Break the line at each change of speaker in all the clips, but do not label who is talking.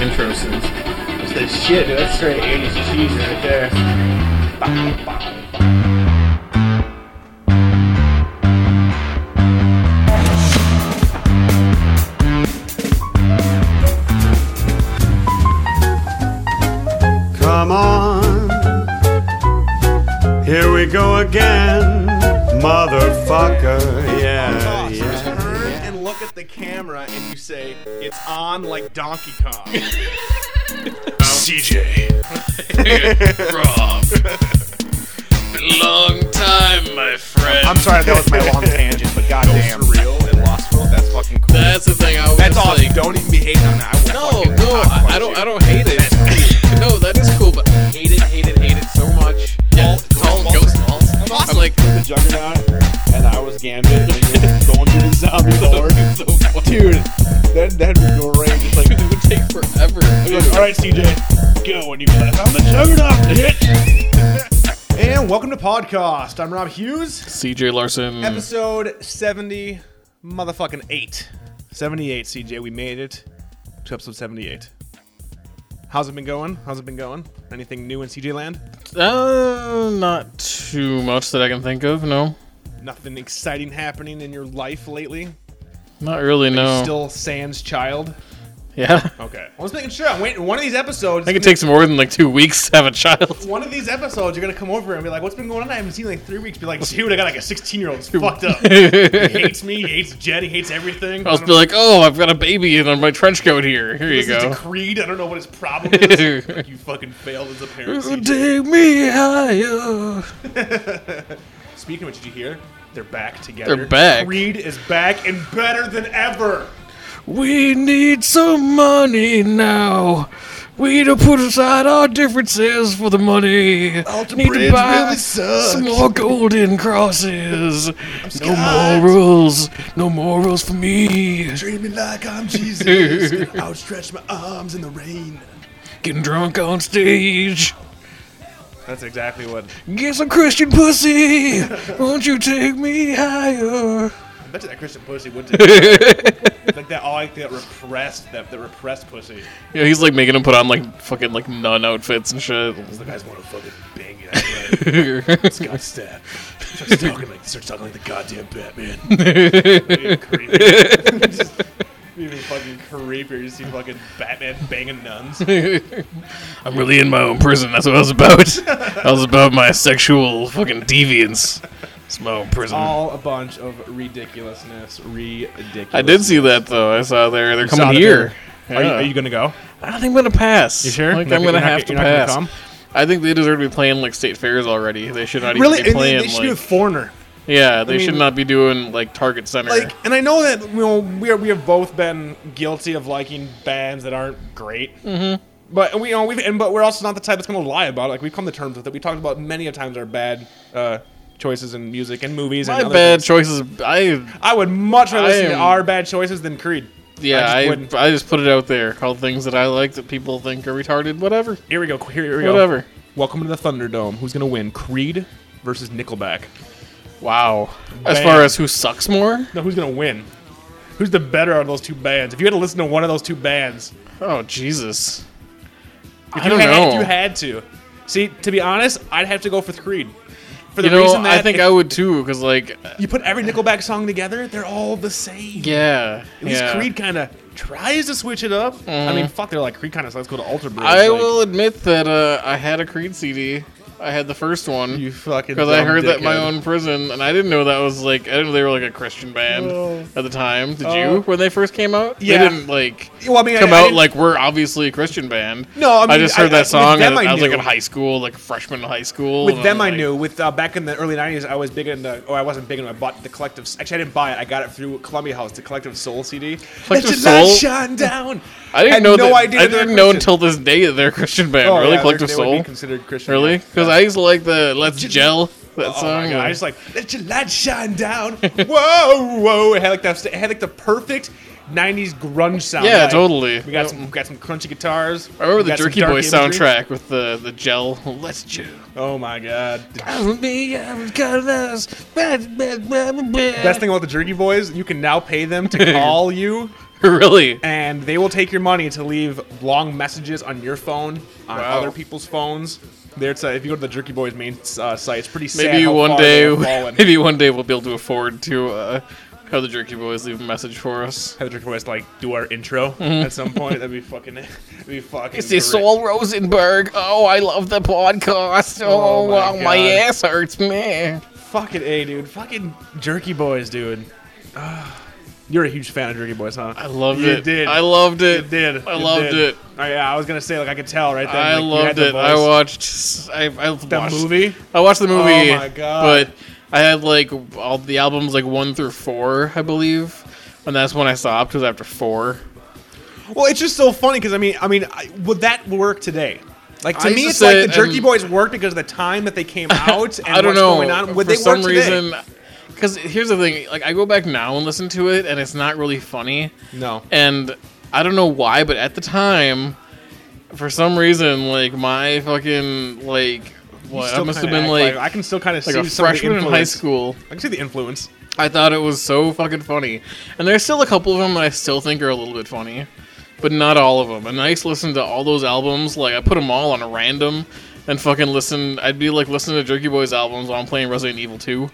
intro since.
Said, Shit, dude, that's straight 80s cheese right there.
Come on. Here we go again. Motherfucker. Yeah,
Toss. Just
yeah.
turn and look at the camera and you say, it's on like Donkey Kong.
CJ. Rob. Long time, my friend.
I'm sorry if that was my long tangent, but goddamn.
Surreal and Lost World, that's fucking cool.
That's the thing. I was
That's awesome.
like,
Don't even be hating on that. I
no,
will fucking
no,
cock
I, I
punch
don't,
you.
I don't hate it. no, that is cool, but I hate it, hate it, hate it so much. Yeah. Tall, tall ghost walls. I'm like,
The Juggernaut, and I was Gambit, and you were going through the zombie lord.
so funny.
Dude, that, that'd be great. Just like,
It would take forever.
like, alright, CJ, go, and you blast on the Juggernaut, bitch!
And welcome to Podcast. I'm Rob Hughes.
CJ Larson.
Episode 70, motherfucking 8. 78, CJ. We made it to episode 78. How's it been going? How's it been going? Anything new in CJ land?
Uh, not too much that I can think of. No,
Nothing exciting happening in your life lately?
not really. No.
Still Sans child?
yeah.
Oh.
Okay. I was making sure. I'm waiting. One of these episodes.
I think it takes more than like two weeks to have a child.
One of these episodes, you're gonna come over and be like, "What's been going on? I haven't seen you in, like three weeks." Be like, "Dude, I got like a 16 year old. It's fucked up. He
I'll
hates me. He hates Jen. He hates everything. I
just be like, oh, I've got a baby in my trench coat here. Here you
this is
go.
to Creed. I don't know what his problem is. Like, you fucking failed as a parent. CJ.
Take me higher.
Speaking of which, did you hear? They're back together.
They're back.
Creed is back and better than ever.
We need some money now. We need to put aside our differences for the money. need to buy some more golden crosses. no morals. No morals for me.
Treat me like I'm Jesus. Gonna outstretch my arms in the rain.
Getting drunk on stage.
That's exactly what.
Get some Christian pussy. Won't you take me higher?
I bet you that Christian pussy would take. like that, all like that repressed, that, that repressed pussy.
Yeah, he's like making him put on like fucking like nun outfits and shit.
The guys want to fucking bang you. That's right. Scott Stapp. Starts talking like, starts talking like the goddamn Batman. Even creepier. Just even fucking creepier. You see fucking Batman banging nuns.
I'm really in my own prison. That's what I was about. I was about my sexual fucking deviance. It's my own prison.
All a bunch of ridiculousness. Ridiculous.
I did see that though. I saw there. They're
saw
coming
that
here.
Are, you,
Yeah.
are you gonna go?
I think I'm gonna pass.
You sure?
Like,
You're
I'm
not-
gonna
you're not-
have to
you're not gonna
pass.
come?
I think they deserve to be playing like state fairs already. They should not even
Really? And
be
they,
playing
they should do a
like
foreigner.
yeah. They should
mean-
not be doing like Target Center.
Like, and I know that you know we are, we have both been guilty of liking bands that aren't great. Mm-hmm. But we you know we've and but we're also not the type that's going to lie about it. Like we've come to terms with it. We talked about many a times our bad uh, choices in music and movies.
my
and other
bad
things.
choices. I
I would much rather
I
listen to
am-
our bad choices than Creed.
yeah.
just
I I
wouldn't.
just, put it out there. All things that I like that people think are retarded. Whatever.
Here we go. Here, here we go.
Whatever.
Welcome to the Thunderdome. Who's going to win? Creed versus Nickelback.
Wow. As
Bam.
far as who sucks more.
No, who's going to win? Who's the better out of those two bands? If you had to listen to one of those two bands,
Oh Jesus.
If
I
you
don't
had,
know.
If you had to. See, to be honest, I'd have to go for Creed. For the
You know,
reason that
I think
if
I would too, because like,
you put every Nickelback song together, they're all the same.
yeah,
At least
yeah. Mm-hmm.
Creed kind of tries to switch it up. I mean, fuck, they're like Creed kind of. Let's go to Alter Bridge.
I
like,
will admit that uh, I had a Creed CD. I had the first one
You fucking.
because I
dumb
heard that my
dickhead.
own prison, and I didn't know that was like I didn't know they were like a Christian band
Oh.
at the time. Did
Oh.
you when they first came out?
Yeah.
They didn't like
Well, I mean, I-
come
I
out
didn't-
like we're obviously a Christian band.
No, I
I,
mean,
just
I-
heard
I-
that
with
song.
them
and
I
I, was like
knew.
in high school, like freshman in high school.
With
and
them,
was
I
like-
knew. With uh, back in the early '90s, I was big into. Oh, I wasn't big into. I bought the Collective. Actually, I didn't buy it. I got it through Columbia House, the Collective Soul CD. Let
Collective
your light
Soul?
shine down.
I didn't
Had
know
no
that.
idea
I
they're
didn't know
Christian.
until this day that they're a Christian band.
Oh,
really,
yeah, they're-
Collective
they would
Soul.
be considered Christian.
Really?
yeah.
Because I used to like the "Let's Gel" that
Oh
song. uh,
my god! I just like let your light shine down. whoa, whoa! It had like that. It had like the perfect '90s grunge sound.
Yeah,
Like,
totally.
We got some, we got some crunchy guitars.
I remember
we
the
got some
Jerky
dark
Boy
imagery.
soundtrack with the the gel. Let's gel.
Oh my god! The
Me, I've got us. Bad, bad, bad, bad.
best thing about the Jerky Boys, you can now pay them to call you
really?
and they will take your money to leave long messages on your phone, on
Wow.
other people's phones. There, it's, uh, if you go to the Jerky Boys main uh, site, it's pretty sad.
Maybe
how
one
far
day,
they've fallen.
maybe one day we'll be able to afford to uh, have the Jerky Boys leave a message for us. Mm-hmm.
Have the Jerky Boys like do our intro at some point. That'd be fucking. That'd be fucking.
This is
great.
Saul Rosenberg. Oh, I love the podcast. Oh,
Oh, my
wow, my
God.
ass hurts, man.
Fucking a dude. Fucking Jerky Boys, dude. Ah. You're a huge fan of Jerky Boys, huh?
I loved
You
it.
Did.
I loved
You
it.
did.
I
You
loved
did.
it.
Oh, yeah, I was gonna say like I could tell right then.
I
like, you had
loved
the
it. I
voice.
watched. I, I
the
watched,
movie.
I watched the movie.
Oh my God.
But I had like all the albums like one through four, I believe, and that's when I stopped. Was after four.
Well, it's just so funny because I mean, I mean, I, would that work today? Like to
I
me,
used
it's
to
like
sit
the Jerky
and-
Boys worked because of the time that they came out and
I don't
what's
know.
going on. Would
For
they
some
work today?
reason, because here's the thing: like I go back now and listen to it, and it's not really funny.
No.
And I don't know why, but at the time, for some reason, like my fucking like what I
Still
must have
kinda
been
act
like
I can still kind of
like
see
a
some of the
freshman in high
influence.
school.
I can see the influence.
I thought it was so fucking funny, and there's still a couple of them that I still think are a little bit funny, but not all of them. And I used to listen to all those albums, like I put them all on a random, and fucking listen. I'd be like listening to Jerky Boys albums while I'm playing Resident Evil 2,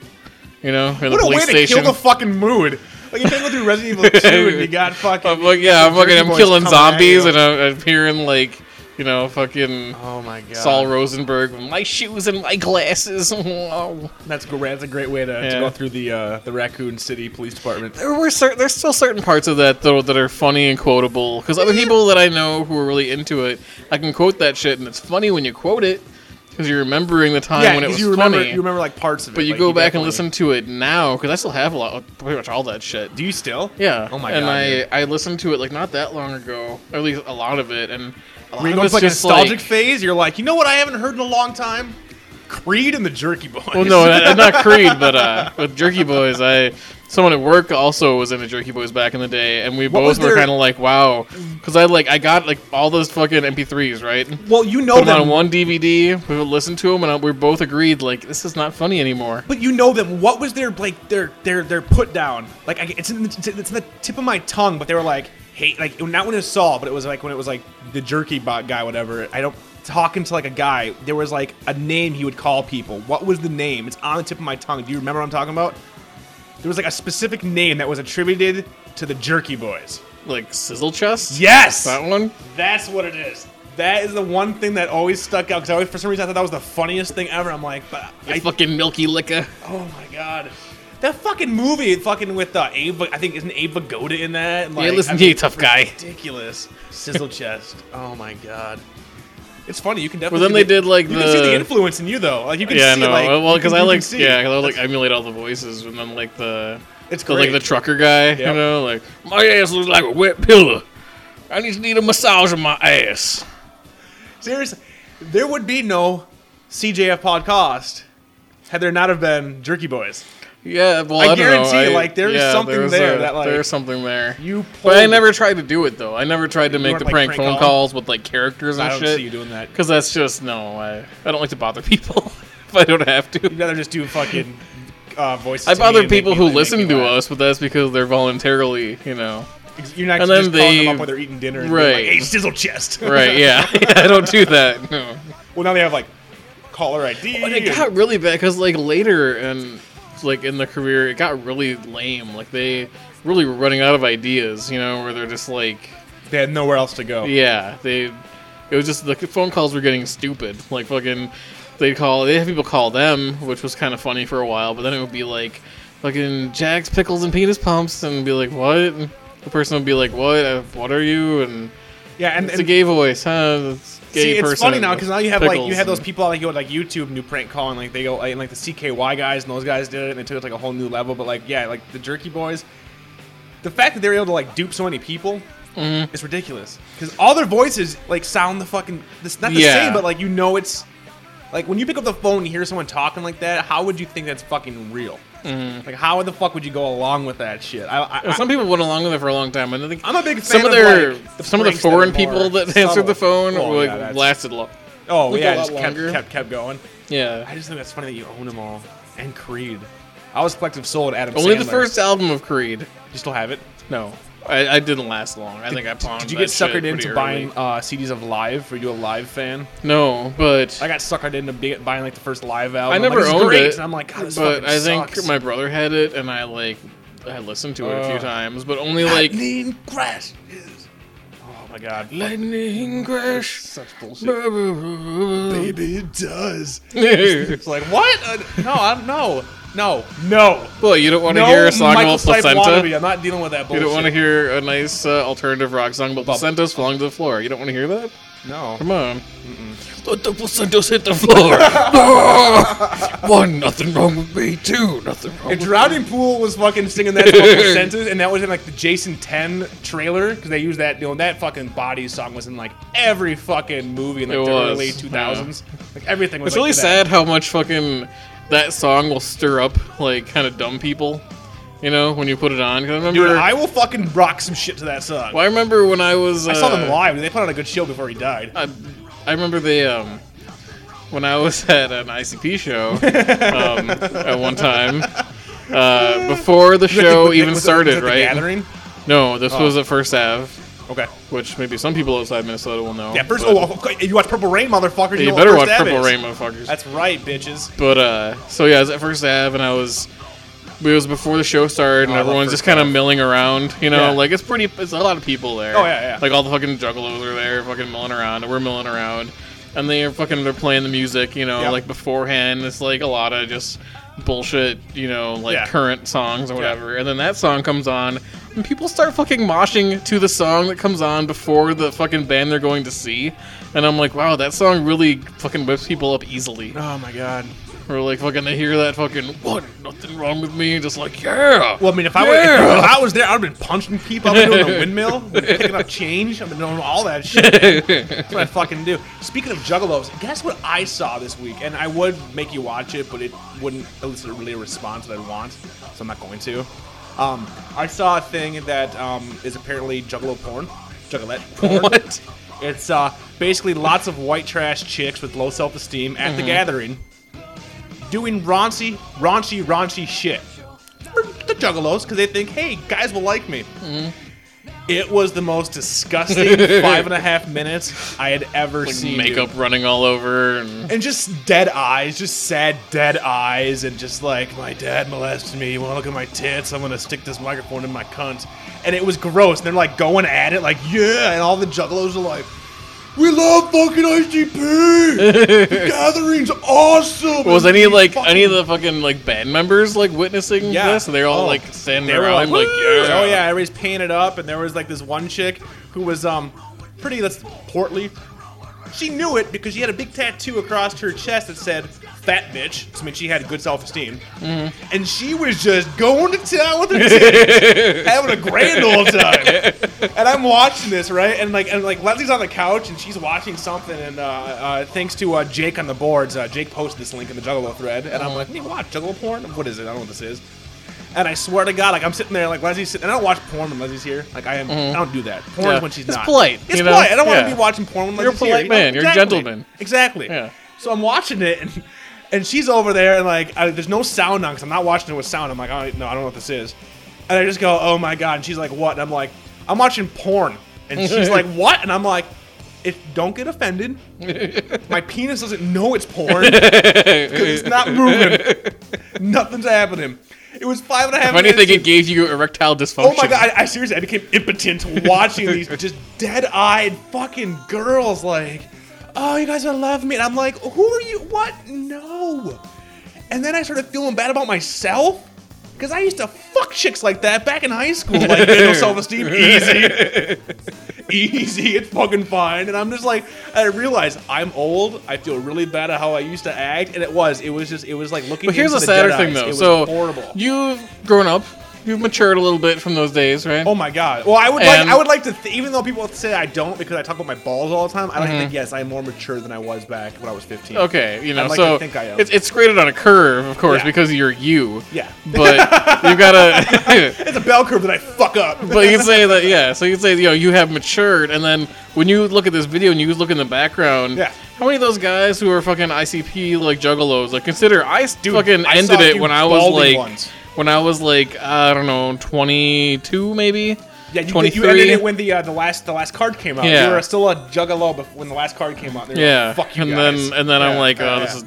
you know, in the
What a way
police
to
station.
kill the fucking mood. Like you can't go through Resident Evil Two and you got fucking.
I'm like, yeah, I'm
Jerky
fucking, I'm
Boys
killing
coming at
zombies,
you.
and I'm, I'm hearing like, you know, fucking
oh my god,
Saul Rosenberg with my shoes and my glasses. Wow.
that's great. That's a great way to,
Yeah.
to go through the uh, the Raccoon City Police Department.
there were cer- there's still certain parts of that though that are funny and quotable because other people that I know who are really into it, I can quote that shit and it's funny when you quote it because you're remembering the time
Yeah,
when it
'cause
was
you remember
funny.
you remember like parts of it.
but you
like,
go back and
definitely-
listen to it now because I still have a lot, pretty much all that shit.
Do you still?
Yeah.
Oh my
and
god. dude.
And I I listened to it like not that long ago, or at least a lot of it, and a lot
Were you
of
going
it's
for like a
just,
nostalgic
like-
phase? You're like, you know what I haven't heard in a long time? Creed and the Jerky Boys.
Well, no, not- not Creed, but uh, with Jerky Boys, I someone at work also was into Jerky Boys back in the day, and we
was
both were
their-
kind of like, wow, because I like I got like all those fucking MP3s, right?
well, you know
Put them
them,
on one DVD. We would listen to them, and I, we both agreed like this is not funny anymore.
but you know them. What was their like their their their put down? Like I, it's in the, it's in the tip of my tongue, but they were like, hey, like not when it was Saul, but it was like when it was like the Jerky Bot guy, whatever. I don't talking to like a guy. There was like a name he would call people. What was the name? It's on the tip of my tongue. Do you remember what I'm talking about? There was like a specific name that was attributed to the Jerky Boys.
Like Sizzle Chest.
Yes,
that one.
That's what it is. That is the one thing that always stuck out because I always, for some reason, I thought that was the funniest thing ever. I'm like, but I,
fucking Milky Liquor.
oh my god, that fucking movie, fucking with uh, Abe, I think isn't Abe Vigoda in that? Like,
yeah, listen
I
to you,
mean,
tough guy.
ridiculous sizzle chest. Oh my god, it's funny. You can
Well,
definitely. see
then they
the-
did like
You can see the
the
influence in you though. Like you can
yeah,
see
no,
like
well, because
you
I
can
like
see.
yeah, 'cause I would, like emulate all the voices, and then like the
It's
So, like
great.
the trucker guy, you
Yep.
know, like my ass looks like a wet pillow. I just need a massage on my ass.
Seriously, there would be no CJF podcast had there not have been Jerky Boys.
Yeah, well,
I
I, don't know.
guarantee,
I-
like, there's
yeah,
something
there's
there
a-
that, like,
there's something there.
You
but I
pulled-
never tried to do it though. I never tried to make
weren't,
the
like,
prank,
prank
phone
call?
calls with like characters and
I don't
shit.
see you doing that.
Because that's just no. I I don't like to bother people if I don't have to.
You'd rather just do fucking uh, voices.
I
to me
bother
and make
people
me-
who
and make
listen
me
to
laugh.
us, but that's because they're voluntarily, you know.
You're not
and
just calling
then they-
them up while they're eating dinner and
Right.
being like, "Hey, sizzle chest."
Right? Yeah. I don't do that. No.
well, now they have like caller ID.
But it
and-
got really bad because like later and like in the career, it got really lame. Like they really were running out of ideas, you know, where they're just like,
they had nowhere else to go.
yeah, they. It was just the phone calls were getting stupid. Like fucking, they'd call. They have people call them, which was kind of funny for a while. But then it would be like, fucking Jack's pickles and penis pumps, and be like, what? And the person would be like, what? Uh, What are you? And
Yeah, and,
it's
and
a gay voice, huh? It's a
see,
gay
it's
person.
funny now because now you have like you
Pickles
have those
and-
people like you like YouTube new prank calling like they go like, and, like the CKY guys and those guys did it and they took it to, like a whole new level. But like yeah, like the Jerky Boys, the fact that they were able to like dupe so many people.
Mm-hmm.
It's ridiculous because all their voices like sound the fucking this not the
Yeah.
same, but like you know it's like when you pick up the phone and you hear someone talking like that. How would you think that's fucking real? Like how the fuck would you go along with that shit? I, I,
And Mm-hmm. some people went along with it for a long time. and I think
I'm a big fan
some of
of,
their
like, the
some of the
pranks that are
foreign
more
people that
subtle.
answered the phone
Oh,
like
yeah, that's-
lasted long.
oh
Look a
yeah,
lot
just kept,
longer.
kept kept going. I
Yeah,
just think that's funny that you own them all and Creed. I was Collective Soul and Adam.
only the
Sandler.
first album of Creed.
You still have it?
No, I, I didn't last long. I think I pawned.
Did you
that
get
shit
suckered
pretty
into
early.
buying uh, CDs of Live? Were you a Live fan?
No, but
I got suckered into be- buying like the first Live album.
I
I'm like,
never
"This is
owned
great,"
it.
and I'm like, God, this
but
fucking
I think
sucks.
my brother had it, and I like I listened to it a few
Ugh.
times, but only like
crash. Oh my God,
Lightning crash.
such bullshit.
Baby.
Maybe it does.
It's like what? Uh, no, I'm no, no, no.
well, Oh, you don't want to
no
hear a song
Michael
about
Stipe
placenta.
wannabe. I'm not dealing with that
You
bullshit.
don't want to hear a nice uh, alternative rock song about placentas falling to the floor. You don't want to hear that?
No.
Come on.
But the placentas hit the floor. One, nothing wrong with me. Two, nothing wrong
And
with
Drowning Pool was fucking singing that fucking sentence, and that was in like the Jason 10 trailer because they used that. You know, that fucking body song was in like every fucking movie in like,
It
the
was,
early 2000s. Like everything was.
It's
like,
really
to that.
sad how much fucking that song will stir up like kind of dumb people. You know when you put it on. 'Cause I remember.
Dude, I will fucking rock some shit to that song.
well, I remember when I was. Uh,
I saw them live. They put on a good show before he died.
I, I remember they um when I was at an ICP show um, at one time uh, before the show even
Was it-
started,
was it The
right?
Gathering. Oh.
No, this was at First Ave,
Okay.
which maybe some people outside Minnesota will know.
Yeah. First,
but
oh, okay, you watch Purple Rain, motherfuckers.
you
know what
better
First
watch
Ave is.
Purple Rain, motherfuckers.
That's right, bitches.
But uh, so yeah, I was at First Ave, and I was it was before the show started, and
I love
everyone's
Oh, First
just kind of milling around. You know,
Yeah.
like it's pretty, it's a lot of people there.
Oh, yeah, yeah.
Like all the fucking juggalos are there, fucking milling around, and we're milling around, and they're fucking they're playing the music. You know,
Yep.
like beforehand, it's like a lot of just bullshit. You know, like
Yeah.
current songs or whatever, and then that song comes on. And people start fucking moshing to the song that comes on before the fucking band they're going to see. And I'm like, wow, that song really fucking whips people up easily.
Oh my god.
Or like fucking they hear that fucking what nothing wrong with me and just like yeah
Well, I mean, if I were,
Yeah.
if I was there, I'd have been punching people. I've been doing the windmill, I've been picking up change. I've been doing all that shit. That's what I fucking do. Speaking of juggalos, guess what I saw this week? And I would make you watch it, but it wouldn't elicit really a response that I want, so I'm not going to. Um, I saw a thing that um, is apparently juggalo porn, juggalette porn.
What?
It's uh, basically lots of white trash chicks with low self-esteem at the gathering doing raunchy, raunchy, raunchy shit. For the juggalos, because they think, hey, guys will like me. It was the most disgusting five and a half minutes I had ever
like
seen. dude.
makeup running all over and
And just dead eyes, just sad dead eyes, and just like, my dad molested me. You want to look at my tits? I'm going to stick this microphone in my cunt. And it was gross. And they're like going at it, like, yeah. And all the juggalos are like,
We love fucking ICP. the gathering's awesome.
was
and
any
we
like
fucking
any of the fucking like band members like witnessing
Yeah.
this? They're all
Oh.
like standing
They were like,
around like,
"Woo!"
yeah
oh yeah, everybody's painted up, and there was like this one chick who was um pretty that's portly. She knew it because she had a big tattoo across her chest that said "fat bitch," so I mean she had good self-esteem,
Mm-hmm.
and she was just going to town with her titties, having a grand old time. And I'm watching this right, and like and like Leslie's on the couch and she's watching something, and uh, uh, thanks to uh, Jake on the boards, uh, Jake posted this link in the Juggalo thread, and
Uh-huh.
I'm like, "Let me watch Juggalo porn. What is it? I don't know what this is." And I swear to God, like I'm sitting there, like Leslie's sitting, and I don't watch porn when Leslie's here. Like I am, I don't do that. Porn
Mm-hmm. Yeah.
when she's
It's
not.
polite,
It's
you know?
polite. I don't want
Yeah.
to be watching porn when
You're a
Leslie's here.
polite
you know?
man. You're a gentleman.
Exactly.
Yeah.
So I'm watching it, and and she's over there, and like I, there's no sound on because I'm not watching it with sound. I'm like, oh, no, I don't know what this is. And I just go, oh my god. And she's like, what? And I'm like, I'm watching porn. And she's like, what? And I'm like, if don't get offended. My penis doesn't know it's porn because it's not moving. Nothing's happening. It was five and a half.
If anything,
minutes
it gave you erectile dysfunction.
Oh my god! I, I seriously, I became impotent watching these just dead-eyed fucking girls. Like, oh, you guys are love me, and I'm like, who are you? What? No. And then I started feeling bad about myself because I used to fuck chicks like that back in high school. Like, no self-esteem, easy, easy, it's fucking fine. And I'm just like, I realize I'm old. I feel really bad at how I used to act, and it was, it was just, it was like looking.
But here's
into the
a sadder
dead
thing
eyes. It
though.
was
So
horrible.
you've grown up, you've matured a little bit from those days, right?
Oh my god! Well, I would like
And-
I would like to th- even though people say I don't because I talk about my balls all the time. I don't think yes, I'm more mature than I was back when I was 15.
Mm-hmm. Okay, you know,
I'd like
so
to think I am.
it's it's graded on a curve, of course,
Yeah.
because you're you.
Yeah.
But you've got to
It's a bell curve that I fuck up.
but you can say that, yeah. So you can say, you know, you have matured, and then when you look at this video and you look in the background,
Yeah.
how many of those guys who are fucking ICP like juggalos? Like, consider I s- fucking
I saw
ended
a
it
few
when I was
balding
like,
ones.
when I was like, I don't know, twenty two maybe.
Yeah, you, did- you
23.
ended it when the uh, the last the last card came out.
Yeah.
You were still a juggalo bef- when the last card came out. They were
yeah.
like, fuck you
and
guys.
then and then I'm
Yeah,
like, oh,
yeah,
this
yeah.
is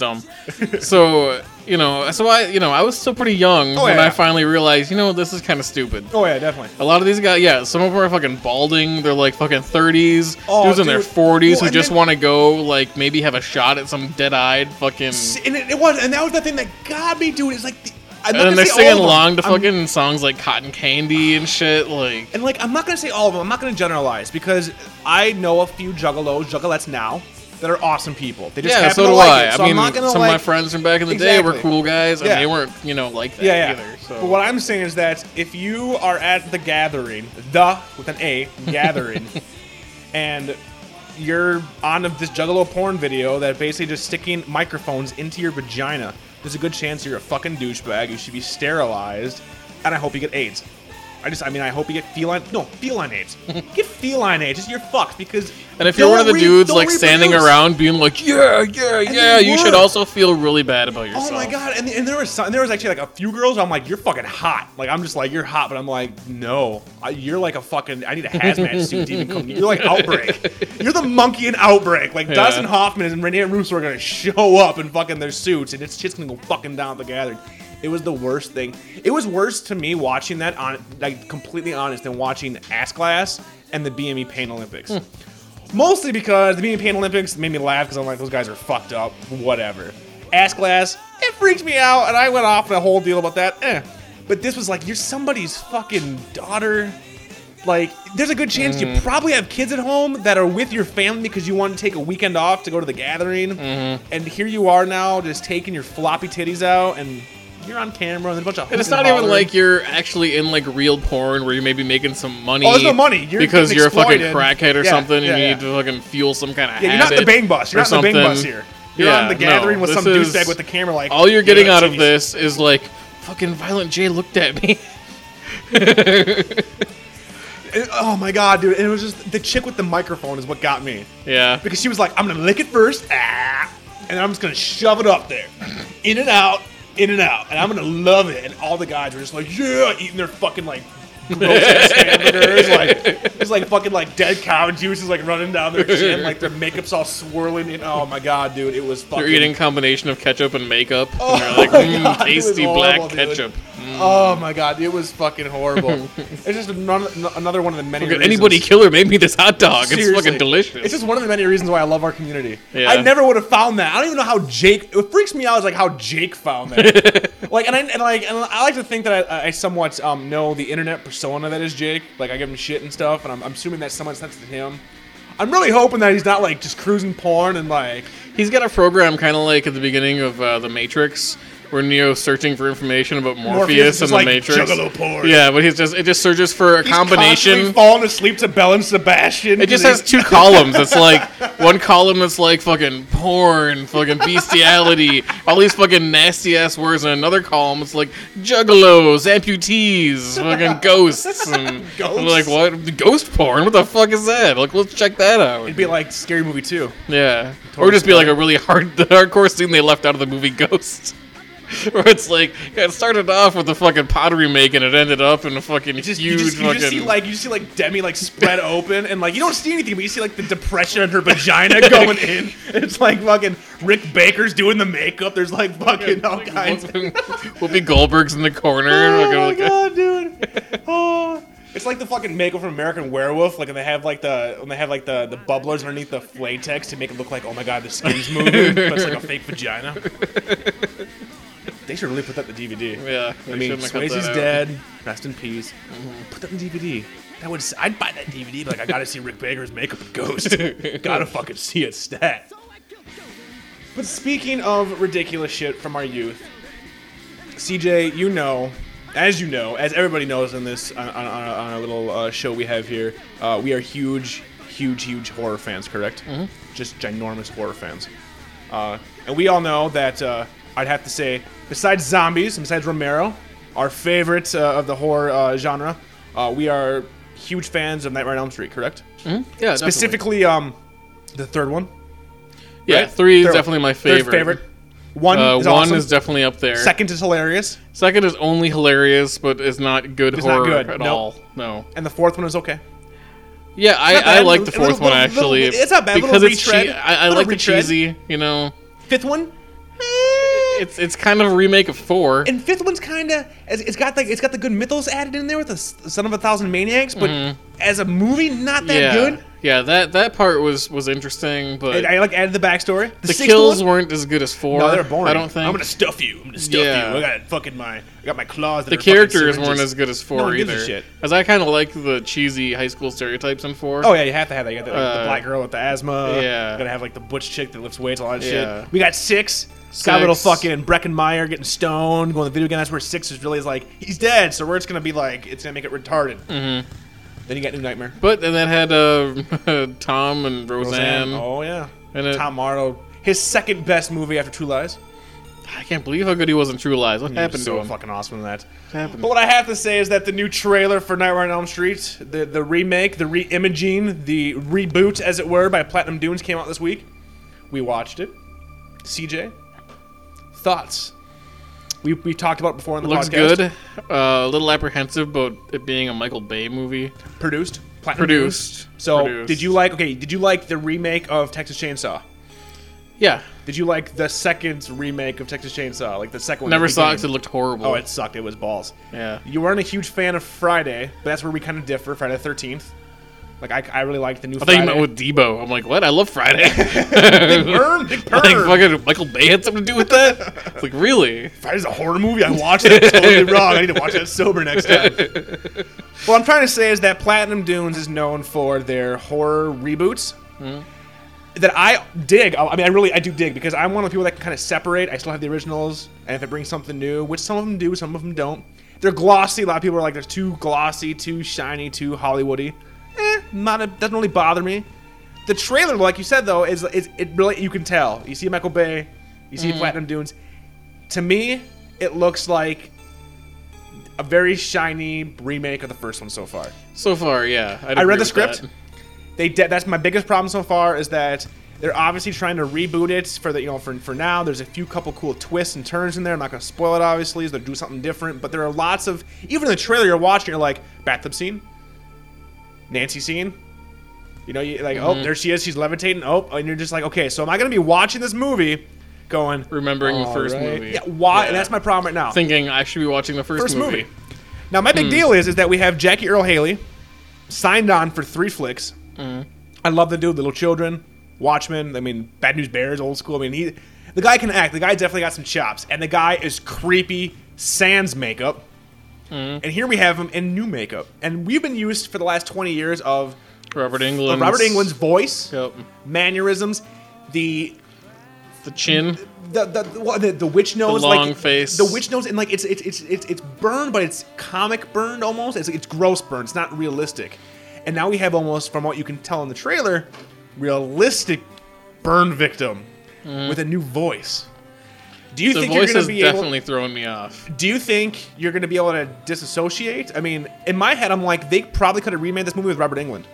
dumb. so you know, so I you know I was still pretty young
Oh,
when
yeah.
I finally realized, you know, this is kind of stupid.
Oh yeah, definitely.
A lot of these guys, yeah, some of them are fucking balding. They're like fucking 30s.
Oh,
dudes in their
dude.
40s
Well,
who
and
just
then-
want to go, like, maybe have a shot at some dead eyed fucking.
See, And it, it was, and that was the thing that got me, dude. Is like, the, I'm not
And then
gonna
they're
say all
singing
of them.
along to
I'm-
fucking songs like Cotton Candy and shit. Like,
and like, I'm not gonna say all of them. I'm not gonna generalize because I know a few juggalos, juggalettes now that are awesome people. They just
yeah,
happen
so
to
do
like
I.
it.
I
So
mean,
I'm not gonna
some
like,
of my friends from back in the day were
Exactly.
cool guys, and
Yeah.
they weren't, you know, like that
yeah, yeah.
either. So.
But what I'm saying is that if you are at the gathering, the with an A gathering, and you're on of this juggalo porn video that basically just sticking microphones into your vagina, there's a good chance you're a fucking douchebag. You should be sterilized, and I hope you get AIDS. I just, I mean, I hope you get feline. No, feline AIDS. get feline AIDS. You're fucked because.
and if you're one of the
don't re-
dudes
don't
like standing
reproduce.
around being like, yeah, yeah, yeah,
they
you should
were.
also feel really bad about yourself.
Oh my god! And, and there was some, there was actually like a few girls. I'm like, you're fucking hot. Like I'm just like, you're hot, but I'm like, no, I, you're like a fucking. I need a hazmat suit to even come. You're like outbreak. You're the monkey in outbreak. Like Dustin Hoffman and Renee Russo are gonna show up in fucking their suits, and it's just gonna go fucking down at the gathering. It was the worst thing. It was worse to me watching that on like completely honest than watching Ass Class and the BME Pain Olympics. Mostly because the Beanie Pan Olympics made me laugh because I'm like, those guys are fucked up. Whatever. Ass glass, it freaked me out, and I went off on a whole deal about that. Eh. But this was like, you're somebody's fucking daughter. Like, there's a good chance
Mm-hmm.
you probably have kids at home that are with your family because you want to take a weekend off to go to the gathering.
Mm-hmm.
And here you are now just taking your floppy titties out, and you're on camera, and there's a bunch of
And it's
hooting
not
and
even
hollering.
like you're actually in like real porn where you may be making some money.
Oh, there's no money. You're
because
getting
you're a fucking
exploited.
crackhead or
Yeah,
something.
yeah,
you
yeah.
need to fucking fuel some kind of.
Yeah, you're not in the
habit
bang bus. You're
or
not in the bang
something.
bus here. You're
yeah,
on the
no,
gathering with
this
some
is-
douchebag with the camera. Like
All you're getting
"Yeah,
out of
titties."
this is like fucking violent J looked at me.
And- oh my god, dude! And it was just the chick with the microphone is what got me
yeah.
because she was like, "I'm gonna lick it first, ah, and I'm just gonna shove it up there, in and out, in and out, and I'm gonna love it." And all the guys were just like, "Yeah," eating their fucking like. gross ass hamburgers, like it's like fucking like dead cow juices like running down their chin, like their makeup's all swirling. And oh my god, dude, it was fucking. Oh
You're eating combination of ketchup and makeup. and you're like, mm,
God, it was
tasty
horrible,
black
dude.
ketchup.
Oh my god, it was fucking horrible. it's just another, another one of the many.
Look at
reasons-
anybody killer made me this hot dog. It's
Seriously.
fucking delicious.
It's just one of the many reasons why I love our community.
Yeah.
I never would have found that. I don't even know how Jake. It freaks me out is like how Jake found that. like and I and like and I like to think that I, I somewhat um, know the internet persona that is Jake. Like I give him shit and stuff, and I'm, I'm assuming that someone sent it to him. I'm really hoping that he's not like just cruising porn and like
He's got a program kind of like at the beginning of uh, The Matrix, where Neo's searching for information about Morpheus,
Morpheus is
and
just like,
The Matrix.
"Juggalo porn."
Yeah, but he's just it just searches for a
he's constantly
combination.
falling asleep to Bell and Sebastian.
It just has two columns. It's like one column that's like fucking porn, fucking bestiality, all these fucking nasty ass words, and another column it's like juggalos, amputees, fucking ghosts, and I'm like what ghost porn? What the fuck is that? Like let's check that out.
It'd be like scary movie too.
Yeah, or just be like a really hard, the hardcore scene they left out of the movie Ghost, where it's like yeah, it started off with the fucking pottery make and it ended up in a fucking
You
huge
just, you
fucking.
just see like you just see like Demi like spread open and like you don't see anything, but you see like the depression in her vagina going in. It's like fucking Rick Baker's doing the makeup. There's like fucking all kinds.
Whoopi Goldberg's in the corner.
Oh
fucking
my
like-
god, dude! Oh. It's like the fucking makeup from American Werewolf, like, and they have like the when they have like the the bubblers underneath the latex to make it look like, oh my god, the skin's moving, but it's like a fake vagina. They should really put that in the DVD.
yeah,
I
they
mean,
shouldn't have cut that
Swayze's
out. Mm-hmm.
dead. Rest in peace. Put that in DVD. That would s- I'd buy that DVD. Like I gotta see Rick Baker's makeup and ghost. gotta fucking see it stat. But speaking of ridiculous shit from our youth, CJ, you know, as you know, as everybody knows in this on, on, on, our, on our little uh, show we have here, uh, we are huge, huge, huge horror fans. Correct? Just ginormous horror fans. Uh, and we all know that uh, I'd have to say, besides zombies, and besides Romero, our favorite uh, of the horror uh, genre, uh, we are huge fans of Nightmare on Elm Street. Correct?
Yeah,
Specifically, um, the third one.
definitely. yeah,
right?
three is
Third-
definitely my
third
favorite.
favorite. One
Uh,
is
one
awesome.
is definitely up there.
Second is hilarious,
Second is only hilarious, but is not good
It's not
horror
good,
at
nope.
all. No.
and the fourth one is okay.
Yeah,
Not
I, I
bad. A
like the
little-
fourth one
little-
actually.
little- it's not bad,
because
little
it's
retread,
chea- I, I
little
like
retread.
the cheesy. You know,
Fifth one,
it's it's kind of a remake of four.
and fifth one's kind of it's got like it's got the good mythos added in there with the S- son of a thousand maniacs, but as a movie, not that
Mm-hmm. yeah,
good.
yeah. That that part was was interesting, but
And I like added the backstory. The,
the
sixth
kills
one-
weren't as good as four.
No, they're boring.
I don't think
I'm gonna stuff you. I'm gonna stuff
Yeah.
you. I got fucking my. I got my claws. That
the
are fucking
characters
syringes.
weren't as good as four
one gives a
either.
shit.
As I kind of like the cheesy high school stereotypes in four.
Oh yeah, you have to have that. You got the, like, the
Uh,
black girl with the asthma.
yeah.
You gotta have like the butch chick that lifts weights, all that
Yeah.
shit. We got 6 Got little
Six.
fucking Breckenmeyer getting stoned, going to the video game. That's where six is really is like he's dead. So we're just gonna be like it's gonna make it retarded. Mm-hmm. Then you got New Nightmare.
But and that had uh, Tom and Roseanne.
Oh yeah.
And it-
Tom Arnold, his second best movie after True Lies.
I can't believe how good he was in True Lies. What
He was
happened
so
to him?
fucking awesome in that.
happened?
But what I have to say is that the new trailer for Nightmare on Elm Street, the the remake, the re-imaging, the reboot, as it were, by Platinum Dunes came out this week. We watched it. CJ, thoughts? We, we talked about it before on the
Looks
podcast.
good. Uh, a little apprehensive about it being a Michael Bay movie.
Produced. Platinum Dunes.
Produced.
So
Produced.
did you like? Okay, did you like the remake of Texas Chainsaw?
Yeah.
Did you like the second remake of Texas Chainsaw? Like the second one?
Never
that
saw it
began-
'cause it looked horrible.
Oh, it sucked. It was balls.
Yeah.
You weren't a huge fan of Friday, but that's where we kind of differ. Friday the Thirteenth. Like I, I really liked the new.
I thought you
Friday.
meant with Debo. I'm like, what? I love Friday.
Burn, Big Burn.
like, fucking Michael Bay had something to do with that? It's like, really?
Friday's a horror movie. I watched it totally wrong. I need to watch that sober next time. what I'm trying to say is that Platinum Dunes is known for their horror reboots.
Hmm.
That I dig. I I mean, I really, I do dig because I'm one of the people that can kind of separate. I still have the originals, and if it brings something new, which some of them do, some of them don't. They're glossy. A lot of people are like, they're too glossy, too shiny, too Hollywoody. Eh, not a, doesn't really bother me. The trailer, like you said though, is, is it really you can tell. You see Michael Bay, you see Platinum Dunes. To me, it looks like a very shiny remake of the first one so far.
So far, yeah. I'd
I
agree
read the
with
script.
that.
They de- that's my biggest problem so far is that they're obviously trying to reboot it for the you know for, for now. There's a few couple cool twists and turns in there. I'm not gonna spoil it obviously. So they'll do something different, but there are lots of even in the trailer you're watching. You're like bathtub scene, Nancy scene. You know, you like
Mm-hmm.
oh there she is, she's levitating. Oh, and you're just like okay, so am I gonna be watching this movie, going
Remembering the
"All
first
right."
movie.
Yeah, why?
Yeah.
That's my problem right now
Thinking I should be watching the first,
first movie. Now my big
Hmm.
deal is is that we have Jackie Earl Haley signed on for three flicks.
Hmm.
I love the dude, Little Children, Watchmen. I mean, Bad News Bears, old school. I mean, he the guy can act. The guy definitely got some chops, and the guy is creepy sans makeup.
Hmm.
And here we have him in new makeup, and we've been used for the last twenty years of
Robert
of
England.
Robert England's voice,
Yep.
mannerisms, the
The chin.
the the what, the, the witch nose,
long
like,
face.
the witch nose, and like it's it's it's it's, it's burned, but it's comic burned almost. It's, it's gross burned. It's not realistic. And now we have almost, from what you can tell in the trailer, realistic burn victim with a new voice. Do you
Mm. The
think you're
voice
going to
is
be able?
definitely throwing me off.
Do you think you're going to be able to disassociate? I mean, in my head, I'm like, they probably could have remade this movie with Robert England.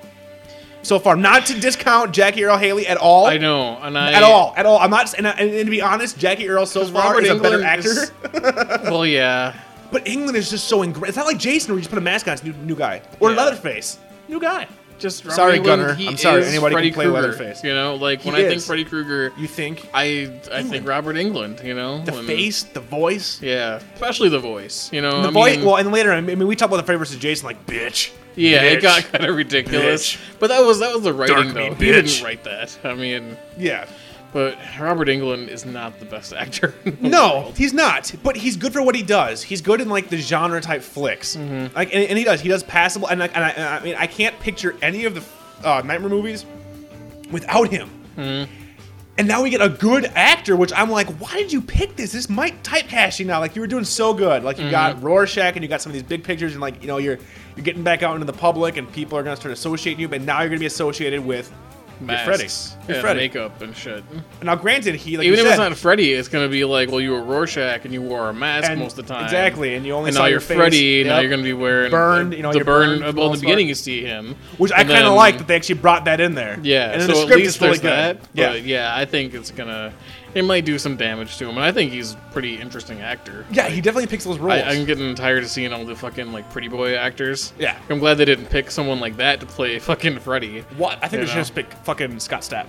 So far, not to discount Jackie Earl Haley at all
I know, and I
at all, at all. I'm not, and, I- and, and to be honest, Jackie Earl so
'Cause
far
Robert
is a better
Englund
actor.
is- Well, yeah.
but England is just so ingrained. It's not like Jason where you just put a mask on, it's new, new guy, or
Yeah.
Leatherface, new guy.
Just Robert
Sorry,
Englund,
Gunnar.
he
I'm sorry,
is
anybody can
Freddy
play
Krueger,
Leatherface.
You know, like when I think
is.
Freddy Krueger,
You think
I I think Robert England. You know,
the
and-
face, the voice,
Yeah, especially the voice. You know,
the
I
voice?
mean,
well, and later, I mean, we talk about the Freddy versus Jason, like bitch.
yeah,
bitch.
it got kind of ridiculous.
Bitch.
But that was that was the writing
me,
though. He didn't
bitch.
write that. I mean,
yeah.
but Robert England is not the best actor. in the
No,
world.
he's not. But he's good for what he does. He's good in like the genre type flicks.
Mm-hmm.
Like, and, and he does. He does passable. And, like, and, I, and I mean, I can't picture any of the uh, Nightmare movies without him. And now we get a good actor, which I'm like, why did you pick this? This might typecast you now. Like you were doing so good. Like you got Rorschach and you got some of these big pictures, and like you know you're you're getting back out into the public, and people are gonna start associating you. But now you're gonna be associated with your Freddy.
Masks
Your
and
Freddy.
makeup and shit.
Now, Oh, granted, he like
Even
you
if it's
said-
not Freddy, it's gonna be like, well, you were Rorschach and you wore a mask most of the time.
Exactly, and you only
and
saw
now
your
you're
face.
Freddy. Now
Yep.
you're gonna be wearing
Burned,
The,
you know,
the
you're
burn.
burned for
well,
all
in the
smart.
beginning you see him,
which I
and then-
kind of like that they actually brought that in there.
Yeah,
and
so
the
at
script
least
is really
there's
good.
that.
Yeah,
But yeah, I think it's gonna. It might do some damage to him, and I think he's a pretty interesting actor.
Yeah, he definitely picks those roles.
I, I'm getting tired of seeing all the fucking like pretty boy actors.
Yeah.
I'm glad they didn't pick someone like that to play fucking Freddy.
what? I think
You
they should
know.
just pick fucking Scott Stapp.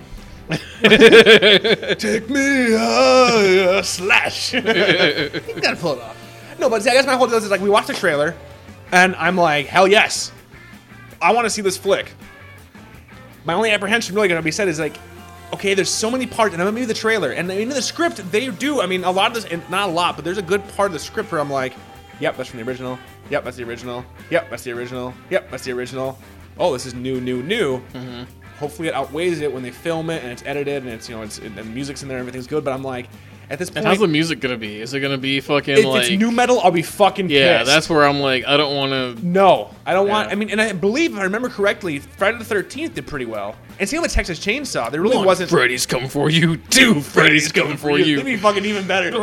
Take me higher, slash.
You gotta pull it off. No, but see, I guess my whole deal is like we watched the trailer, and I'm like, hell yes, I want to see this flick. My only apprehension really gonna be said is like, okay, there's so many parts, and I'm maybe the trailer and in the script they do. I mean, a lot of this, and not a lot, but there's a good part of the script where I'm like, yep, that's from the original. Yep, that's the original. Yep, that's the original. Yep, that's the original. Oh, this is new, new, new.
Mm-hmm.
Hopefully, it outweighs it when they film it and it's edited and it's you know it's and the music's in there, and everything's good. But I'm like, at this point,
And how's the music gonna be? Is it gonna be fucking
if
like?
it's new metal, I'll be fucking
yeah,
pissed.
that's where I'm like, I don't want to.
no. I don't want.
Yeah.
I mean, and I believe if I remember correctly, Friday the Thirteenth did pretty well. And same with Texas Chainsaw. There really wasn't.
Freddy's coming for you. Two Freddy's coming for
It'd
you.
be fucking even better. they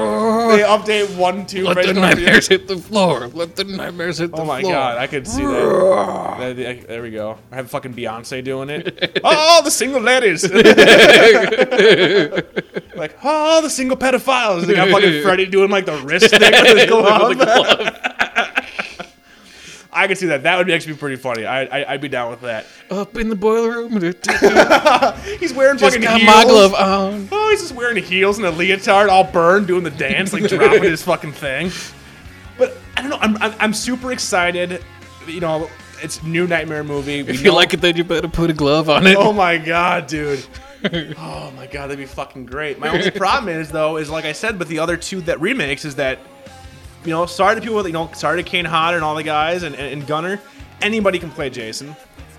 update one, two.
Let
Friday
the
the 13th.
nightmares hit the floor. Let the nightmares hit the
Oh
floor.
my god, I could see that. That'd be- I- There we go. I have fucking Beyonce doing it. oh, the single ladies. like, oh, the single pedophiles. They got fucking Freddy doing like the wrist thing with his glove. I could see that. That would actually be pretty funny. I, I, I'd be down with that.
Up in the boiler room.
He's wearing
Just
fucking
got
heels.
my glove on.
Oh, he's just wearing heels and a leotard, all burned, doing the dance, like dropping his fucking thing. But I don't know. I'm, I'm, I'm super excited. You know, it's new nightmare movie. We
If you
know-
like it, then you better put a glove on it.
Oh my god, dude. Oh my god, that'd be fucking great. My only problem is though, is like I said with the other two that remakes is that you know, sorry to people that you know, sorry to Kane Hodder and all the guys and, and, and Gunner. Anybody can play Jason.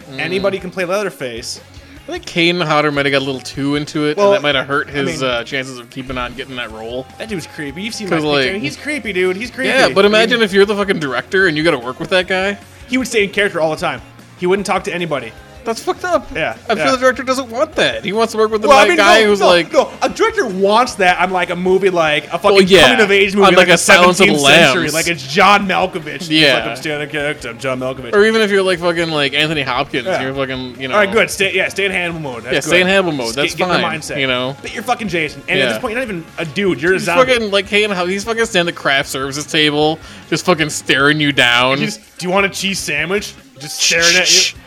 Mm.
Anybody can play Leatherface.
I think Kane Hodder might have got a little too into it,
Well,
and that might have hurt his
mean-
uh, chances of keeping on getting that role.
That dude's creepy. You've seen my
'Cause,
picture.
like-
He's creepy, dude. He's creepy.
Yeah, but
I mean,
imagine if you're the fucking director and you got to work with that guy.
he would stay in character all the time. He wouldn't talk to anybody.
That's fucked up.
Yeah,
I'm
yeah.
sure the director doesn't want that. He wants to work with the right guy
no,
who's
no,
like,
no. A director wants that. I'm like a movie, like a fucking
Well, yeah.
coming of age movie,
On,
like,
like,
a
a Silence of the
17th century,
Lambs.
like it's John Malkovich.
Yeah.
it's like I'm standing character. I'm John Malkovich.
or even if you're like fucking like Anthony Hopkins,
Yeah.
you're fucking you know.
All right, good. Stay, yeah, stay in handle mode. That's
Yeah,
good.
stay in handle mode.
Just
That's
get,
fine,
Get the mindset.
you know?
but you're fucking Jason, and at
Yeah.
this point, you're not even a dude. You're a
He's
zombie.
fucking like Kane. Hodder- He's fucking standing at the craft services table, just fucking staring you down.
You just- do you want a cheese sandwich? Just staring at you.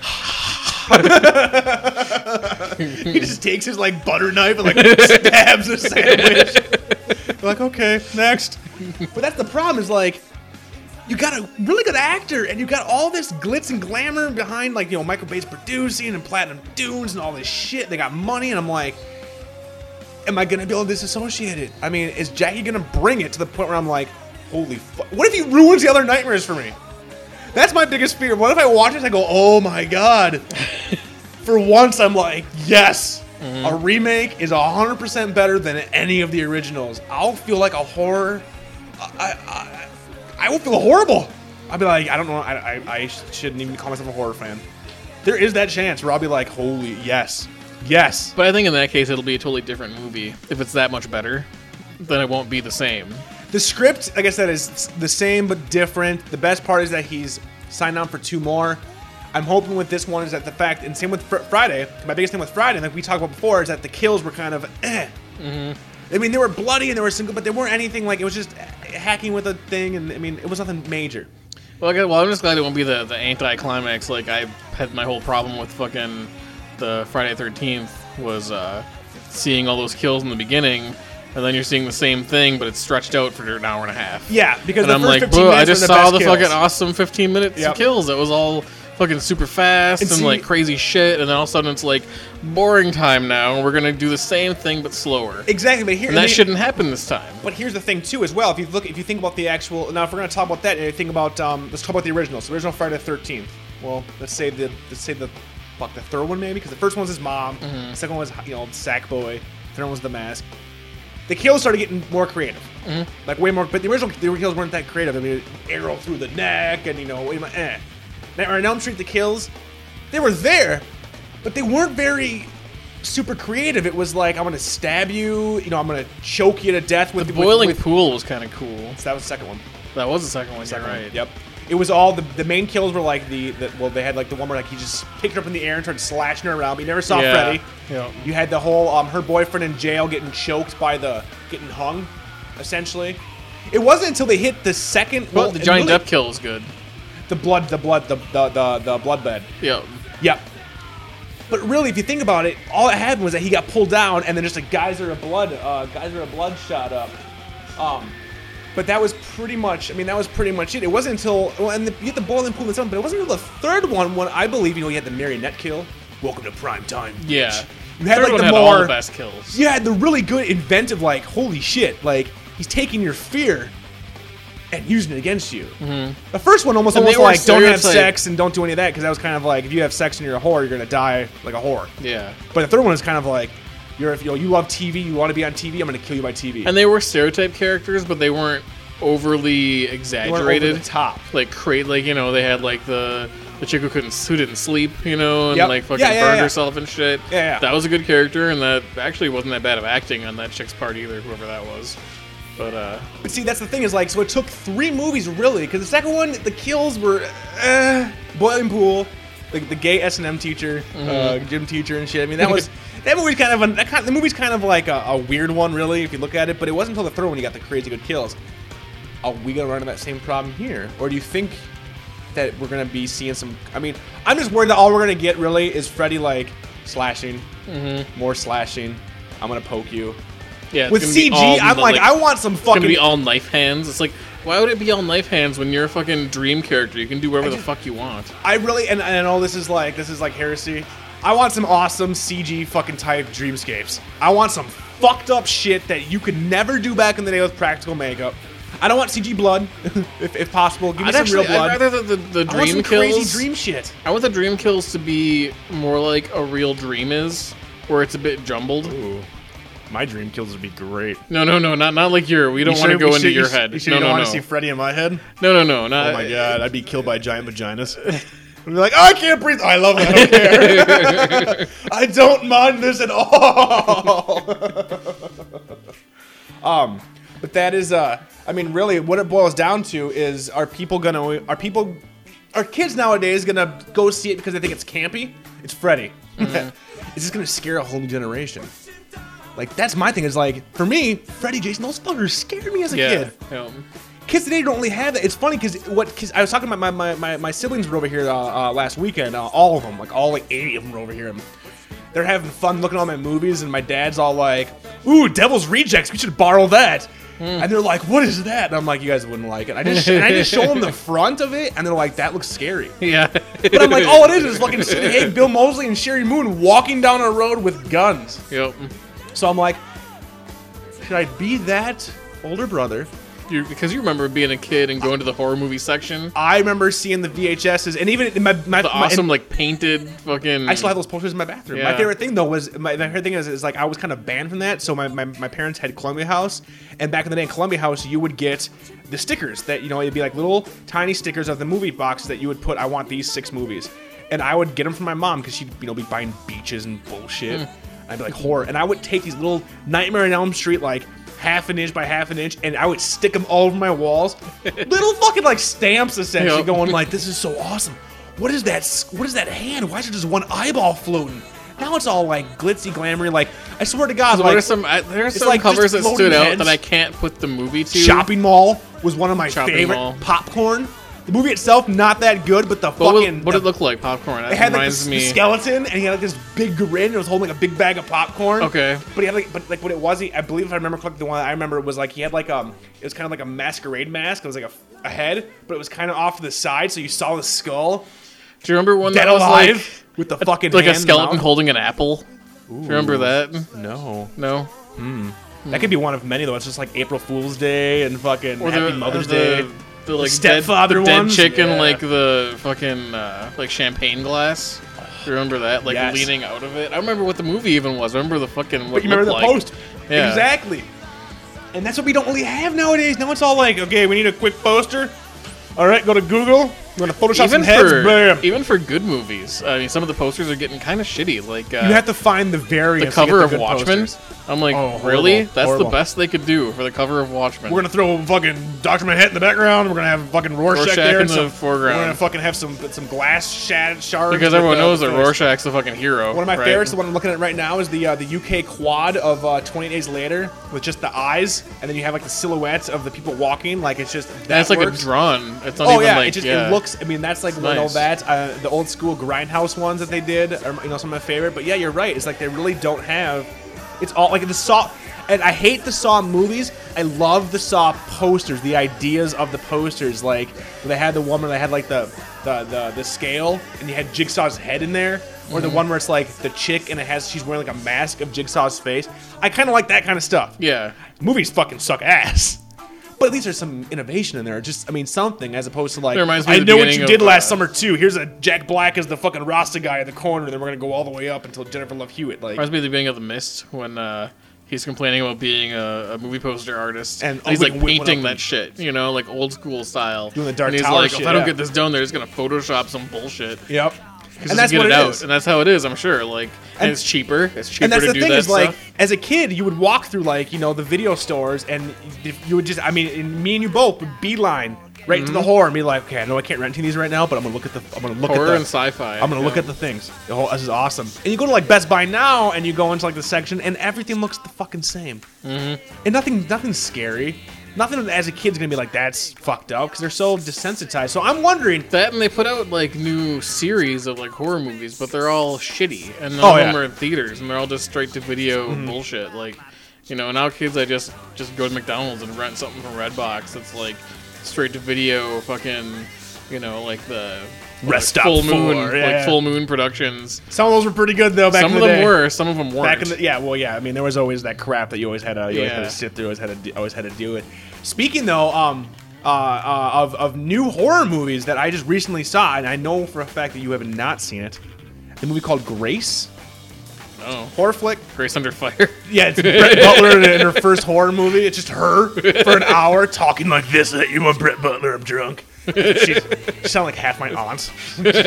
he just takes his like butter knife and like stabs a sandwich. You're like, okay, next. But that's the problem is like, you got a really good actor and you got all this glitz and glamour behind like you know Michael Bay's producing and Platinum Dunes and all this shit. They got money and I'm like, am I gonna be able to disassociate it? I mean, is Jackie gonna bring it to the point where I'm like, holy fuck? What if he ruins the other nightmares for me? That's my biggest fear. What if I watch this? I go, oh my god. for once, I'm like, yes, a remake is hundred percent better than any of the originals. I'll feel like a horror. I, I, I, I will feel horrible. I'll be like, I don't know. I, I, I shouldn't even call myself a horror fan. There is that chance where I'll be like, holy yes, yes.
But I think in that case, it'll be a totally different movie. If it's that much better, then it won't be the same.
The script, like I said, is the same but different. The best part is that he's signed on for two more. I'm hoping with this one is that the fact, and same with fr- Friday. My biggest thing with Friday, like we talked about before, is that the kills were kind of eh. I mean, they were bloody and they were single, but they weren't anything like it was just hacking with a thing, and I mean, it was nothing major.
Well, I got, well, I'm just glad it won't be the the anti-climax. Like I had my whole problem with fucking the Friday Thirteenth was uh, seeing all those kills in the beginning, and then you're seeing the same thing, but it's stretched out for an hour and a half.
Yeah, because
and
the
I'm
first
like,
15
bro,
minutes
I
were
just
the
saw
best
the
kills.
fucking awesome 15 minutes
Yep.
of kills. That was all fucking super fast
And
and,
see-
like crazy shit, and then all of a sudden it's like boring time now, and we're gonna do the same thing but slower.
Exactly, but here
and that
and the-
shouldn't happen this time.
But here's the thing too, as well. If you look, if you think about the actual now, if we're gonna talk about that, and you think about um, let's talk about the original. So original Friday the Thirteenth. Well, let's say the let's say the fuck the third one maybe because the first one was his mom, the second one was you know Sack Boy, third one was the mask. The kills started getting more creative,
Mm-hmm.
like way more. But the original the kills weren't that creative. I mean, arrow through the neck and you know, way more, eh. Now, on Elm Street, the kills they were there, but they weren't very super creative. It was like I'm gonna stab you, you know, I'm gonna choke you to death with
Boiling
with, with,
Pool was kind of cool.
so that was the second one.
That was the second one, you're
Second one.
right?
Yep. It was all the, the main kills were like the, the well they had like the one where like he just picked her up in the air and started slashing her around. But you never saw
Yeah.
Freddy.
Yeah.
You had the whole um her boyfriend in jail getting choked by the getting hung, essentially. It wasn't until they hit the second.
But
well,
the
it
Johnny
really-
Depp kill is good.
the blood, the blood, the the the, the bloodbed.
Yeah.
Yep. But really, if you think about it, all that happened was that he got pulled down, and then just a geyser of blood, uh, geyser of blood shot up. Um, but that was pretty much. I mean, that was pretty much it. It wasn't until well, and the, you had the boiling pool and something, but it wasn't until the third one when I believe you know you had the marionette kill. Welcome to prime time.
Yeah.
You had
Third
like
one
the
had all
more
the best kills.
yeah, the really good inventive, like, holy shit, like, he's taking your fear and using it against you. The first one almost,
Mm-hmm. And they
almost
were
like, don't have
stereotyped-
sex and don't do any of that, because that was kind of like, if you have sex and you're a whore, you're going to die like a whore.
Yeah.
But the third one is kind of like, you're, if you, know, you love TV, you want to be on TV, I'm going to kill you by TV.
And they were stereotype characters, but they weren't
They
overly
weren't over
exaggerated.
the top.
Like create like you know they had like the the chick who couldn't who didn't sleep you know and
Yep.
like fucking
Yeah, yeah,
burned
yeah.
herself and shit.
Yeah, yeah.
That was a good character, and that actually wasn't that bad of acting on that chick's part either, whoever that was. But uh,
But see, that's the thing is like, so it took three movies really, because the second one, the kills were uh, boiling pool, the, the gay S and M teacher,
Mm-hmm.
uh, gym teacher and shit. I mean, that was that movie's kind of an, that kind, the movie's kind of like a, a weird one really, if you look at it. But it wasn't until the third one you got the crazy good kills. Are we gonna run into that same problem here, or do you think that we're gonna be seeing some? I mean, I'm just worried that all we're gonna get really is Freddy like slashing, more slashing. I'm gonna poke you.
Mm-hmm. yeah, it's
With
gonna be
CG,
all
I'm
the,
like, I want some
It's
fucking.
gonna be all knife hands. It's like, why would it be all knife hands when you're a fucking dream character? You can do whatever the fuck you want.
I really and and I know this is like this is like heresy. I want some awesome CG fucking type dreamscapes. I want some fucked up shit that you could never do back in the day with practical makeup. I don't want CG blood, if, if possible. Give me
I'd
some
actually,
real blood.
I'd rather the, the, the
I want
dream
some
kills.
crazy dream shit.
I want the dream kills to be more like a real dream is, where it's a bit jumbled.
My dream kills would be great.
No, no, no, not not like your. We don't want to
sure-
go
you
into
sure- you
your
s-
head.
You sure
no,
you don't
no,
want
no.
to see Freddy in my head?
no, no, no, not.
Oh my god, I'd be killed by giant vaginas. I'd be like, I can't breathe. I love it. I don't care. I don't mind this at all.
Um, But that is, uh, I mean, really, what it boils down to is: are people gonna, are people, are kids nowadays gonna go see it because they think it's campy? It's Freddy. it's just gonna scare a whole new generation. Like that's my thing. Is like for me, Freddy, Jason, those fuckers scared me as a
Yeah.
kid.
yeah.
Kids today don't really have that. It's funny because what cause I was talking about my, my, my, my siblings were over here uh, uh, last weekend. Uh, all of them, like all like eighty of them were over here. And they're having fun looking at all my movies, and my dad's all like, "Ooh, Devil's Rejects, we should borrow that." And they're like, "What is that?" And I'm like, "You guys wouldn't like it." I just and I just show them the front of it, and they're like, "That looks scary."
Yeah.
But I'm like, "All it is is fucking Sidney Haig, Bill Mosley, and Sherry Moon walking down a road with guns."
Yep.
So I'm like, "Should I be that older brother?"
You, because you remember being a kid and going to the horror movie section.
I remember seeing the VHSs, and even in my, my,
The
my-
awesome, like painted fucking.
I still have those posters in my bathroom.
Yeah.
My favorite thing though was my, my favorite thing is, is like I was kind of banned from that. So my, my, my parents had Columbia House, and back in the day in Columbia House, you would get the stickers that you know it'd be like little tiny stickers of the movie box that you would put. I want these six movies, and I would get them from my mom because she'd you know be buying beaches and bullshit.
Hmm.
I'd be like horror, and I would take these little Nightmare on Elm Street like. Half an inch by half an inch, and I would stick them all over my walls, little fucking like stamps essentially,
Yep.
going like, "This is so awesome." What is that? s- What is that hand? Why is there just one eyeball floating? Now it's all like glitzy, glamory. Like I swear to God,
What
like
are some? I, there are
it's
some
like just
covers that stood
floating
out
heads.
that I can't put the movie to.
shopping mall was one of my
Shopping
favorite
Mall.
popcorn. The movie itself not that good, but the
What,
fucking
would- what
the,
did it look like? Popcorn. That
It had like
reminds
this
me.
skeleton, and he had like this big grin. And was holding like a big bag of popcorn.
Okay.
but he had like, but like what it was, he, I believe if I remember correctly, the one I remember was like he had like um, it was kind of like a masquerade mask. It was like a, a head, but it was kind of off to the side, so you saw the skull.
Do you remember one
Dead
that was
alive
like?
with the fucking
like a
hand in the
skeleton
mouth?
holding an apple. Do you remember that?
No.
No.
Hmm. That could be one of many though. It's just like April Fool's Day and fucking Happy Mother's
the,
Day.
The like
stepfather
dead, the dead
ones?
chicken,
Yeah.
like the fucking uh, like champagne glass. Do you remember that? Like
Yes.
leaning out of it. I remember what the movie even was. I remember the fucking. What
But you remember the
like.
post?
Yeah.
Exactly. And that's what we don't really have nowadays. Now it's all like, okay, we need a quick poster. All right, go to Google. I'm gonna Photoshop
even
some heads.
for
bam.
even for good movies, I mean, some of the posters are getting kind of shitty. Like uh,
You have to find the variant.
the cover of Watchmen. I'm like,
Oh, horrible,
really? That's
horrible.
the best they could do for the cover of Watchmen.
We're gonna throw fucking Doctor Manhattan in the background. We're gonna have fucking Rorschach,
Rorschach
there
in
and
the
some,
foreground.
We're gonna fucking have some some glass shad- shards.
because
with,
everyone
uh,
knows that
photos.
Rorschach's the fucking hero.
One of my
right?
favorites, the one I'm looking at right now, is the uh, the UK quad of uh, 20 Days Later with just the eyes, and then you have like the silhouettes of the people walking. Like it's just that
And it's like
works.
a drawn. It's not
Oh
even
yeah,
like
it just
yeah.
it looks. I mean, that's like one
nice.
of that uh, the old school grindhouse ones that they did. Are, you know, some of my favorite. But yeah, you're right. It's like they really don't have. It's all like the Saw, and I hate the Saw movies. I love the Saw posters. The ideas of the posters, like they had the one where they had like the the the, the scale, and you had Jigsaw's head in there. Or
Mm-hmm.
the one where it's like the chick and it has she's wearing like a mask of Jigsaw's face. I kind of like that kind of stuff
Yeah,
movies fucking suck ass. But at least there's some innovation in there. Just, I mean, something as opposed to like,
That reminds me
I
of the
know what
beginning
you
of,
did last
uh,
summer too. Here's a Jack Black as the fucking Rasta guy in the corner, and then we're gonna go all the way up until Jennifer Love Hewitt. Like,
reminds me of the beginning of the Mist when uh, he's complaining about being a, a movie poster artist
And-
he's
oh,
like
wait, wait, what
painting
up?
that shit, you know, like old school style.
Doing the Dark
and he's
Tower
like,
shit,
if I don't
yeah.
get this done, they're just gonna Photoshop some bullshit.
yep.
Just to get
it
it,
is.
out, and that's how it is. I'm sure. Like, and,
And-
it's cheaper. It's cheaper
and that's
to
the
do
thing
that
is like
stuff.
as a kid you would walk through like you know the video stores and if you would just i mean and me and you both would beeline right to the
Mm-hmm.
horror and be like okay i know i can't rent any of these right now but i'm gonna look at the i'm gonna look
Horror
at the
and sci-fi,
i'm gonna look
yeah.
at the things oh this is awesome and you go to like best buy now and you go into like the section and everything looks the fucking same
Mm-hmm.
and nothing nothing's scary nothing as a kid's gonna be like that's fucked up because they're so desensitized so i'm wondering
That and they put out like new series of like horror movies, but they're all shitty, and none
Oh,
of them
yeah. Mm-hmm.
are in theaters, and they're all just straight to video bullshit. Like, you know, now kids, I just just go to McDonald's and rent something from Redbox that's like straight to video, fucking, you know, like the
Rest Stop
like, full moon,
Four,
like
yeah.
full moon productions.
some of those were pretty good though back
some
in
of
the
them
day.
were, some of them weren't.
Back in the, yeah, well, yeah. I mean, there was always that crap that you always had to, you always had
Yeah.
to sit through, always had to, de- always had to deal with. Speaking though, um, uh, uh, of of new horror movies that I just recently saw, and I know for a fact that you have not seen it, the movie called Grace,
oh,
horror flick.
Grace Under Fire.
Yeah, it's Brett Butler in, in her first horror movie. It's just her for an hour talking like this. That you, my Brett Butler. I'm drunk. She's, she sound like half my aunts.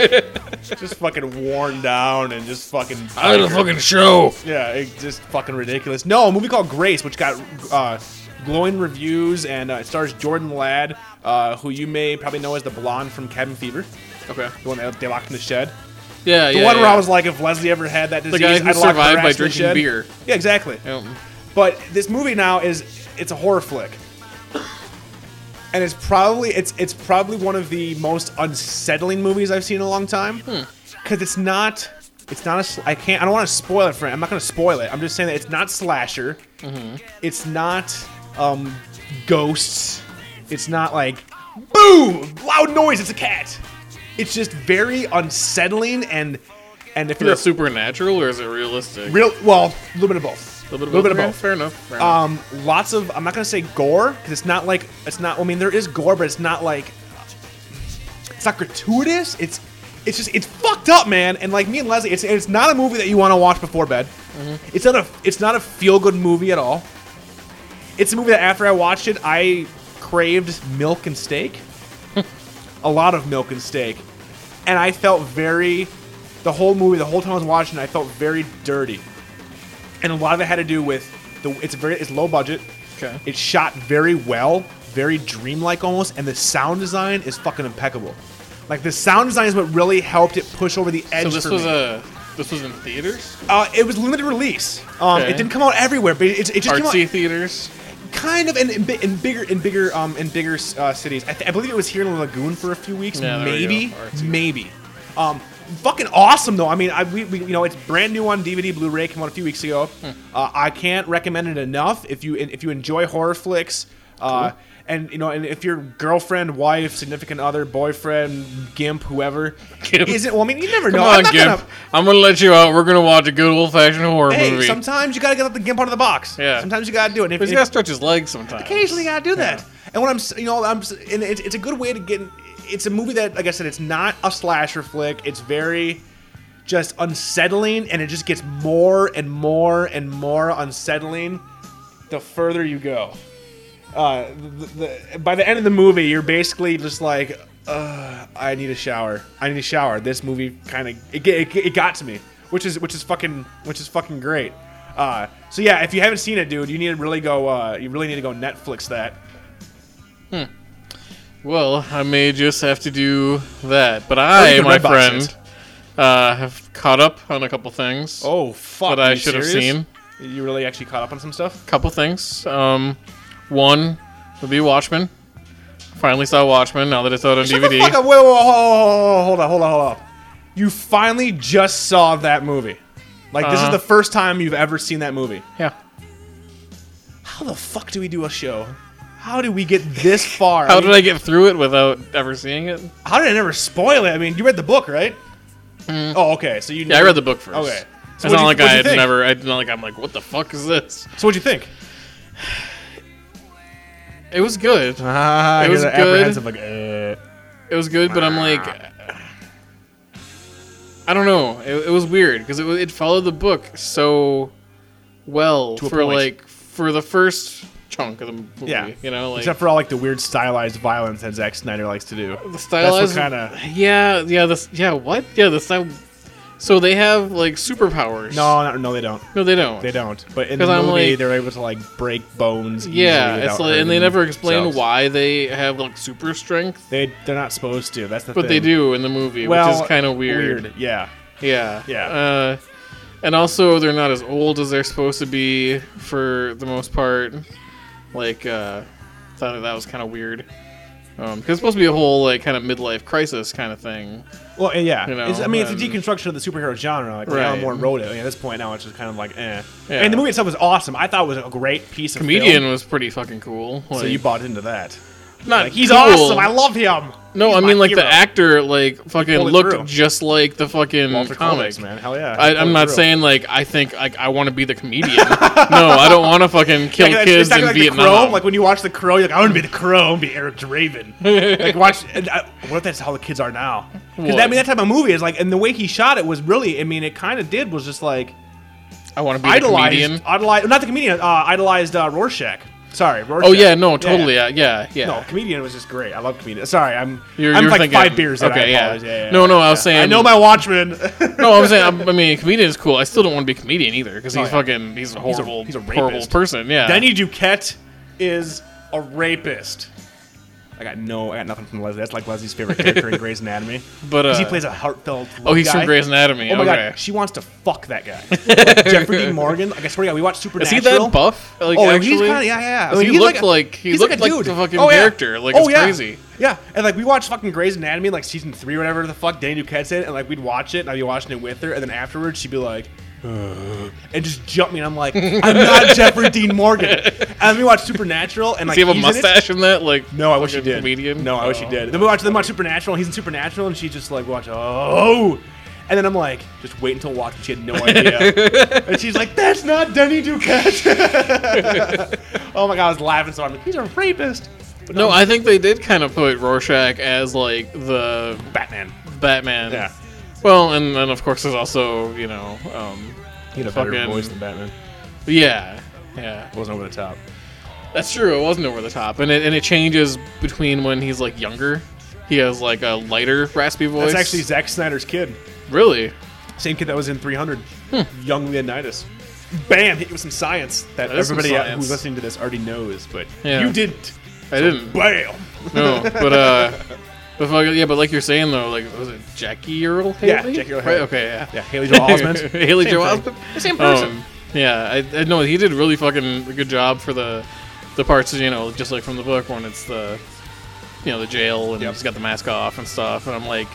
just fucking worn down and just fucking.
Out of the fucking show.
Yeah, it's just fucking ridiculous. No, a movie called Grace, which got uh, glowing reviews, and uh, it stars Jordan Ladd, uh, who you may probably know as the blonde from Cabin Fever,
Okay.
the one that they locked in the shed.
Yeah,
The
yeah.
one
yeah.
where I was like, if Leslie ever had that disease,
guy who
I'd lock her
survived
ass
by
in the
drinking
shed.
beer.
Yeah, exactly.
Um,
But this movie now is it's a horror flick. And it's probably it's it's probably one of the most unsettling movies I've seen in a long time.
Hmm.
Cuz it's not it's not a sl- I can't I don't want to spoil it for I'm not going to spoil it. I'm just saying that it's not slasher.
Mm-hmm.
It's not um ghosts. It's not like boom, loud noise, it's a cat. It's just very unsettling and and if
is
you're
it supernatural or is it realistic?
real well, a little bit of both.
A
little bit of
okay,
both.
Fair enough. Fair enough.
Um, lots of I'm not gonna say gore because it's not like it's not. I mean, there is gore, but it's not like it's not gratuitous. It's it's just it's fucked up, man. And like me and Leslie, it's it's not a movie that you want to watch before bed.
Mm-hmm.
Mm-hmm.
It's not a it's not a feel good movie at all. It's a movie that after I watched it, I craved milk and steak, a lot of milk and steak, and I felt very the whole movie the whole time I was watching. it, I felt very dirty, and a lot of it had to do with the it's very it's low budget.
Okay.
It's shot very well, very dreamlike almost, and the sound design is fucking impeccable. Like the sound design is what really helped it push over the edge.
so this
for
was
me.
a this was in theaters,
uh, it was limited release. Um,
Okay.
It didn't come out everywhere, but it, it just came out
artsy theaters.
kind of in, in, bi- in bigger in bigger um in bigger uh, cities. I, th- I believe it was here in Lagoon for a few weeks,
Yeah, there we
maybe,
go. Artsy.
maybe. Um, fucking awesome though. I mean, I we, we you know it's brand new on DVD, Blu-ray came out a few weeks ago.
Hmm.
Uh, I can't recommend it enough. If you if you enjoy horror flicks. Uh, And you know, and if your girlfriend, wife, significant other, boyfriend, gimp, whoever,
Gimp.
isn't well, I mean, you never know.
Come
I'm
on,
not
Gimp.
gonna-
I'm gonna let you out. We're gonna watch a good old fashioned horror
hey,
movie.
sometimes you gotta get out the gimp out of the box.
Yeah.
Sometimes you gotta do it. And if-
But he's
if-
gotta stretch his legs sometimes.
occasionally gotta do that. And when I'm, s- you know, I'm, s- and it's, it's a good way to get. It's a movie that, like I said, it's not a slasher flick. It's very just unsettling, and it just gets more and more and more unsettling the further you go. Uh, the, the, by the end of the movie, you're basically just like, I need a shower. I need a shower. This movie kind of it, ga- it, it got to me, which is which is fucking which is fucking great. Uh, so yeah, if you haven't seen it, dude, you need to really go. Uh, you really need to go Netflix that.
Well, I may just have to do that. But I,
can
my
Redbox
friend,
it.
uh, have caught up on a couple things
Oh fuck!
that
are
I
you
should have
serious?
seen.
You really actually caught up on some stuff.
Couple things. Um, one would be Watchmen. Finally saw Watchmen now that it's out on
Shut the
DVD.
fuck up. Wait, wait, wait, hold, hold, hold on, hold on, hold on. You finally just saw that movie. Like this is
Uh-huh.
the first time you've ever seen that movie.
Yeah.
How the fuck do we do a show? How do we get this far?
How
I mean,
did I get through it without ever seeing it?
How did I never spoil it? I mean, you read the book, right? Oh, okay. So you.
Mm. Yeah, I read the book first.
Okay. So what'd
it's not
you-
like I
what'd you
had
think?
never. It's not like I'm like, what the fuck is this?
So what'd you think?
It was good.
Ah,
It
you're
was
the
good.
apprehensive, Like, eh.
It was good, but I'm like, I don't know. It, it was weird because it wa- it followed the book so well
a
for
point.
like for the first chunk of the movie.
Yeah.
you know, like
Except for all like the weird stylized violence that Zack Snyder likes to do.
the stylized
That's what kinda-
Yeah, yeah, this. Yeah, what? Yeah, the style. So they have like superpowers.
No, no, no, they don't.
no, they don't.
They don't. But in
'Cause
the
I'm
movie,
like-
they're able to like break bones. easily
Yeah,
without
it's like, and they
hurting
never explain
themselves.
why they have like super strength,
They they're not supposed to. That's the
but
thing.
they do in the movie,
Well,
which is kind of weird.
Yeah.
Yeah.
Yeah.
Uh, and also, they're not as old as they're supposed to be for the most part. Like, uh, thought that was kind of weird. Um, because it's supposed to be a whole like kind of midlife crisis kind of thing.
Well, and yeah.
You know,
it's, I mean, it's a
and-
deconstruction of the superhero genre. Like right.
Right.
Alan Moore wrote it. Like, at this point now, it's just kind of like, eh.
Yeah.
And the movie itself was awesome. I thought it was a great piece of
Comedian
Film.
was pretty fucking cool. Like,
So you bought into that.
not
Like, he's
cool.
awesome. I love him.
no,
He's
I mean
my
like the
hero.
actor like fucking
pulled it
looked
through.
just like the fucking
Walter
comic.
Comics, man. Hell yeah.
I, I'm not saying like I think like I want to be the comedian. no, I don't want to fucking kill
Like,
kids in
like
Vietnam.
The crow. Like when you watch The Crow, you're like, I want to be The Crow and be Eric Draven. like watch. And I, what if that's how the kids are now? Because I
What?
mean, that type of movie is like, and the way he shot it was really. I mean, it kind of did was just like
I want to be the comedian.
idolized, idolized, not the comedian, uh, idolized uh, Rorschach. Sorry, Rorschach.
Oh yeah, no, totally, yeah, yeah, yeah.
No, comedian was just great. I love comedian. Sorry, I'm.
You're-
I'm
you're
like
thinking-
five beers. in, I
okay, yeah.
apologize. Yeah, yeah,
No, no, I was
yeah.
saying-
I know my Watchmen.
No, I'm saying, I'm- i mean, comedian is cool. I still don't want to be a comedian either because he's
Oh, yeah.
fucking, he's a horrible,
he's a
horrible
rapist.
person. Yeah,
Danny Duquette is a rapist. I got no, I got nothing from Leslie. That's like Leslie's favorite character in Grey's Anatomy.
but uh,
'Cause he plays a heartfelt.
oh, he's
guy.
from Grey's Anatomy.
Oh my
okay.
god, she wants to fuck that guy. Like Jeffrey Dean Morgan. Like I swear to God, we watched
is
Supernatural.
he that buff? Like,
oh,
actually,
he's kind of yeah, yeah. yeah.
Like, he
he's
looked
a-
like- he
he's
looked
a
like
dude. Oh,
the fucking
yeah.
character, like, it's
yeah.
crazy.
Yeah, and like we watched fucking Grey's Anatomy, like season three or whatever the fuck Danny Duquette's in, and like we'd watch it, and I'd be watching it with her, and then afterwards she'd be like, "Uh," and just jump me, and I'm like, I'm not Jeffrey Dean Morgan. And then we watch Supernatural, and like
Does he have a
he's in it.
mustache in, that? Like,
No, I wish he
fucking
did.
Comedian?
No, I wish he did. Then we watch them watch Supernatural. and He's in Supernatural, and she's just like, watch, oh, and then I'm like, just wait until watch. and She had no idea, and she's like, that's not Denny Duquette. oh my god, I was laughing so hard. I'm like, he's a rapist. But
No, I think they did kind of put Rorschach as like the
Batman.
Batman.
Yeah.
Well, and then of course there's also you know, um,
He had a
Fucking-
better voice than Batman.
yeah, yeah.
It wasn't over the top.
That's true. It wasn't over the top, and it and it changes between when he's like younger. He has like a lighter, raspy voice.
That's actually Zack Snyder's kid.
really. Hmm.
Same kid that was in 300. Young Leonidas. Bam! Hit you with some science that,
That is some
everybody uh,
science.
who's listening to this already knows, but
Yeah.
you didn't.
I didn't.
Bam!
No, but uh, but fuck, yeah, but like you're saying though, like was it Jackie Earl Haley?
Yeah, Jackie Earl
Right,
Haley.
okay, yeah.
Yeah, Haley Joel Osment.
Haley
Same
Joel
thing.
Osment, the same person. yeah, I, I know he did really fucking a good job for the the parts, you know, just like from the book when it's the you know the jail and he's got the mask off and stuff, and I'm like,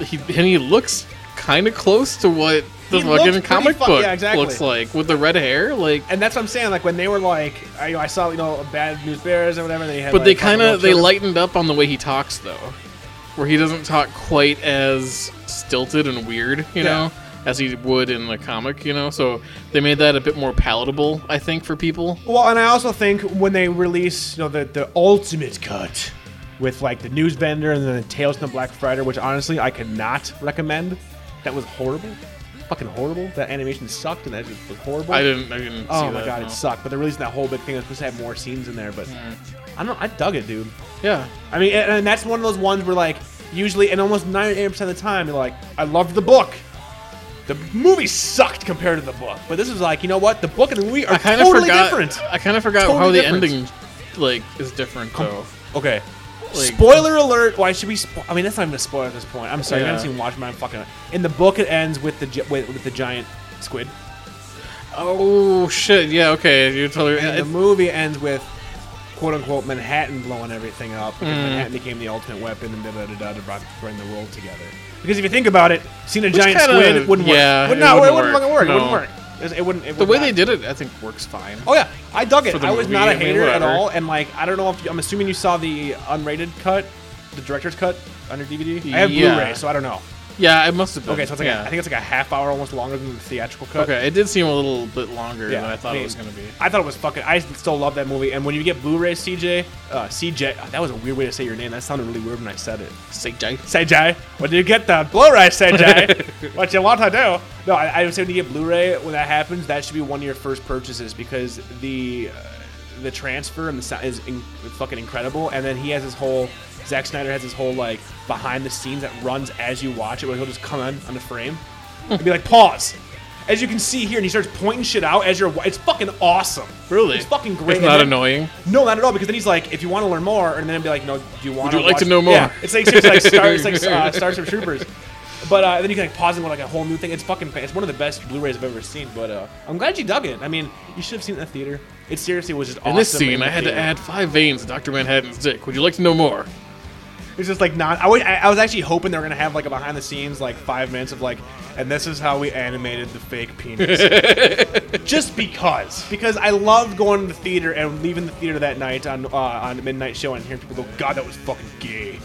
he and he looks kind of close to what the
He looks
fucking
pretty
comic
fu-
book
yeah, exactly.
looks like with the red hair, like.
And that's what I'm saying. Like when they were like, I, I saw you know bad news bears or whatever. They had,
But
like,
they
fucking
kind
little
of they
children.
lightened up on the way he talks though, where he doesn't talk quite as stilted and weird, you know, as he would in the comic, you know. So they made that a bit more palatable, I think, for people.
Well, and I also think when they release you know the the ultimate cut with like the news vendor and then the Tales from the Black Friday, which honestly I could not recommend. That was horrible, fucking horrible. That animation sucked and that just was horrible.
I didn't, I didn't.
Oh
Mm. see
my
that,
god,
no. Mm.
it sucked. But they're releasing that whole big thing. They're supposed to have more scenes in there, but I don't. I dug it, dude.
Yeah.
I mean, and, and that's one of those ones where like usually, and almost 98 percent of the time, you're like, I loved the book. The movie sucked compared to the book, but this is like, you know what? The book and the movie are
I kind of
totally
forgot.
different.
I kind of forgot
Totally
how the
different. Um,
ending, like, is different though.
Okay.
Like-
Spoiler alert! Why should we? Spo- I mean, that's not even a spoiler at this point. I'm sorry, I
Yeah.
haven't seen Watchmen. I'm fucking. In the book, it ends with the gi- with, with the giant squid.
Oh shit! Yeah. Okay. You totally.
And the
It,
movie ends with quote unquote Manhattan blowing everything up
Mm.
because Manhattan became the ultimate weapon and da da da da to brought- bring the world together. Because if you think about it, seeing a giant
kinda-
squid wouldn't
yeah,
work. Would
it
not,
wouldn't
it wouldn't
work.
fucking work. It wouldn't
No.
work. It, it wouldn't. It
the
would
way
not.
they did it, I think, works fine.
Oh yeah, I dug it.
For the
I was
movie,
not a
I mean,
hater at
whatever.
all, and like I don't know if you, I'm assuming you saw the unrated cut, the director's cut on your DVD. I have
Yeah.
Blu-ray, so I don't know.
Yeah, it must have been.
Okay, so it's like a,
yeah.
I think it's like a half hour, almost longer than the theatrical cut.
Okay, it did seem a little bit longer than I thought
mean,
it was gonna be.
I thought it was fucking. I still love that movie. And when you get Blu-ray, CJ, uh, CJ, that was a weird way to say your name. That sounded really weird when I said it.
Say Jake.
CJ, when you get the Blu-ray, CJ, what you want to do? No, I, I would say when you get Blu-ray, when that happens, that should be one of your first purchases because the uh, the transfer and the sound is in, fucking incredible. And then he has his whole. Zack Snyder has his whole like behind the scenes that runs as you watch it, where he'll just come on on the frame and be like, pause. As you can see here, and he starts pointing shit out as you're. wa- It's fucking awesome.
Really?
It's fucking great.
It's
And
not
then-
annoying.
no, not at all. Because then he's like, if you want to learn more, and then be like, no, do you want?
you like to know more?
Yeah, it's like it's like Star, it's like uh, Starship Troopers. But uh, then you can like pause and go like a whole new thing. It's fucking. fa- It's one of the best Blu-rays I've ever seen. But uh, I'm glad you dug it. I mean, you should have seen it in the theater. It seriously was just awesome.
In this scene,
the
I had to
theater.
add five veins to Doctor Manhattan's dick. Would you like to know more?
It's just like not. I was, I I was actually hoping they were gonna have like a behind the scenes like five minutes of like, and this is how we animated the fake penis. just because, because I loved going to the theater and leaving the theater that night on uh, on midnight show and hearing people go, "God, that was fucking gay."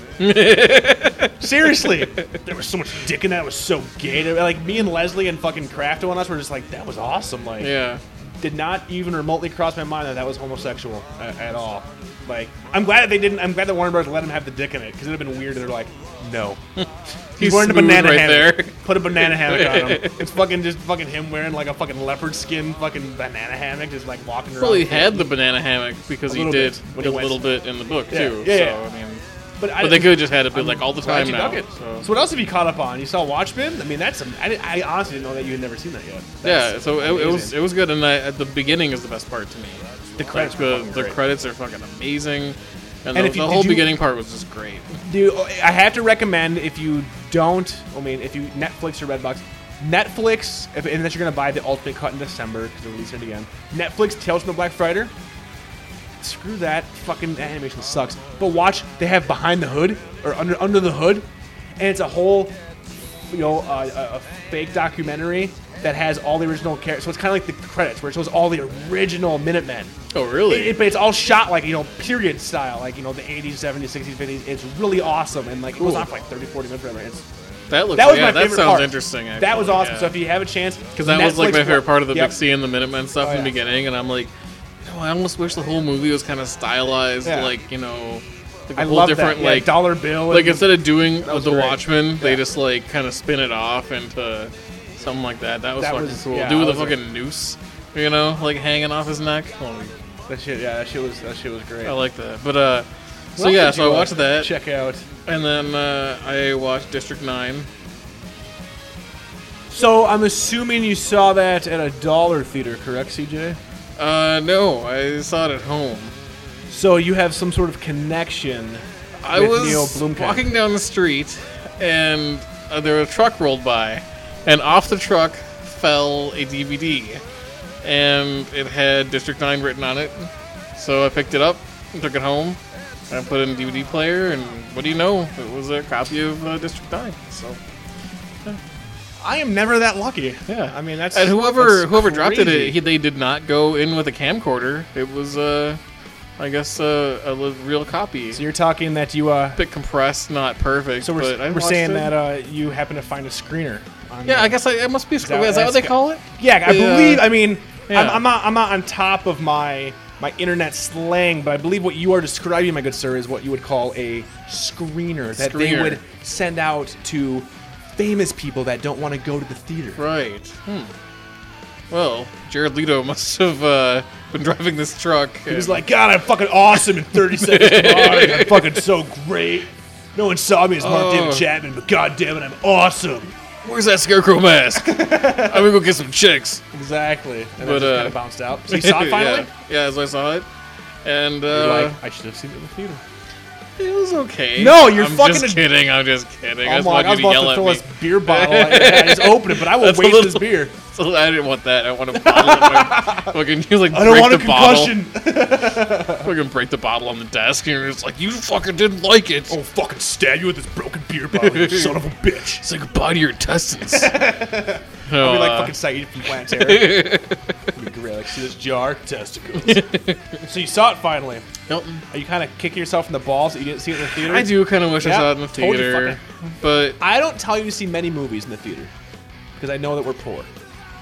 Seriously, there was so much dick in that. It was so gay. They were- Like me and Leslie and fucking Kraft and all us were just like, "That was awesome." Like,
Yeah.
did not even remotely cross my mind that that was homosexual a- at all. Like, I'm glad that they didn't. I'm glad that Warner Bros. let him have the dick in it because it'd have been weird. They're like, no,
He's
wearing a
smooth
banana
right
hammock.
there.
Put a banana hammock on him. It's fucking just fucking him wearing like a fucking leopard skin fucking banana hammock, just like walking around.
Probably had the banana hammock because he
little
did
bit,
a
when he went.
little bit in the book
Yeah,
too.
yeah,
so,
yeah.
I mean,
but, I,
but they could have just had it be like all the
Glad
time
you
now.
dug it. So.
so.
what else have you caught up on? You saw Watchmen? I mean, that's some, I, I honestly didn't know that you had never seen that yet. That's
Yeah, so it, it was
amazing.
it was good, and I, at the beginning is the best part to me.
the
Like
credits. were
the,
fucking
the
great.
credits are fucking amazing,
And
and, the,
if you-
the
did
whole
you-
beginning part was just great.
Dude, I have to recommend if you don't, I mean, if you Netflix or Redbox, Netflix, if, unless you're gonna buy the ultimate cut in December because they're releasing it again. Netflix Tales from the Black Friday. Screw that, fucking that animation sucks. But watch, they have behind the hood or under under the hood, and it's a whole, you know, uh, a, a fake documentary that has all the original characters. So it's kind of like the credits where it shows all the original Minutemen.
Oh, really?
It, it- but it's all shot like, you know, period style, like, you know, the 80s, 70s, 60s, 50s. It's really awesome. And, like, it goes on for like 30, 40 minutes, whatever. It's,
that looks.
that was
yeah,
my
that
favorite
sounds
part.
interesting. Actually.
that was awesome.
yeah.
So if you have a chance. Because
That was like my favorite part of the
yep.
big scene, the Minutemen stuff
Oh,
in the
yeah.
beginning, and I'm like, no, Oh, I almost wish the whole movie was kind of stylized,
Yeah.
like you know, like a
I
whole
love
different
that. Yeah,
like
dollar bill.
like
and,
instead of doing the
was great.
Watchmen, they
Yeah.
just like kind of spin it off into something like that. That was
That
fucking
was-
cool.
yeah,
Do with a
that was
fucking noose, you know, like hanging off his neck. Oh,
that shit. Yeah, that shit was that shit was great.
I like that. But uh, so
What
yeah,
else did
so
you,
I
uh,
watched that,
Check out.
and then uh, I watched District Nine.
So I'm assuming you saw that at a dollar theater, correct, CJ?
Uh, no, I saw it at home.
So you have some sort of connection.
I
with
was
Neil Blomkamp.
walking down the street, and uh, there a truck rolled by, and off the truck fell a DVD, and it had District Nine written on it. So I picked it up, and took it home, and I put it in a DVD player, and what do you know? It was a copy of uh, District Nine. So
I am never that lucky.
Yeah.
I mean that's
and whoever
that's
whoever dropped it,
crazy.
it, he, they did not go in with a camcorder. It was uh, I guess uh, a li- real copy.
so you're talking that you uh,
bit compressed, not perfect.
So we're,
but I
we're
watched
saying
it.
that uh, you happen to find a screener. On
Yeah,
the-
I guess I, it must be. a
that-
script. Is that what they
that's-
call it? uh,
Yeah, I
Yeah.
believe. I mean, I'm,
Yeah.
I'm not. I'm not on top of my my internet slang, but I believe what you are describing, my good sir, is what you would call a screener that they
Screener.
would send out to famous people that don't want to go to the theater.
Right. Hmm. Well, Jared Leto must have uh, been driving this truck.
He was like, God, I'm fucking awesome in 30 seconds. of Mars. I'm fucking so great. No one saw me as Mark David Chapman, but God damn it, I'm awesome.
Oh. "Where's that scarecrow mask? I'm gonna go get some chicks."
Exactly. And
But,
then just
uh,
kind of bounced out. So you saw it finally?
yeah, as I saw it, and
You're
uh,
like, I should have seen it in the theater.
it was okay.
No, you're
I'm
fucking
just
a-
kidding. I'm just kidding. I
I'm
just
like,
want
I
you
was about
to yell
to
at
throw
me.
this beer bottle at you. I just open it, but I will
That's a
waste
little-
this beer.
So I didn't want that. I want a bottle. in my- fucking, you like
I don't
break
want a
the bottle.
concussion.
Fucking break the bottle on the desk, and you're just like, "You fucking didn't like it."
Oh,
I'll fucking stab you with this broken beer bottle, you son of a bitch.
Say goodbye to your intestines. No,
Be like
uh,
fucking Saeed from Planetary.
Like, see this jar? Testicles.
so you saw it finally.
nope.
Are you kind of kicking yourself in the balls that you didn't see it in the theater?
I do kind of wish I
Yeah,
saw it in the
told you
theater, but
I don't tell you to see many movies in the theater because I know that we're poor.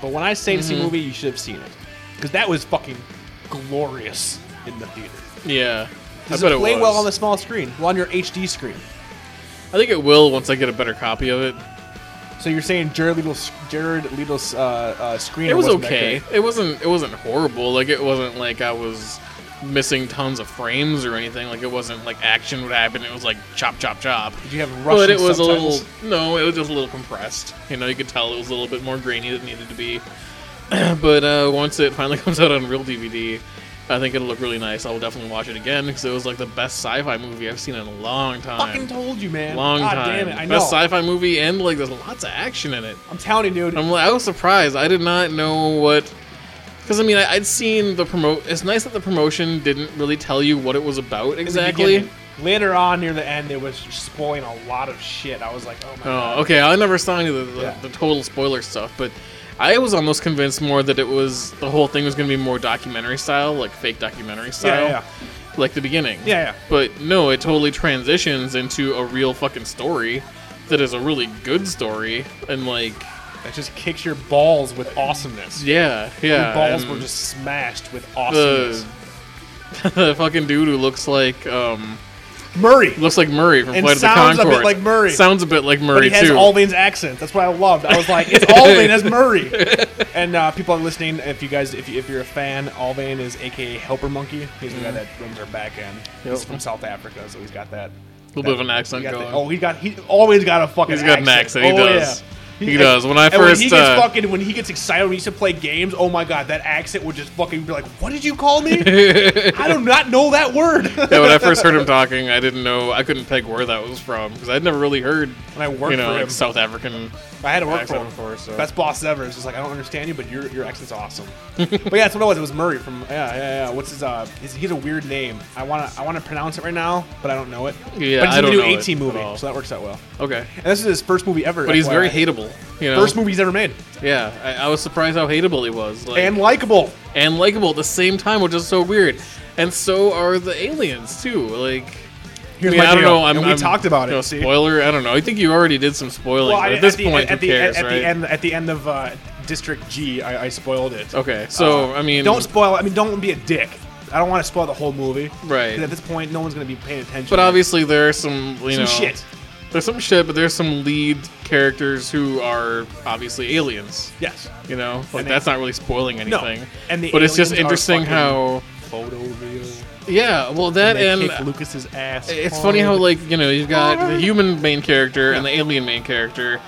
But when I say to see
Mm-hmm.
a movie, you should have seen it because that was fucking glorious in the theater.
yeah, I
Does
bet
it
it
play
was.
well on the small screen? Well, on your HD screen.
I think it will once I get a better copy of it.
So you're saying Jared Leto's Jared Leto's uh, uh, screen?
It was
wasn't that
okay.
great.
It wasn't. It wasn't horrible. Like it wasn't like I was missing tons of frames or anything. Like it wasn't like action would happen. It was like chop, chop, chop.
Did you have Russian
But it was
subtitles?
a little. No, it was just a little compressed. You know, you could tell it was a little bit more grainy than it needed to be. but uh, once it finally comes out on real DVD, I think it'll look really nice. I will definitely watch it again because it was like the best sci-fi movie I've seen in a long time.
Fucking told you, man.
long
God
time.
damn it! I know.
Best sci-fi movie, and like there's lots of action in it.
I'm telling you, dude.
I'm like, I was surprised. I did not know what. Because I mean, I, I'd seen the promote. It's nice that the promotion didn't really tell you what it was about
in the
exactly.
beginning. Later on, near the end, it was spoiling a lot of shit. I was like, oh my god.
Oh, okay. I never saw any of the, the,
Yeah.
the total spoiler stuff, but I was almost convinced more that it was the whole thing was going to be more documentary style, like fake documentary style,
yeah.
like the beginning.
Yeah, yeah.
But no, it totally transitions into a real fucking story that is a really good story and like
It just kicks your balls with awesomeness.
yeah,
Your
yeah.
balls
and-
were just smashed with
the
awesomeness.
the fucking dude who looks like um
Murray.
looks like Murray from
And
Flight of the
sounds
Concord.
a bit like Murray.
Sounds a bit like
But
Murray
he has
too.
Alvin's accent. That's what I loved. I was like, it's Alvin as Murray. And uh, people are listening. If you guys, if, you, if you're a fan, Alvin is AKA Helper Monkey. He's
Mm.
the guy that runs our back end. He's from South Africa, so he's got that.
little bit of an accent
He got the-
going.
oh, he got he always got a fucking.
He's got an accent, he
Oh,
does.
yeah.
He does. When I
and when he
first,
gets
uh,
fucking when he gets excited when he used to play games, oh my god, that accent would just fucking be like, "What did you call me? I do not know that word."
yeah, when I first heard him talking, I didn't know I couldn't peg where that was from because I'd never really heard
And I worked
you know
for
like
him.
South African.
I had to work for
accent
him.
before, so-
Best boss ever. It's just like I don't understand you, but your your accent's awesome. but yeah, that's what it was. It was Murray from yeah yeah yeah. What's his uh? His, he's a weird name. I wanna I wanna pronounce it right now, but I don't know it.
Yeah,
but he's
I don't
new
know it
AT
at all.
movie, so that works out well.
Okay,
And this is his first movie ever.
but he's very
FYI.
hateable. You know,
First movie he's ever made
yeah, I, I was surprised how hateable he was, like,
and
and
likable.
likable at the same time, which is so weird. And so are the aliens too. Like,
Here's
I mean,
my
I don't
deal.
know. I'm,
and we
I'm-
talked about it.
you know,
see?
spoiler. I don't know. I think you already did some spoiling.
Well,
but
I-
at this
the-
point,
at the,
who cares,
at,
right?
the end, at the end of uh, District G, I, I spoiled it. Uh,
Okay, so I mean,
Don't spoil. I mean, don't be a dick. I don't want to spoil the whole movie.
Right.
'Cause At this point, no one's going to be paying attention.
But obviously, there are some you
some
know
shit.
There's some shit, but there's some lead characters who are obviously aliens.
Yes.
You know, like
And they-
that's not really spoiling anything.
And the
but it's
aliens
just
are
interesting
fucking-
how.
Photo real.
Yeah, well, that
They
and
kick Lucas's ass.
It's funny how like you know you've got the human main character and the alien main character,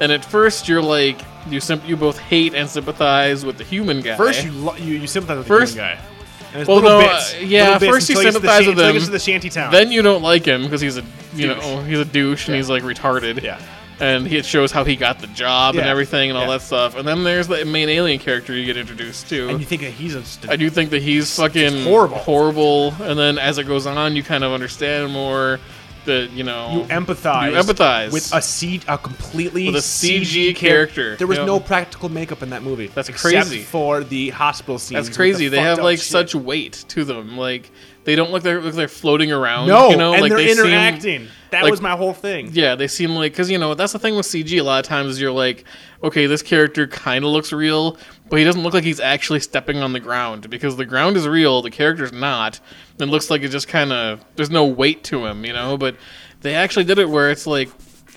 and at first you're like you simp- you both hate and sympathize with the human guy.
first you, lo- you you sympathize with
eh? First-
the human guy. And it's
Well,
little
no,
bits,
uh, yeah,
little bits
first you
until he gets to the
sympathize
shan-
with
until he
him,
gets to the shanty town.
then you don't like him because he's a you know
Douche.
he's a douche and he's like retarded.
Yeah.
And he- it shows how he got the job and
Yeah.
everything and all
Yeah.
that stuff. And then there's the main alien character you get introduced to.
and you think that he's a st-
I do think that he's fucking
horrible.
horrible. And then as it goes on, you kind of understand more that you know
you empathize.
You empathize.
with a C- a completely
With a CG character.
There was
Yep.
no practical makeup in that movie.
That's
except
crazy.
for the hospital scene.
That's crazy. they have like such weight to them. Like they don't look like, look like they're floating around.
no,
you know,
and
like
they're
they seem-
interacting. that
like-
was my whole thing.
yeah, they seem like because you know that's the thing with CG. A lot of times is you're like, okay, this character kind of looks real, but he doesn't look like he's actually stepping on the ground because the ground is real, the character's not. And it looks like it just kind of there's no weight to him, you know. But they actually did it where it's like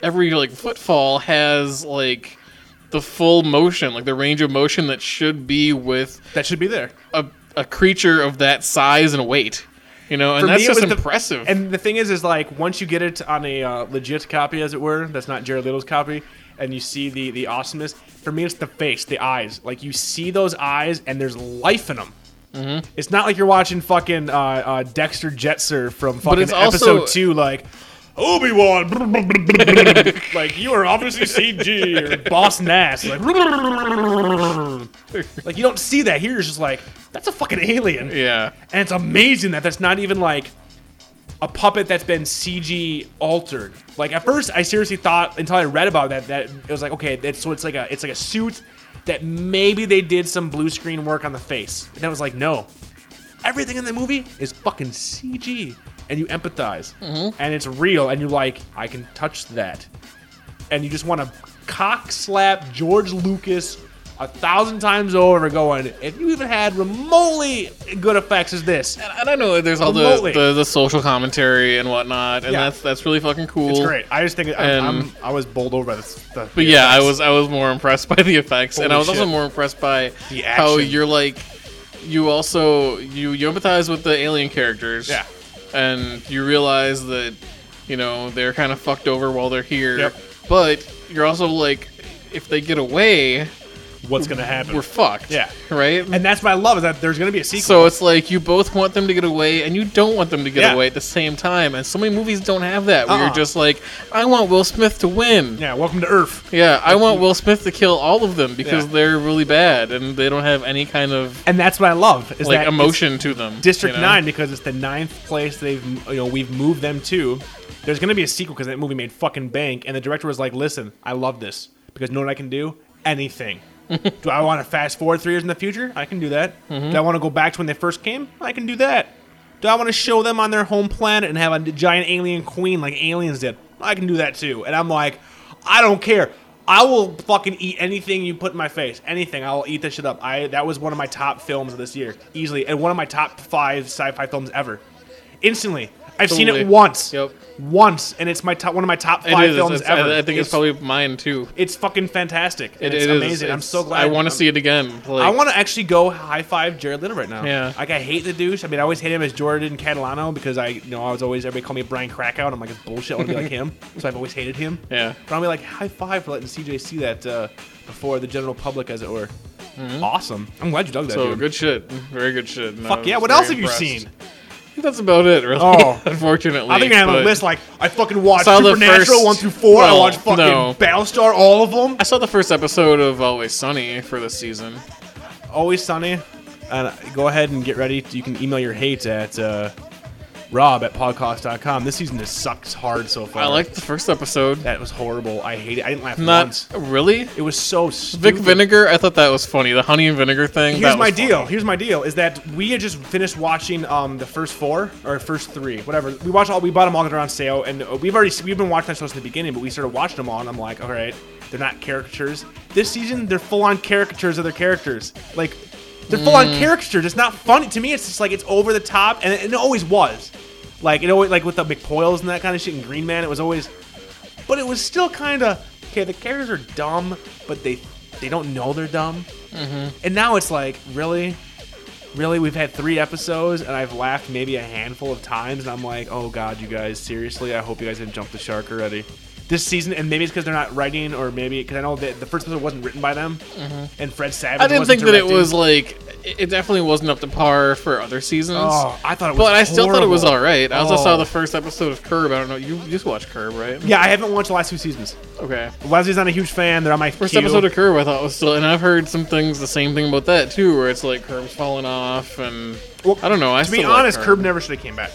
every like footfall has like the full motion, like the range of motion that should be with
That should be there.
a a creature of that size and weight. You know, Oh, and
For
that's
me, it
just
was the-
impressive.
And the thing is, is like once you get it on a uh, legit copy, as it were, that's not Jared Little's copy, and you see the the awesomeness. For me, it's the face, the eyes. Like you see those eyes, and there's life in them.
Mm-hmm.
It's not like you're watching fucking uh, uh, Dexter Jetser from fucking
it's also-
episode two, like Obi Wan. like you are obviously CG or Boss Nass. Like, like you don't see that here. You're just like that's a fucking alien.
yeah.
And it's amazing that that's not even like a puppet that's been CG altered. Like at first, I seriously thought until I read about that that it was like okay, that's so it's like a it's like a suit that maybe they did some blue screen work on the face. And I was like, no, everything in the movie is fucking CG, and you empathize,
Mm-hmm.
and it's real, and you're like, I can touch that, and you just want to cock slap George Lucas. A thousand times over, going. If you even had remotely good effects as this,
And I know that there's all the,
Remotely.
the, the social commentary and whatnot, and
Yeah.
that's that's really fucking cool.
It's great. I just think I'm,
And-
I'm, I was bowled over by this. The,
But yeah, I was I was more impressed by the effects, and I was
Holy
also
shit.
more impressed by
The
how
action.
you're like, you also you you empathize with the alien characters,
Yeah.
and you realize that you know they're kind of fucked over while they're here,
Yep.
but you're also like, if they get away,
what's gonna happen?
we're fucked,
Yeah.
right.
and that's my love is that there's gonna be a sequel.
so it's like you both want them to get away and you don't want them to get
Yeah.
away at the same time. And so many movies don't have that. Where you're
Uh-uh.
just like, I want Will Smith to win.
yeah, welcome to Earth.
Yeah, I want Will Smith to kill all of them because
Yeah.
they're really bad and they don't have any kind of
And that's what I love is
like
that
emotion to them.
it's District
you know?
Nine because it's the ninth place they've you know we've moved them to. There's gonna be a sequel because that movie made fucking bank, and the director was like, "Listen, I love this because you know what I can do? Anything." do I want to fast forward three years in the future? I can do that.
Mm-hmm.
Do I want to go back to when they first came? I can do that. Do I want to show them on their home planet and have a giant alien queen like aliens did? I can do that too. And I'm like, I don't care. I will fucking eat anything you put in my face. Anything. I will eat this shit up. I that was one of my top films of this year, easily, and one of my top five sci-fi films ever. Instantly, I've seen
Totally.
it once.
Yep.
Once, and it's my top one of my top
It
five
is.
films
it's- I-
ever.
I, think it's, probably mine too.
it's fucking fantastic. and
It-
it's
it is.
amazing. I'm
It's-
so glad.
I want to
I'm-
see it again. Like,
I want to actually go high five Jared Little right now.
Yeah.
Like I hate the douche. I mean, I always hate him as Jordan Catalano because I you know I was always everybody called me Brian Krakow and I'm like it's bullshit. I want to be like him, so I've always hated him.
Yeah.
But I'll be like high five for letting CJ see that uh, before the general public, as it were. Awesome. I'm glad you dug that.
Mm-hmm. So
dude.
good shit. Very good shit. No,
Fuck yeah.
I'm
What
very
else have you
impressed.
seen?
I think that's about it, really.
Oh.
Unfortunately.
I think I have a
but-
list like I fucking watched
Saw the
Supernatural
first-
one through four.
well,
I watched fucking
no.
Battlestar, all of them.
I saw the first episode of Always Sunny for this season.
always sunny. And uh, go ahead and get ready. You can email your hate at uh, rob at podcast.com. This season just sucks hard so far.
I liked the first episode.
that was horrible. I hate it. I didn't laugh
Not
once.
really.
It was so stupid.
Vic Vinegar, I thought that was funny. The honey and vinegar thing.
Here's
that
my
was funny.
deal. Here's my deal is that we had just finished watching um, the first four or first three, whatever. We watched all. We bought them all on sale, and uh, we've already we've been watching that show since the beginning. But we started watching them all, and I'm like, all right, they're not caricatures. This season, they're full on caricatures of their characters. Like they're full on
Mm.
caricatures. It's not funny to me. It's just like it's over the top, and it, and it always was. Like it always like with the McPoyles and that kind of shit and Green Man, it was always but it was still kind of okay. The characters are dumb, but they they don't know they're dumb.
Mm-hmm.
And now it's like really, really, we've had three episodes, and I've laughed maybe a handful of times, and I'm like, oh god, you guys, seriously, I hope you guys didn't jump the shark already. This season, and maybe it's because they're not writing, or maybe because I know that the first episode wasn't written by them, and Fred Savage.
Mm-hmm. I didn't
wasn't
think that it
directing.
was like it it definitely wasn't up to par for other seasons.
Oh, I thought it was.
but I still thought it was
horrible.
all right. I also
Oh.
saw the first episode of Curb. I don't know. You you just watched Curb, right?
Yeah, I haven't watched the last two seasons.
Okay.
Leslie's not a huge fan. They're on my
First
queue.
episode of Curb, I thought was still, and I've heard some things the same thing about that too, where it's like Curb's falling off, and
Well,
I don't know. I
to be
still like
honest,
Curb.
Curb never should have came back.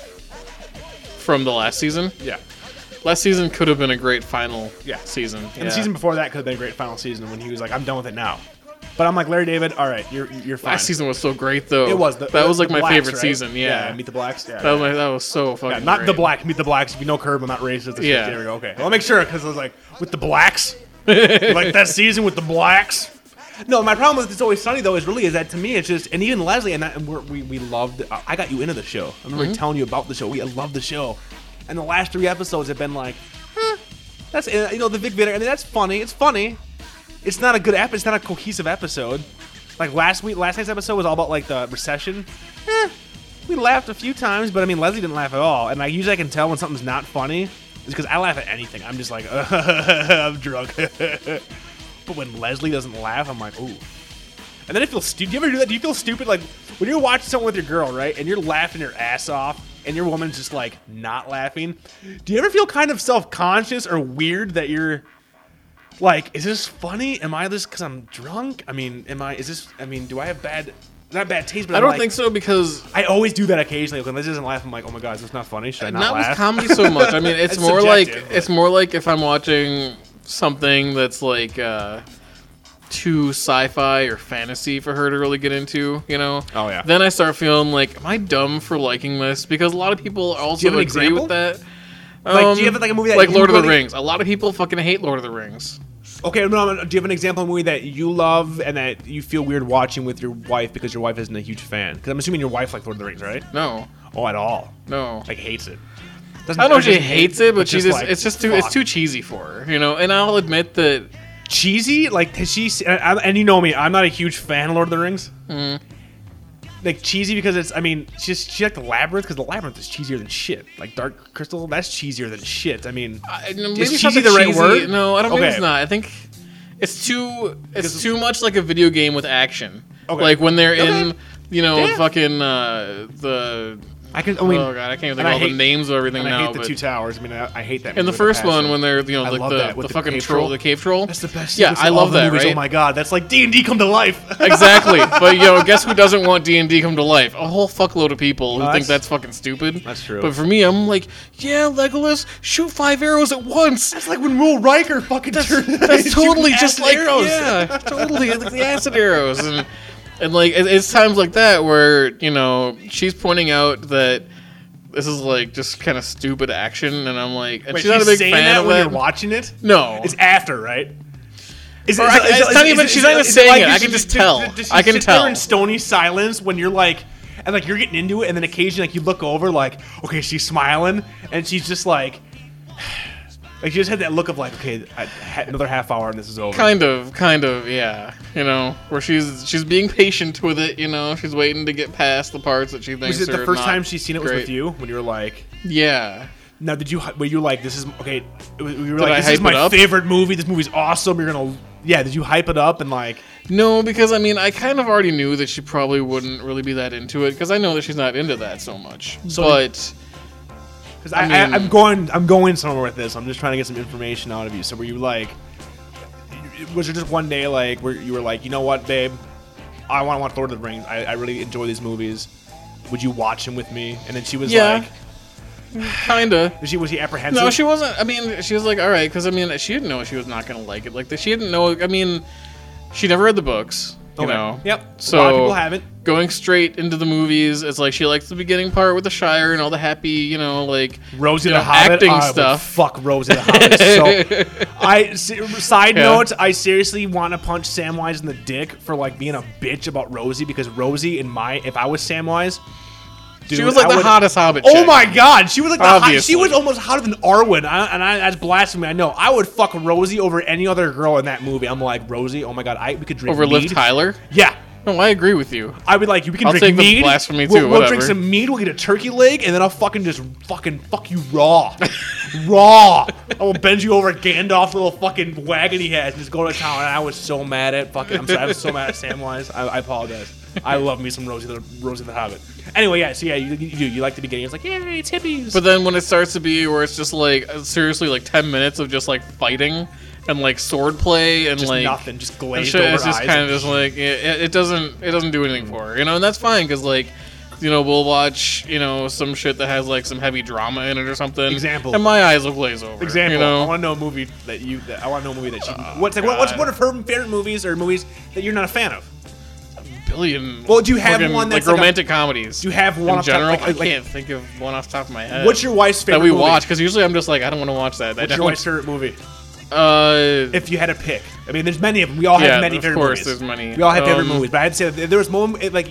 from the last season.
Yeah.
Last season could have been a great final
Yeah.
season.
And
Yeah.
the season before that could have been a great final season when he was like, "I'm done with it now." But I'm like, Larry David, all right, you're you're fine.
last season was so great though.
it was the,
that was
the
like my
Blacks,
favorite
right?
season. Yeah.
Meet the Blacks. Yeah,
that was my, that was so
Yeah,
fucking.
not the
great.
black. Meet the Blacks. If you know Curb, I'm not racist. This
Yeah.
yeah. There we go. Okay. Well, I'll make sure because I was like, with the blacks, like that season with the blacks. No, my problem with It's Always Sunny though is really is that to me it's just and even Leslie and, I, and we're, we we loved. uh, I I got you into the show. I remember telling you about the show. We love the show, and the last three episodes have been like, huh, that's you know the Vic Vinegar. I mean that's funny. It's funny. It's not a good app. It's not a cohesive episode. Like last week, last night's episode was all about like the recession. Eh, we laughed a few times, but I mean Leslie didn't laugh at all. And I usually I can tell when something's not funny, is because I laugh at anything. I'm just like I'm drunk. but when Leslie doesn't laugh, I'm like ooh. And then I feel stupid. Do you ever do that? Do you feel stupid? Like when you're watching someone with your girl, right? And you're laughing your ass off, and your woman's just like not laughing. Do you ever feel kind of self conscious or weird that you're like, is this funny? Am I this because I'm drunk? I mean, am I? Is this? I mean, do I have bad? Not bad taste, but
I
I'm
don't
like-
think so because
I always do that occasionally. Like, when Liz doesn't laugh, I'm like, oh my god, is this not funny? Should I not,
not
laugh?
with comedy so much. I mean, it's
It's
more like
subjective, but-
it's more like if I'm watching something that's like uh, too sci-fi or fantasy for her to really get into, you know.
Oh, yeah.
Then I start feeling like, am I dumb for liking this? Because a lot of people also
you have an
agree
example?
with that. Um,
Like, do you have, like, a movie that
like
you
Lord of the
really-
Rings? A lot of people fucking hate Lord of the Rings.
okay, no, no, do you have an example of a movie that you love and that you feel weird watching with your wife because your wife isn't a huge fan? Because I'm assuming your wife liked Lord of the Rings, right?
No,
Oh, at all?
no.
Like hates it. Doesn't,
I don't know
or
if she
just
hates
hate-
it, but she just,
like,
it's just too it's
fuck.
too cheesy for her, you know. And I'll admit that
cheesy. Like has she, and, I'm- and you know me, I'm not a huge fan of Lord of the Rings. Mm-hmm. Like cheesy because it's. I mean, she just she liked the labyrinth because the labyrinth is cheesier than shit. Like Dark Crystal, that's cheesier than shit. I mean,
I, no, maybe it's
cheesy
not
the right
cheesy.
word?
No, I don't think
Okay.
it's not. I think it's too it's too much like a video game with action.
Okay.
Like when they're in,
Okay.
you know,
Yeah.
fucking uh, the
I can. I mean,
oh god, I can't even think
and I
of all the
hate-
names of everything
and
now.
I hate the
but
two towers. I mean, I, I hate that.
in
movie
the
with a
first one,
passion.
when they're you know
I
like
love
the,
that with
the
the
fucking
cave
troll,
troll.
the cave troll.
That's the best.
Yeah,
sequence
I
in all
love
the
that.
movies.
Right?
Oh my god, that's like D and D come to life.
exactly. But you know, guess who doesn't want D and D come to life? A whole fuckload of people who
that's-
think that's fucking stupid.
that's true.
But for me, I'm like, yeah, Legolas, shoot five arrows at once.
It's like when Will Riker fucking turned.
That's totally just
acid
like
arrows.
yeah, totally like the acid arrows and and like it- it's times like that where you know she's pointing out that this is like just kind of stupid action, and I'm like, and
Wait,
she's not a big
saying
fan
that
of
when
that.
you're watching it.
no,
It's after, right? Is
Or
is
I- it's
is
not
is
even-
is
she's not even
is
saying
does
it. I can
she-
just
does-
tell.
does- does she
I can
sit
tell.
There in stony silence when you're like, and like you're getting into it, and then occasionally like you look over, like okay, she's smiling, and she's just like, like she just had that look of like, okay, I, ha- another half hour and this is over.
kind of, kind of, yeah, you know, where she's she's being patient with it, you know, she's waiting to get past the parts that she thinks
Was it
are
the first
not
time she's seen it was
great.
with you when you were like?
Yeah,
Now, did you were you like this is okay? You were
I
like this
hype
is
it
my
up?
favorite movie. This movie's awesome. You're gonna yeah. Did you hype it up and like
no, because I mean, I kind of already knew that she probably wouldn't really be that into it because I know that she's not into that so much, but.
Because I,
I
I
mean-
I, am going, I'm going somewhere with this. I'm just trying to get some information out of you. So were you like, was there just one day like where you were like, you know what, babe, I want to watch Lord of the Rings. I, I really enjoy these movies. Would you watch them with me? And then she was
Yeah.
like,
Kinda.
was she was she apprehensive?
No, she wasn't. I mean, she was like, all right, because I mean, she didn't know she was not gonna like it. Like that, she didn't know. I mean, she never read the books. You
Okay.
know.
Yep.
So
a lot of people haven't.
Going straight into the movies, it's like she likes the beginning part with the Shire and all the happy, you know, like
Rosie
you
the
know,
Hobbit
acting
I would
stuff.
Fuck Rosie the Hobbit. So, I se- side
Yeah.
note, I seriously want to punch Samwise in the dick for like being a bitch about Rosie because Rosie in my if I was Samwise,
She
dude,
was like
I
the
would-
hottest Hobbit.
Oh
chick.
my god, she was like the hot,
Obviously.
she was almost hotter than Arwen, I, and I, that's blasphemy. I know. I would fuck Rosie over any other girl in that movie. I'm like Rosie. Oh my god, I we could drink
Over Liv
mead.
Tyler.
Yeah,
No, I agree with you.
I would like we can
I'll
drink
take the
mead. we'll,
blasphemy too,
We'll
whatever.
drink some mead. We'll get a turkey leg, and then I'll fucking just fucking fuck you raw, raw. I will bend you over Gandalf little fucking wagon he has and just go to town. And I was so mad at fucking. I'm sorry. I was so mad at Samwise. I, I apologize. I love me some Rosie the Rosie the Hobbit. Anyway, yeah. So yeah, you, you do. You like the beginning? It's like yeah, it's hippies.
But then when it starts to be where it's just like seriously like ten minutes of just like fighting and like sword play and
just
like
nothing, just
And
glazed
shit,
over
it's just
eyes.
kind of just like it, it- it doesn't it doesn't do anything for her, you know, and that's fine because like you know we'll watch you know some shit that has like some heavy drama in it or something.
Example.
and my eyes will glaze over.
example.
you
I
know, Oh,
want to know a movie that you. That, I want to know a movie that she. what's like? What, what's one of her favorite movies or movies that you're not a fan of?
billion.
Well, do you have
fucking,
one that's
like
like a-
romantic comedies?
Do you have one
in
off the top-
general?
like-
I
like-
can't think of one off the top of my head.
What's your wife's favorite?
that we
movie?
watch? Because usually I'm just like I don't want to watch that. That
What's your wife's favorite movie?
uh,
If you had a pick, I mean, there's many of them. We all
Yeah,
have many
of
favorite
course
movies.
there's many.
We all have favorite
Um,
movies, but I'd say that there was moment it, like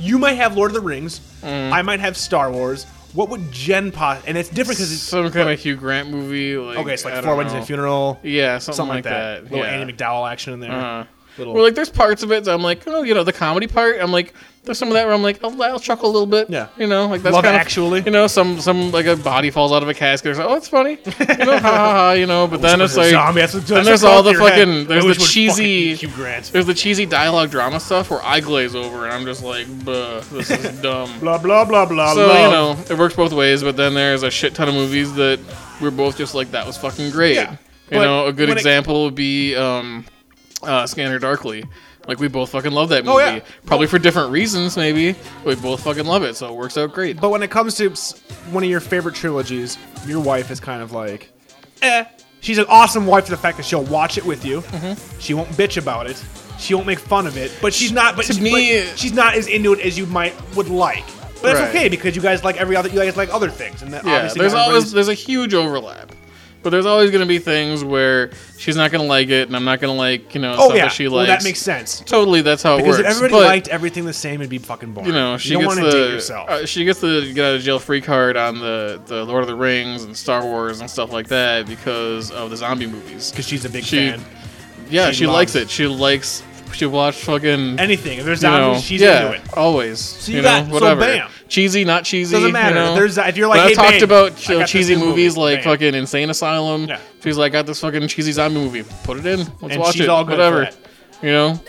you might have Lord of the Rings,
Mm.
I might have Star Wars. What would Jen pos? And it's different because it's
some kind of Hugh Grant movie. Like,
okay. It's
I
like
don't
Four Weddings and
know.
a Funeral,
Yeah, something,
something like that. Little
yeah.
Annie McDowell action in there.
Uh-huh.
Little-
Where like there's parts of it that I'm like, oh, you know, the comedy part. I'm like, there's some of that where I'm like, I'll, I'll chuckle a little bit.
Yeah.
You know, like that's
Love
kind
Actually.
of you know, some some like a body falls out of a casket. Or something. Oh, it's funny. You know, ha ha ha. You know, but then it's like.
zombie. That's, what- that's
then there's
what
all the
popped in your
fucking
head. I
there's the
wish would
cheesy
fucking eat Hugh Grant.
there's the cheesy dialogue drama stuff where I glaze over and I'm just like, Buh, this is dumb.
Blah blah blah blah.
So
blah.
you know, it works both ways. But then there's a shit ton of movies that we're both just like, that was fucking great.
Yeah.
You
But
know, a good
when it-
example would be um, uh, Scanner Darkly. Like we both fucking love that movie.
Oh, yeah.
Probably for different reasons, maybe. but We both fucking love it, so it works out great.
But when it comes to s- one of your favorite trilogies, your wife is kind of like, eh. She's an awesome wife for the fact that she'll watch it with you.
Mm-hmm.
She won't bitch about it. She won't make fun of it. But she's not. But
To
she-
me-
but she's not as into it as you might would like. But that's
Right.
okay because you guys like every other. You guys like other things, and that
yeah,
obviously
there's
not
always
everybody's-
there's a huge overlap. But there's always going to be things where she's not going to like it, and I'm not going to like you know
Oh
stuff
yeah,
that she likes.
well, that makes sense
Totally, that's how it
because if
works.
everybody
but,
liked everything the same, it'd be fucking boring.
you know, she
don't
gets
want to
the
date yourself.
uh, she gets the get out of jail free card on the the Lord of the Rings and Star Wars and stuff like that because of the zombie movies.
because she's a big
she-
fan.
Yeah,
she
she likes
loves-
it. She likes she watched fucking
Anything if there's
you know,
zombies, she's
yeah,
into it.
always. So
you
you,
got-
know,
so
whatever.
bam.
Cheesy, not cheesy.
Doesn't matter.
You know?
There's that- if you're
But
like,
I've
hey,
talked
babe, I
about you know,
got this
cheesy
new
movies
movie.
like
Bam.
fucking Insane Asylum.
Yeah.
She's like, I got this fucking cheesy zombie movie. Put it in. Let's
And
watch
she's
it.
all good for
whatever.
that.
You know,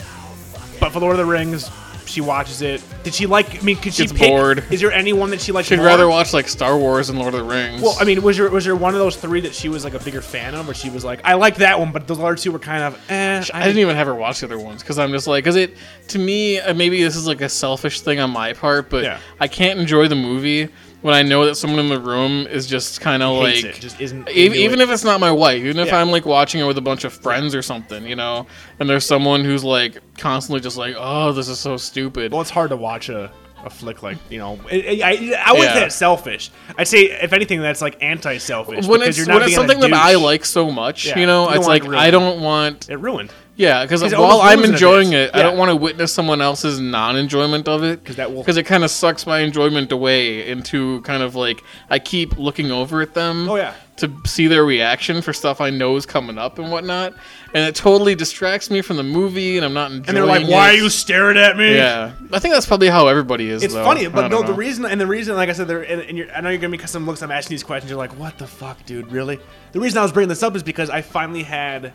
But for Lord of the Rings, she watches it. Did she like? I mean, could she
Gets
pick?
bored.
Is there anyone that she liked?
she'd
more?
rather watch like Star Wars and Lord of the Rings.
Well, I mean, was there was there one of those three that she was like a bigger fan of, where she was like, I like that one, but those other two were kind of eh.
I didn't even have her watch the other ones because I'm just like, because it to me uh, maybe this is like a selfish thing on my part, but
Yeah.
I can't enjoy the movie when I know that someone in the room is just kind of
Hates
like,
it, just isn't
ev-
into
even,
it.
if it's not my wife, even if
Yeah.
I'm like watching it with a bunch of friends or something, you know, and there's someone who's like constantly just like, oh, this is so stupid.
Well, it's hard to watch a, a flick like you know. I, I, I wouldn't
Yeah.
say it's selfish. I'd say if anything, that's like anti-selfish.
when
because
it's
you're not
when it's
being a
something that
douche.
I like so much,
Yeah,
you
you
know,
don't
it's
wanna
like
ruin
I
it.
don't want
it ruined
Yeah, because
'Cause it
while
almost
I'm
ruins it a
enjoying
bit.
it, I
Yeah.
don't want to witness someone else's non-enjoyment of it.
'Cause that will-
it kind of sucks my enjoyment away into kind of like I keep looking over at them.
Oh, yeah.
To see their reaction for stuff I know is coming up and whatnot, and it totally distracts me from the movie, and I'm not enjoying.
and they're like,
it.
"Why are you staring at me?"
Yeah, I think that's probably how everybody is.
It's
though.
funny,
I
but no,
don't
the
know.
reason and the reason, like I said, there and, and you're, I know you're gonna be getting some looks. I'm asking these questions. You're like, what the fuck, dude? Really? The reason I was bringing this up is because I finally had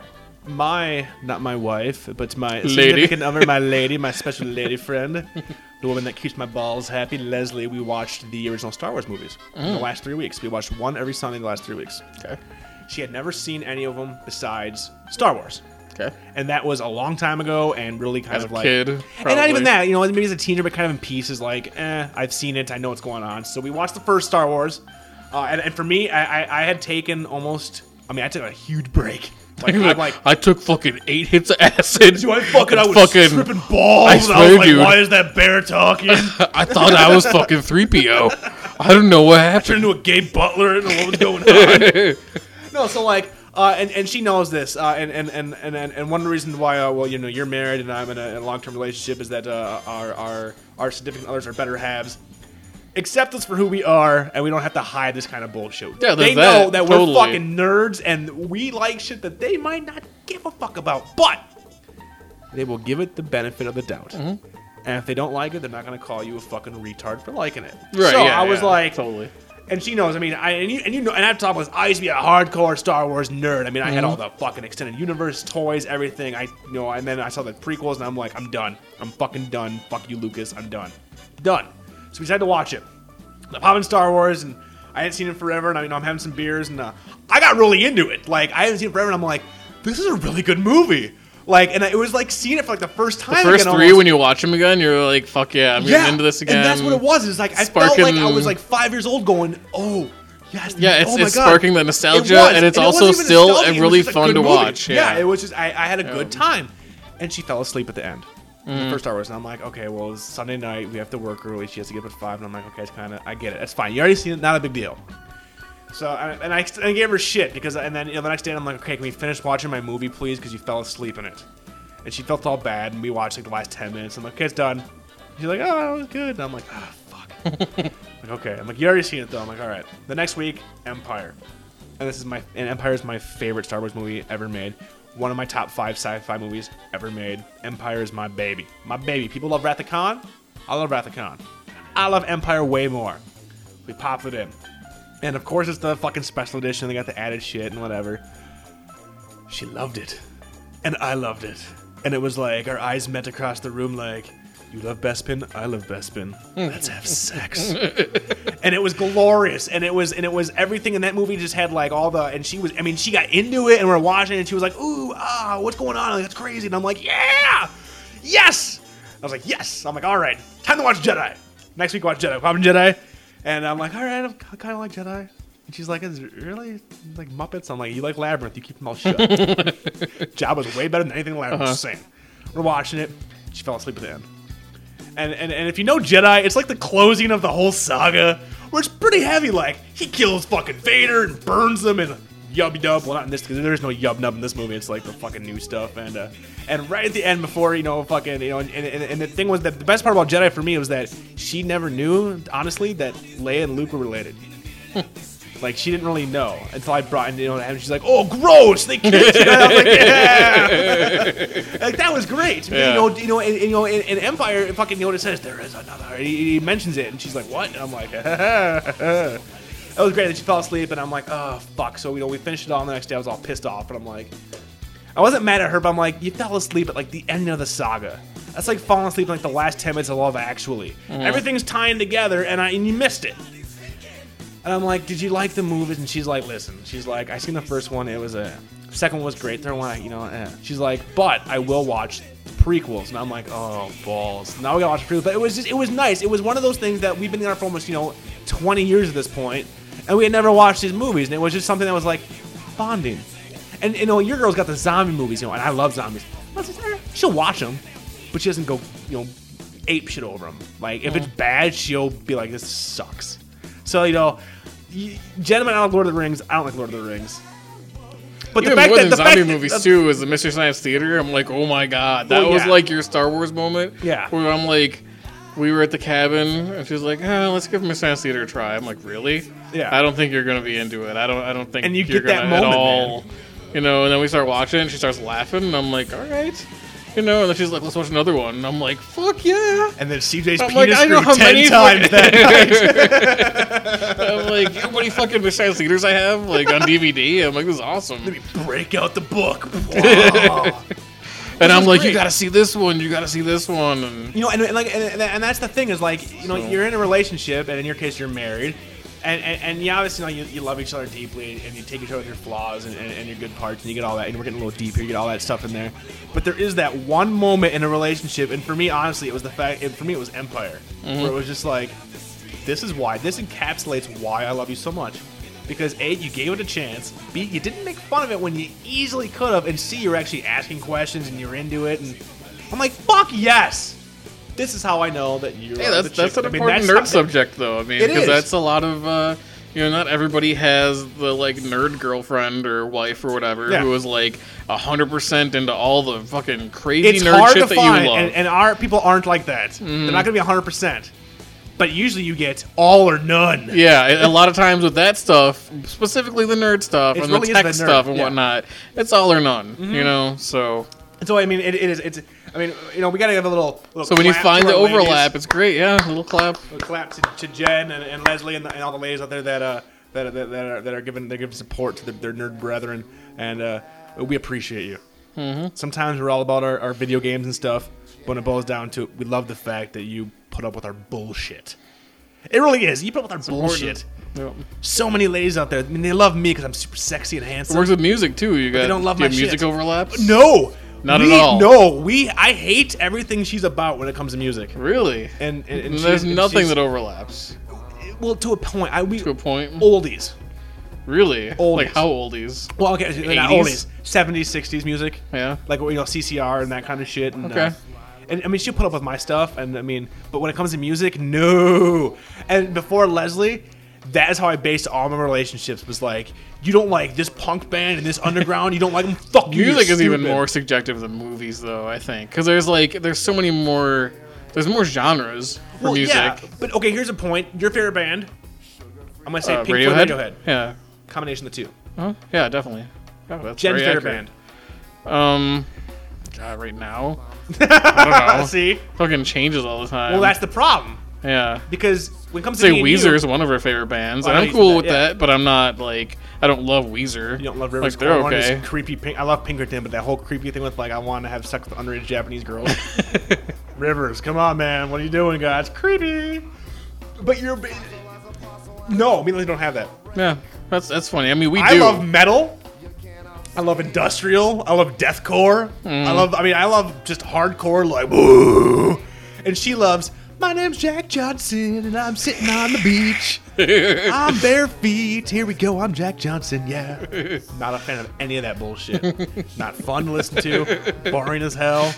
my not my wife, but my
Lady.
significant other, my lady, my special lady friend, the woman that keeps my balls happy, Leslie. We watched the original Star Wars movies in the last three weeks. We watched one every Sunday the last three weeks.
Mm. Okay.
She had never seen any of them besides Star Wars.
Okay.
And that was a long time ago, and really kind
As
of
a
like
kid,
and not even
probably.
that. You know, maybe as a teenager, but kind of in pieces. Like, eh, I've seen it. I know what's going on. So we watched the first Star Wars, uh, and, and for me, I, I, I had taken almost. I mean, I took a huge break. Like, I'm like,
I took fucking eight hits of acid.
dude, I fucking, I was
Fucking-
tripping balls.
I
I, was
swear,
like,
dude.
why is that bear talking?
I thought I was fucking three PO. I don't know what happened.
Turned into a gay butler. and what was going on? no, so like, uh, and and she knows this, uh, and, and and and and and one reason why, uh, well, you know, you're married and I'm in a, long term relationship is that uh, our our our significant others are better halves. Accept us for who we are, and we don't have to hide this kind of bullshit.
Yeah, there's
they know
that,
that
totally.
we're fucking nerds, and we like shit that they might not give a fuck about, but they will give it the benefit of the doubt.
Mm-hmm.
And if they don't like it, they're not going to call you a fucking retard for liking it.
Right,
so
yeah,
I was
yeah,
like,
totally.
and she knows. I mean, I and you, and you know, and I've talked about this. I used to be a hardcore Star Wars nerd. I mean, I had all the fucking extended universe toys, everything. I you know, and then I saw the prequels, and I'm like, I'm done. I'm fucking done. Fuck you, Lucas. I'm done. Done. So we decided to watch it. I'm popping Star Wars, and I hadn't seen it forever, and I you know, I'm having some beers, and uh, I got really into it. Like I hadn't seen it forever, and I'm like, this is a really good movie. Like, and it was like seeing it for like the first time.
first
again
three
almost.
when you watch them again you're like fuck yeah i'm getting into this again
And that's what it was. It's like I felt
Sparking-
like I was like five years old going, oh, yes.
yeah it's,
oh my
it's
God.
sparking the
It
nostalgia
was,
and it's
it
also
wasn't even
still
nostalgia,
a
it was
really
just a
fun
good
to
movie.
watch yeah,
it was just I, I had a good time, and she fell asleep at the end. in The first Star Wars, and I'm like, okay, well, it's Sunday night, we have to work early. She has to get up at five, and I'm like, okay, it's kind of, I get it, that's fine. You already seen it, not a big deal. So, and and I, and I gave her shit because, and then you know, the next day, I'm like, okay, can we finish watching my movie, please? Because you fell asleep in it, and she felt all bad, and we watched like the last ten minutes. I'm like, okay, it's done. She's like, oh, that was good. And I'm like, ah, fuck. like, okay. I'm like, you already seen it though. I'm like, all right. The next week, Empire and this is my and Empire is my favorite Star Wars movie ever made. One of my top five sci-fi movies ever made. Empire is my baby. My baby. People love Wrath of Khan. I love Wrath of Khan. I love Empire way more. We popped it in. And of course, it's the fucking special edition. They got the added shit and whatever. She loved it. And I loved it. And it was like our eyes met across the room, like, you love Bespin, I love Bespin.
Hmm.
Hmm.
Let's have sex. and it was glorious. And it was and it was everything in that movie just had like all the and she was I mean, she got into it and we're watching it and she was like, ooh, ah, what's going on? Like, That's crazy. And I'm like, yeah! Yes! I was like, yes. I'm like, all right, time to watch Jedi. Next week, watch Jedi. Popping Jedi. And I'm like, all right, I'm kind of like Jedi. And she's like, is it really like Muppets? I'm like, you like Labyrinth. You keep them all shut. Jabba's way better than anything Labyrinth was saying. We're watching it. She fell asleep at the end. And, and and if you know Jedi, it's like the closing of the whole saga, where it's pretty heavy. Like he kills fucking Vader and burns them and yub dub. Well, not in this because there's no yub nub in this movie. It's like the fucking new stuff. And uh, and right at the end, before you know, fucking you know, and, and, and the thing was that the best part about Jedi for me was that she never knew, honestly, that Leia and Luke were related. Like she didn't really know until I brought in, you know, and she's like, "Oh, gross! They kissed." And I was like, "Yeah!" like that was great. You know, you know, and, and, you know, in, in Empire, it fucking Yoda says there is another. He, he mentions it, and she's like, "What?" And I'm like, "That was great." Then she fell asleep, and I'm like, "Oh, fuck!" So you know, we finished it all. And the next day, I was all pissed off, and I'm like, I wasn't mad at her, but I'm like, you fell asleep at like the end of the saga. That's like falling asleep in like the last ten minutes of Love Actually.
Mm.
Hmm.
Everything's tying together, and I and you missed it. And I'm like, did you like the movies? And she's like, listen, she's like, I seen the first one, it was a second one was great, third one, I- you know, eh. she's like, but I will watch the prequels. And I'm like, oh balls. Now we gotta watch the prequels. But it was just, it was nice. It was one of those things that we've been in our for almost, you know, 20 years at this point, and we had never watched these movies, and it was just something that was like bonding. And you know, your girl's got the zombie movies, you know, and I love zombies. I was like, eh, She'll watch them, but she doesn't go, you know, ape shit over them. Like if it's bad, she'll be like, this sucks. So you know, y- gentlemen, I like Lord of the Rings. I don't like Lord of the Rings. But
Even more than zombie
fact that-
movies too is the Mystery Science Theater. I'm like, oh my god, that
Well,
was
yeah.
like your Star Wars moment.
Yeah.
where I'm like, we were at the cabin, and she was like, oh, let's give Mystery Science Theater a try. I'm like, really?
Yeah.
I don't think you're gonna be into it. I don't. I don't think.
And you
you're
get that
gonna at
moment,
all. You know, and then we start watching, and she starts laughing, and I'm like, all right. You know, and then she's like, let's watch another one, and I'm like, fuck yeah.
And then CJ's
I'm
penis
like, I know
grew
how
ten
many
times that
I'm like, you know how many fucking Mystery Science Theaters I have like on DVD? I'm like, this is awesome.
break out the book.
And I'm
is
like,
great.
you gotta see this one, you gotta see this one, and
you know, and, and like, and, and- and that's the thing is like, you know, you're in a relationship, and in your case, you're married, and and, and you obviously you know you, you love each other deeply, and you take each other with your flaws and, and, and your good parts, and you get all that, and we're getting a little deep here, you get all that stuff in there, but there is that one moment in a relationship, and for me, honestly, it was the fact, and for me, it was Empire, where it was just like, this is why, this encapsulates why I love you so much. Because A, you gave it a chance. B, you didn't make fun of it when you easily could have. And C, you're actually asking questions and you're into it. And I'm like, fuck yes! This is how I know that you're.
yeah, that's
the
that's
chick. I
an
mean,
important nerd
that's how-
subject, though. I mean,
It
because
is.
that's a lot of uh, you know, not everybody has the like nerd girlfriend or wife or whatever
Yeah.
who is like hundred percent into all the fucking crazy
It's
nerd
hard
shit
to
that
find,
you love. Mm-hmm.
and, and our people aren't like that. They're not going to be 100%. But usually you get all or none.
yeah, and a lot of times with that stuff, specifically the nerd stuff
It
and
really
the
is the
tech
nerd,
stuff and
yeah. Mm-hmm.
whatnot, it's all or none. You know, so
And so, I mean, it, it is. It's. I mean, you know, we got to have a little. little
so when you
clap to
find
our
the
ladies.
overlap, it's great. Yeah, little clap.
A clap to, to Jen and, and Leslie and, the, and all the ladies out there that uh, that, that, that, are, that are giving they're giving support to their, their nerd brethren, and uh, we appreciate you.
Mm-hmm.
Sometimes we're all about our, our video games and stuff, but when it boils down to it, we love the fact that you put up with our bullshit. It really is. You put up with our bullshit. So many ladies out there. I mean, they love me because I'm super sexy and
It
handsome.
works with music too. You got
don't love
do you
my
have music
shit.
overlaps.
no,
Not at
we,
all.
No, we. I hate everything she's about when it comes to music.
Really?
And, and, and
There's
she's- and
nothing
she's-
that overlaps
well to a point. I we
to a point.
oldies.
Really?
Oldies.
Like how oldies?
Well, okay, not
80s?
oldies, seventies, sixties music.
Yeah.
like you know CCR and that kind of shit. And,
Okay.
uh, and I mean, she'll put up with my stuff, and I mean, but when it comes to music, no. And before Leslie, that is how I based all my relationships. Was like, you don't like this punk band and this underground. You don't like them. Fuck you.
Music
you're
is even
stupid."
more subjective than movies, though. I think because there's like there's so many more there's more genres for
Well,
music.
yeah, but okay, here's a point. Your favorite band? I'm gonna say
Uh,
Pink Floyd,
Radiohead?
Radiohead.
Yeah.
Combination of the two.
Huh? Yeah, definitely. Oh, that's
Jen's
very
favorite
accurate.
band.
Um, God, right now,
I
I don't know.
See,
fucking changes all the time.
well, that's the problem
yeah.
because when it comes
Say
to me and
Weezer
you,
is one of our favorite bands,
Oh,
and
I
I'm
know you
cool
said
with
that, yeah.
that, but I'm not like I don't love Weezer.
You don't love Rivers.
Like they're
Cuomo and his
okay.
creepy pink. I love Pinkerton, but that whole creepy thing with like I want to have sex with underage Japanese girls. Rivers, come on, man. What are you doing, guys? Creepy. But you're. No, we really don't have that.
Yeah, that's that's funny. I mean, we
I
do.
love metal. I love industrial. I love deathcore.
Mm.
I love. I mean, I love just hardcore, like woo. And she loves. My name's Jack Johnson, and I'm sitting on the beach. I'm bare feet. Here we go. I'm Jack Johnson. Yeah. Not a fan of any of that bullshit. Not fun to listen to. Boring as hell.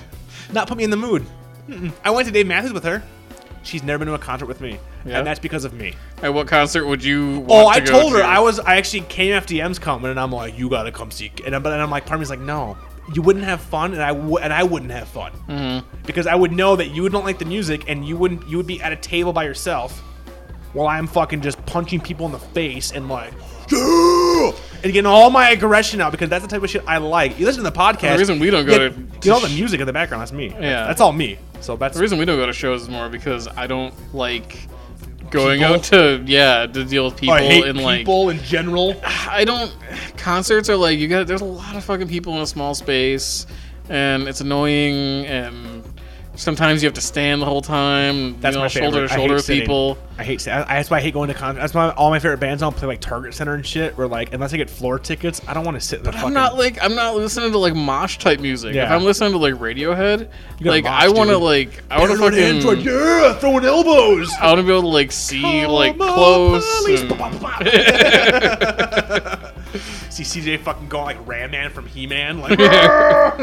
Not put me in the mood. Mm-mm. I went to Dave Matthews with her. She's never been to a concert with me,
Yeah.
and that's because of me.
At what concert would you? Want
Oh,
to
I
go
told her
to?
I was. I actually KMFDM's coming, and I'm like, you gotta come see. And I'm, but- and I'm like, part of me's like, no, you wouldn't have fun, and I w- and I wouldn't have fun
Mm-hmm.
because I would know that you don't like the music, and you wouldn't. You would be at a table by yourself, while I'm fucking just punching people in the face and like. "Yeah!" And getting all my aggression out because that's the type of shit I like. You listen to the podcast.
The reason we don't go
you
to-
get, get all the music in the background. That's me.
Yeah.
that's all me. So that's
The reason we don't go to shows is more because I don't like going out to yeah to deal with people
Oh, I hate
and like
people in general.
I don't. Concerts are like you got. There's a lot of fucking people in a small space, and um, it's annoying. And sometimes you have to stand the whole time.
That's
you know,
my favorite. I
shoulder to
hate
shoulder with
sitting.
people.
I hate. sa- I, that's why I hate going to concerts. That's why all my favorite bands don't play like Target Center and shit. Where like unless I get floor tickets, I don't want to sit in the fucking.
I'm not like I'm not listening to like mosh type music. If
Yeah.
I'm listening to like Radiohead,
gotta
like
mosh,
I want to
dude.
like I want to
Paranoid
fucking
Android, yeah, throwing elbows.
I want to be able to like see like
Come on,
close.
police.
and-
Bah, bah, bah. See CJ fucking going like Ram Man from He Man. Like
I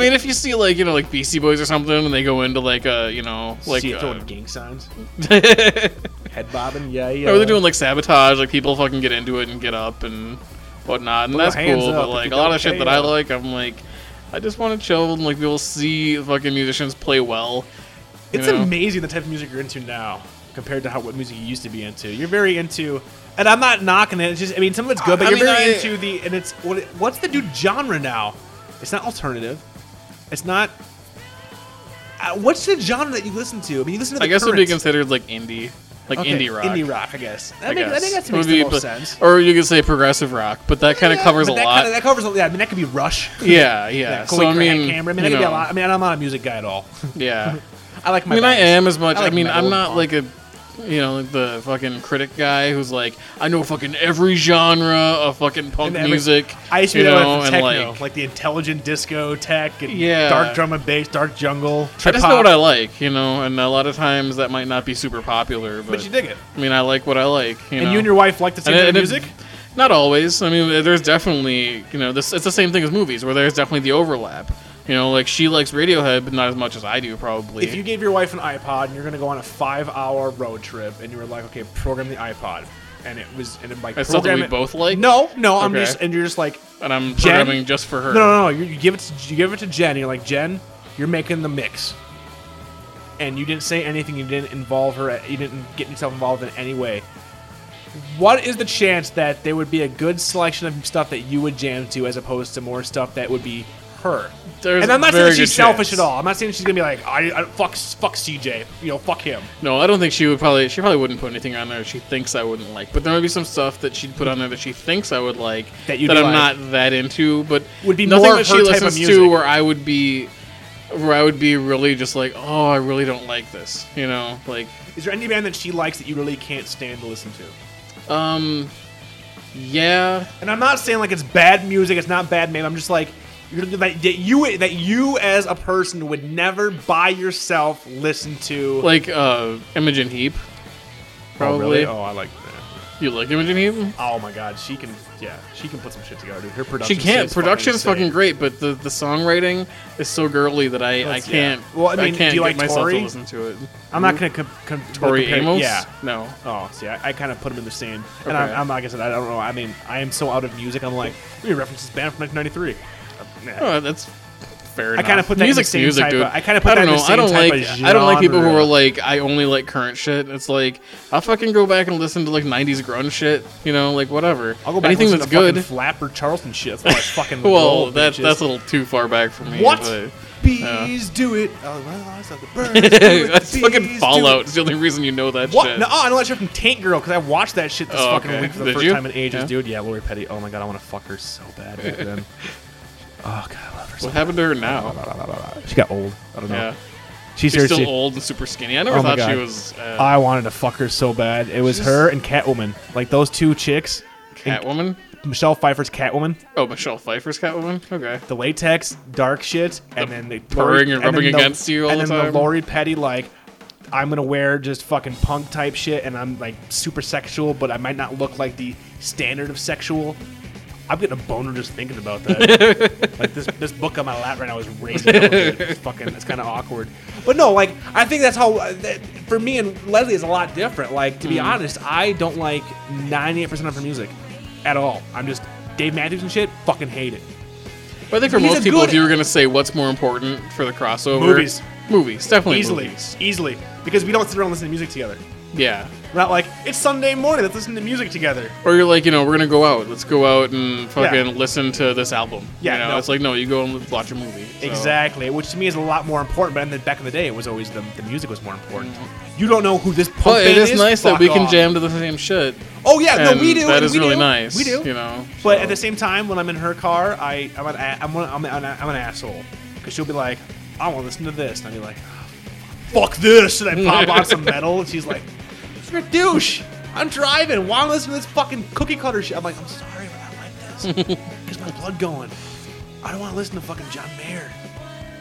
mean, if you see like you know like Beastie Boys or something, and they go into like a you know like
see it
uh,
throwing gang signs,
or
head bobbing. Yeah, yeah.
they're doing like sabotage, like people fucking get into it and get up and whatnot, and that's
hands
cool.
up
But
if
like
you
a lot
don't
of shit
pay
that I
up.
like, I'm like, I just want to chill and like be able to see fucking musicians play well. you
It's
know?
amazing the type of music you're into now compared to how what music you used to be into. You're very into, and I'm not knocking it. It's just I mean, some of it's good, but
I
you're
mean,
very
I-
into the and it's what what's the new genre now? It's not alternative. It's not. Uh, what's the genre that you listen to? I mean, you listen to. The
I guess it would be
Currents.
considered like indie, like
Okay,
indie rock.
Indie rock, I guess. That
I
makes,
guess.
I think that
It would
makes
be,
the most
but-
sense.
Or you could say progressive rock, but that kind of covers
But
a
that
lot.
Kinda, that covers a lot. Yeah, I mean, that could be Rush.
yeah, yeah. So
Coheed
I mean,
Cambria. I mean, that
you
could be a
know,
lot. I mean, I'm not a music guy at all.
yeah.
I like my.
I mean, I
bands.
am as much.
I
I,
like
mean, I'm
metal
not
and
like a, you know, like the fucking critic guy who's like, I know fucking every genre of fucking punk
And every-
music.
I used to
you
be
know,
that
and
way for techno,
like,
like, the intelligent disco tech and
Yeah.
dark drum and bass, dark jungle.
I
Trip
just know what I like, you know, and a lot of times that might not be super popular, but,
But you dig it,
I mean, I like what I like. You
and
know?
you and your wife like the same
And it-
type of
and it-
music.
not always. I mean, there's definitely you know this. It's the same thing as movies where there's definitely the overlap. You know, like she likes Radiohead, but not as much as I do probably.
If you gave your wife an iPod and you're gonna go on a five-hour road trip, and you were like, "Okay, program the iPod," and it was, and it like
That's something
program
we
it-
both like?
No, no, I'm
Okay.
just, and you're just like,
and I'm
Jen-
programming just for her.
No, no, no. You, you give it. To, you give it to Jen. And you're like Jen. You're making the mix, and you didn't say anything. You didn't involve her. You didn't get yourself involved in any way. What is the chance that there would be a good selection of stuff that you would jam to, as opposed to more stuff that would be her?
There's
and I'm
a
not saying
very
that she's
good
selfish
chance.
at all. I'm not saying she's gonna be like, I, I fuck, fuck CJ. You know, fuck him.
No, I don't think she would probably. She probably wouldn't put anything on there she thinks I wouldn't like. But there might be some stuff that she'd put on there that she thinks I would like
That you'd
that
be
I'm
like-
not that into. But
Would be
nothing
more
that
her
she
type of
listens to
music.
where I would be, where I would be really just like, oh, I really don't like this. You know, like
Is there any band that she likes that you really can't stand to listen to?
um, yeah,
And I'm not saying like it's bad music, it's not bad name. I'm just like you're, that that you that you as a person would never by yourself listen to.
like uh, Imogen Heap.
oh,
Probably
oh, I like that.
you like Imogen Heap.
Oh my god, she can yeah, she can put some shit together, dude. Her
She
production
can't.
shit's
Production's fucking,
insane.
great, but the, the songwriting is so girly that I, I
That's- yeah.
can't.
Well, I mean,
can't
do you
get
like
myself
Tori?
to listen to it.
I'm not gonna com- com-
Tori
compare-
Amos?
Yeah.
No.
Oh, see, I, I kind of put them in the same.
Okay.
And I'm, I'm like I said, I don't know. I mean, I am so out of music. I'm like, let me reference this band from 1993. Uh, nah.
Oh, that's fair
I
enough.
kind of put that in the
music's
same
music,
type
dude.
of- I kinda put
I don't
that in
know.
the
I
same
don't
type
like.
of
I don't like people who
genre.
are like, I only like current shit. It's like I'll fucking go back and listen to like '90s grunge shit. You know, like whatever.
I'll go back
Anything
and
that's
listen to fucking
good.
Flap or Charleston shit. That's what I fucking
Well,
roll,
that,
bitches.
that's a little too far back for me.
What?
but-
Bees do it. Oh, well, I saw the birds. do it,
that's
the
fucking
bees do
Fallout.
it.
It's the only reason you know that
What?
shit.
No, oh, I know that shit from Tank Girl because I watched that shit this
Oh,
fucking
okay.
week for the
Did
first
you?
time in ages,
Yeah.
dude. Yeah, Lori Petty. Oh my god, I want to fuck her so bad back then. oh god, I love her. So
What happened to her now?
much. She got old. I don't know.
Yeah,
She
she's
seriously.
still old and super skinny. I never
Oh my
thought she
God.
was uh,
I wanted to fuck her so bad. It was her and Catwoman, like those two chicks. and
Catwoman.
Michelle Pfeiffer's Catwoman,
Oh, Michelle Pfeiffer's Catwoman. Okay.
the latex, dark shit, and then they
purring and rubbing against you all
and
the
then
time.
the Lori Petty like. I'm gonna wear just fucking punk type shit, and I'm like super sexual, but I might not look like the standard of sexual. I'm getting a boner just thinking about that. like this, this book on my lap right now is raising. up a bit. It's fucking, it's kind of awkward. But no, like I think that's how. Uh, that, for me and Leslie, is a lot different. Like to be
Mm.
honest, I don't like 98 percent of her music at all. I'm just Dave Matthews and shit. Fucking hate it.
But I think for
He's
most
a
people,
good-
if you were gonna say what's more important for the crossover,
Movies.
movies, definitely
easily,
movies.
easily, because we don't sit around listening to music together.
Yeah.
We're not like it's Sunday morning. Let's listen to music together.
Or you're like, you know, we're gonna go out. Let's go out and fucking listen to this album.
Yeah,
You know,
no.
it's like no, you go and watch a movie. so-
Exactly, which to me is a lot more important. But in the, back in the day, it was always the, the music was more important.
Mm-hmm.
You don't know who this punk
But it
band
is nice that
Fuck
we can
off.
jam to the same shit.
Oh yeah,
and
no, we do.
That
and
is
we
really
do.
nice.
We do.
You know.
But
so-
at the same time, when I'm in her car, I I'm an a- I'm, an, I'm, an, I'm an asshole because she'll be like, I want to listen to this, and I'll be like, Fuck this, and I pop on some metal, and she's like, You're a douche. I'm driving. Why am I listening to this fucking cookie cutter shit? I'm like, I'm sorry, but I like this. Here's my blood going. I don't want to listen to fucking John Mayer.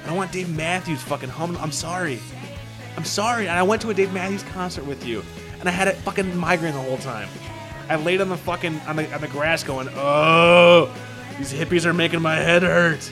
I don't want Dave Matthews fucking humming. I'm sorry. I'm sorry. And I went to a Dave Matthews concert with you, and I had a fucking migraine the whole time. I laid on the fucking on the on the grass, going, "Oh, these hippies are making my head hurt."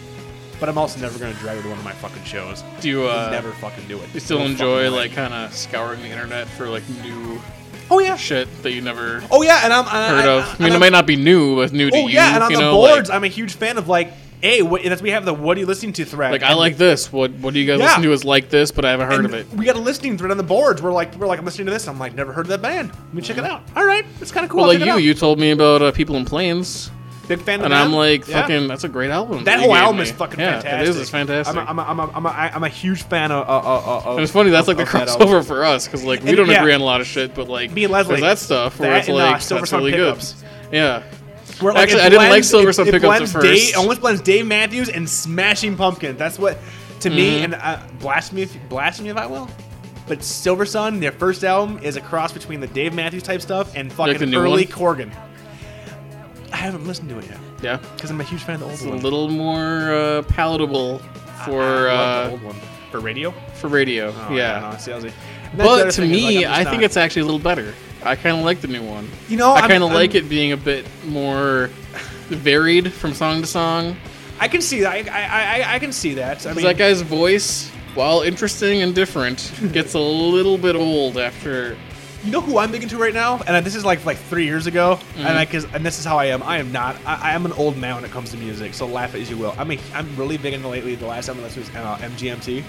But I'm also never gonna drag her to one of my fucking shows.
do you uh,
never fucking do it.
you still
No fucking way.
enjoy like kind of scouring the internet for like new
Oh yeah.
shit that you never
Oh yeah, and I'm and
heard
I,
of? I, mean,
and
it
I'm-
might not be new, but new to
Oh
you.
yeah, and on
you
the
know, like-
boards, I'm a huge fan of like, hey, what, that's we have the what are you listening to thread.
Like I
And-
like this. What what do you guys
Yeah.
listen to is like this, but I haven't heard
and
of it.
We got a listening thread on the boards. We're like, we're like, I'm listening to this. I'm like, never heard of that band. Let me check it out. All right, it's kind of cool. I'll
Mm-hmm. Well, like
check it
you,
out.
you told me about uh, People in Planes,
big fan of
and
them.
I'm like,
Yeah.
fucking, that's a great album.
That
you
whole
gave
album
me.
is fucking
yeah,
fantastic.
It is. It's fantastic.
I'm a, I'm a, I'm a, I'm a, I'm a huge fan of. Uh, uh, uh,
and it's funny. That's like the
of that
crossover for us because like we
And-
don't
yeah.
agree on a lot of shit, but like
Me and Leslie.
there's that stuff where
That
it's
and, uh,
like
Silver
that's
Sun
really
pickups.
good. Yeah.
Where,
Actually,
it
I didn't like
blends-
Silver Sun
it, it
pickups at
blends
first.
Dave, it almost blends Dave Matthews and Smashing Pumpkins. That's what to me
Mm-hmm.
and uh, blasphemy, if, blasphemy if I will. But Silver Sun, their first album, is a cross between the Dave Matthews type stuff and fucking
the new
early Corgan. oh, I haven't listened to it yet
Yeah,
because I'm a huge fan of the old
it's a
one.
little more uh, palatable for
I love
uh,
the old one for radio.
for radio.
Oh,
yeah,
no, see, I was like- and that's the other
but to
thing is, like,
me,
I'm just
I think
not-
it's actually a little better. I kind of like the new one.
You know,
I
I'm-
kind of
I'm-
like it being a bit more varied from song to song.
I can see that. I, I, I, I can see that. I
'Cause
mean,
that guy's voice, while interesting and different, gets a little bit old after.
you know who I'm big into right now, and uh, this is like like three years ago,
Mm-hmm.
and I cause, and this is how I am. I am not. I, I am an old man when it comes to music, so laugh as you will. I'm a, I'm really big into lately. The last time I listened was uh, MGMT.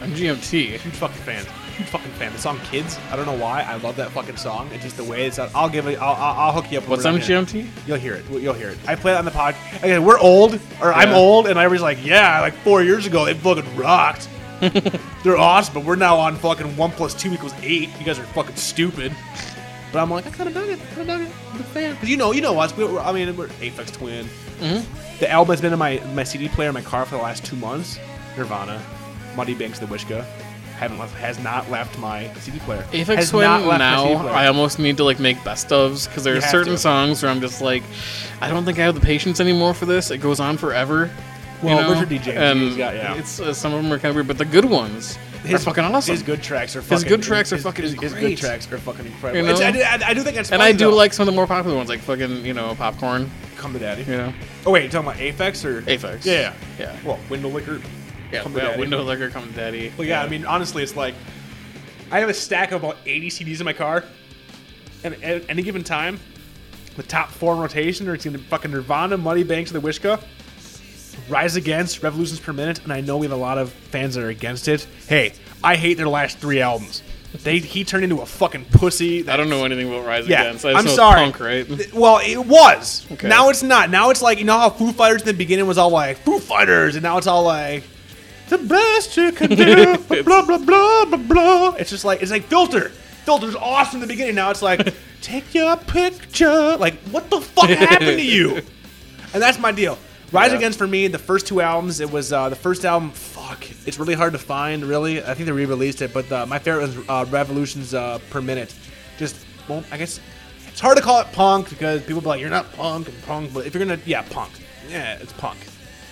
I'm GMT.
Huge fucking fan. Huge fucking fan. The song "Kids." I don't know why. I love that fucking song. It's just the way it's. I'll give it. I'll, I'll, I'll hook you up. when
What's
we're done here.
MGMT?
You'll hear it. You'll hear it. I play it on the pod. Again, we're old, or I'm
Yeah.
old, and everybody's like, yeah, like four years ago, they fucking rocked. They're awesome, but we're now on fucking one plus two equals eight. You guys are fucking stupid. But I'm like, I kind of dug it. I kind of dug it. I'm a fan. 'Cause you know, you know us. We're, we're- I mean, we're Aphex Twin.
Mm-hmm.
The album has been in my, my CD player in my car for the last two months. Nirvana, Muddy Banks, The Wishka. Haven't left, has not left my CD player.
Aphex
has
Twin
not left my CD
now,
player.
I almost need to like make best ofs because there
You
are
have
certain
to.
songs where I'm just like, I don't think I have the patience anymore for this. It goes on forever. you
Well,
know?
Richard D. James,
and
he's got- yeah.
it's uh, some of them are kind of weird, but the good ones are fucking awesome.
His good tracks are fucking.
good tracks are
his-
fucking
His, his
great.
good tracks are fucking incredible.
You know?
It's- I, do- I, I do think that's.
and
funny,
I do
though.
like some of the more popular ones, like fucking you know popcorn.
Come to Daddy.
You know,
Oh wait, you talking about Apex or?
Aphex.
Yeah.
yeah,
Well, Window Liquor.
yeah.
Come to
yeah
Daddy.
Window liquor, come to daddy.
Well, yeah. I mean, honestly, it's like I have a stack of about 80 CDs in my car, and at any given time, the top four in rotation are it's gonna be fucking Nirvana, Muddy Banks, and the Wishka. Rise Against, Revolutions Per Minute, and I know we have a lot of fans that are against it. Hey, I hate their last three albums. They he turned into a fucking pussy.
I don't know anything about Rise
Yeah,
Against. I just
I'm
know it's
sorry.
Punk, right?
Th- Well, it was. Now it's not. Now it's like you know how Foo Fighters in the beginning was all like Foo Fighters, and now it's all like the best you can do. blah blah blah blah blah. It's just like it's like Filter. Filter's awesome in the beginning. Now it's like take your picture. Like what the fuck happened to you? And that's my deal. Rise Against for me, the first two albums. It was uh, the first album. Fuck, it's really hard to find. Really, I think they re-released it, but uh, my favorite was uh, Revolutions uh, Per Minute. Just, well, I guess it's hard to call it punk because people be like, "You're not punk and punk," but if you're gonna, yeah, punk. Yeah, it's punk.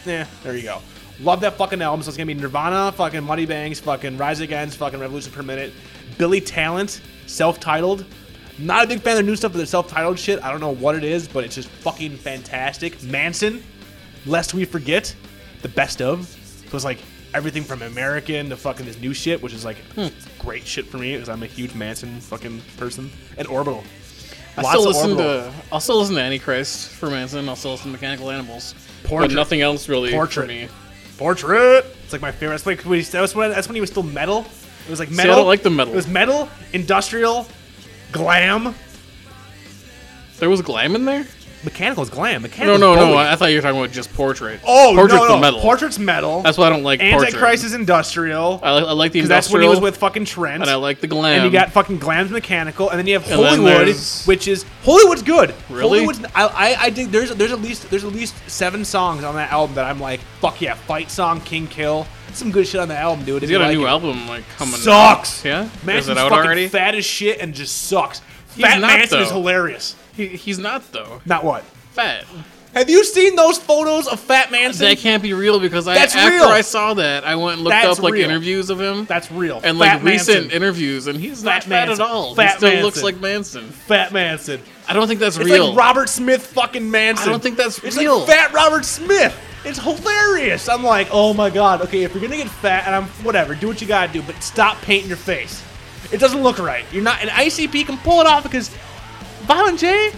Yeah, there you go. Love that fucking album. So it's gonna be Nirvana, fucking Muddy Bangs, fucking Rise Against, fucking Revolution Per Minute, Billy Talent, self-titled. Not a big fan of their new stuff, but their self-titled shit. I don't know what it is, but it's just fucking fantastic. Manson, lest we forget, the best of. So it's like everything from American to fucking this new shit, which is like hmm, great shit for me because I'm a huge Manson fucking person. And Orbital.
I still listen to I'll still listen to Antichrist for Manson. I'll still listen to Mechanical Animals,
Portrait.
but nothing else really
Portrait.
for me.
Portrait. It's like my favorite. That's like when he, that was when that's when he was still metal. It was like metal.
don't like the metal.
It was metal, industrial, glam.
There was glam in there?
Mechanical's glam.
No,
Mechanical's
no, no.
Bowie.
I, I thought you were talking about just Portrait.
Oh,
Portrait's
no, no.
the metal.
Portrait's metal.
That's why I don't like Portrait.
Antichrist is industrial.
I, li- I like the
Because
industrial.
that's when he was with fucking Trent.
and I like the glam.
And you got fucking Glam's Mechanical, and then you have
And then
Hollywood,
there's-
which is Hollywood's good.
Really?
Hollywood's, I, I, I think there's there's at least there's at least seven songs on that album that I'm like, fuck yeah, fight song, King Kill, some good shit on the album, dude. If
He's
you
got a
like
new
it.
album like coming.
Sucks.
Yeah? Is it
Manson's
out
fucking
already?
fat as shit and just sucks. Fat
not,
Manson is
though.
hilarious.
He, he's not though.
Not what?
Fat.
Have you seen those photos of Fat Manson?
That can't be real because I
That's
after
real.
I saw that I went and looked
That's
up like
real.
interviews of him
That's real.
and like
Fat
recent
Manson.
interviews and he's
Fat
not fat
Manson.
at all.
Fat
he still
Manson.
looks like Manson.
Fat Manson.
I don't think that's
It's
real.
like Robert Smith fucking Manson.
I don't think that's
it's
real.
like fat Robert Smith. It's hilarious. I'm like, oh my god. Okay, if you're gonna get fat, and I'm whatever, do what you gotta do, but stop painting your face. It doesn't look right. You're not. An ICP can pull it off because Violent J,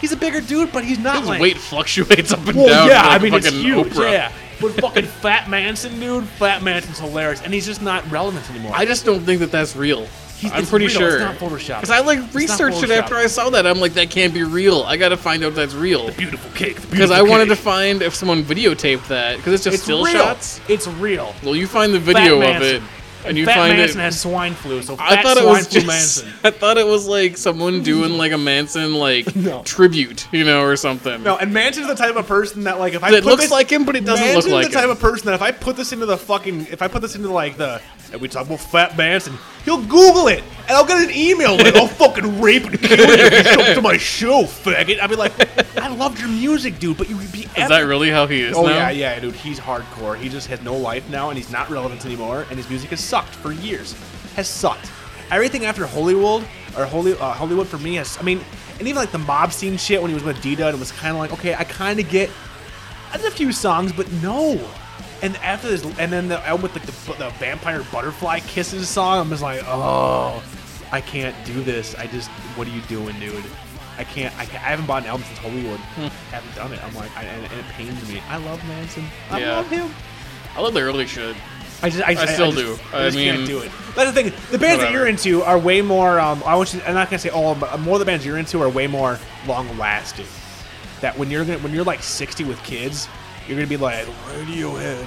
he's a bigger dude, but he's not
His
like.
weight fluctuates up and
well,
down.
yeah.
like
I mean, it's
fucking
huge.
Oprah.
Yeah. But fucking Fat Manson, dude. Fat Manson's hilarious, and he's just not relevant anymore.
I just don't think that that's real.
He's-
I'm
it's
pretty
real,
sure.
It's not Photoshop.
Because I like researched it
Photoshop.
after I saw that. I'm like, that can't be real. I got to find out if that's real.
beautiful cake.
Because I wanted to find if someone videotaped that. Because it's just
It's
still
real.
shots.
It's real.
Well, you find the video
Fat
of it,
Manson.
and you
Fat
find
Manson
it.
has swine flu, so fat
I thought it
swine
was
flu
just.
Manson.
I thought it was like someone doing like a Manson like tribute, you know, or something.
No, and Manson's the type of person that, like, if I
That
put
looks
this,
like him, but it doesn't
Manson's
look like
the type
him.
of person that if I put this into the fucking, if I put this into like the, and we talk about Fat Manson, he'll Google it, and I'll get an email like, "I'll fucking rape and kill you if you come to my show, faggot." I'll be like, "I loved your music, dude, but you would be."
Is that really how he is
Oh
now?
yeah, yeah, dude. He's hardcore. He just has no life now, and he's not relevant anymore. And his music has sucked for years. Has sucked. Everything after Hollywood or Holy, uh, Hollywood for me has. I mean, and even like the mob scene shit when he was with D Dud, it was kind of like, okay, I kind of get. I did a few songs, but no. And after this, and then the album with like the, the vampire butterfly kisses song, I'm just like, oh, I can't do this. I just, what are you doing, dude? I can't. I, can't, I haven't bought an album since Hollywood. haven't done it. I'm like, I, and, and it pains me. I love Manson. I
Yeah.
love him. I
love the early shit.
I just, I, I
still
just-
do.
I,
I
just can't
mean,
do it. That's the thing. The bands that
whatever.
you're into are way more. Um, I want you. I'm not gonna say all, but more of the bands you're into are way more long lasting. That when you're gonna, when you're like 60 with kids, you're gonna be like Radiohead.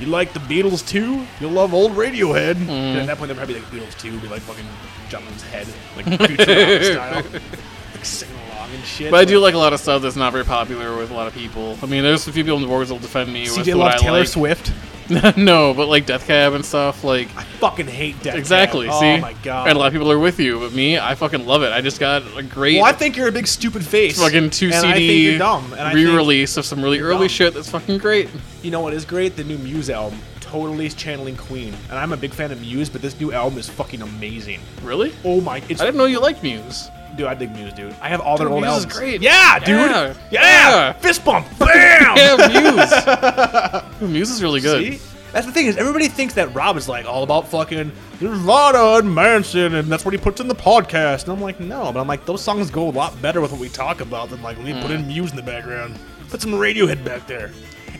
You like the Beatles too? You'll love old Radiohead.
Mm.
And at that point, they'll probably be like Beatles too. Be like fucking Johnson's head, like future style, like singing along and shit.
But I do like a lot of stuff that's not very popular with a lot of people. I mean, there's a few people in the wars will defend me
CJ
with what
loves
I
Taylor
like.
Swift.
no, but like Death Cab and stuff, like
Fucking hate Death. Cab.
exactly. see,
Oh my god.
and a lot of people are with you, but me, I fucking love it. I just got a great
well, I think you're a big stupid face.
fucking two
and
CD
I think you're dumb. And I think-
re-release of some really early
dumb.
shit that's fucking great.
You know what is great? The new Muse album. Totally is channeling Queen. And I'm a big fan of Muse, but this new album is fucking amazing.
Really?
Oh my! It's,
I didn't know you liked Muse.
dude, I dig Muse, dude. I have all their
Dude,
old
Muse is
albums.
great.
Yeah, dude.
Yeah.
Yeah.
Yeah.
Fist bump. Bam.
Yeah, Muse. Muse is really good.
See? That's the thing is everybody thinks that Rob is like all about fucking Nirvana and Manson, and that's what he puts in the podcast. And I'm like, no, but I'm like those songs
Mm.
go a lot better with what we talk about than like when we put in Muse in the background. Put some Radiohead back there.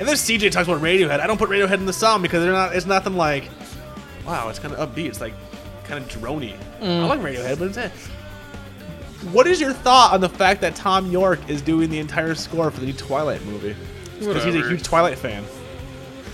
And then CJ talks about Radiohead. I don't put Radiohead in the song because they're not. It's nothing like, wow, it's kind of upbeat. It's like kind of drony.
Mm.
I like Radiohead, but it's eh. What is your thought on the fact that Tom York is doing the entire score for the new Twilight movie? Because he's a
Whatever.
huge Twilight fan.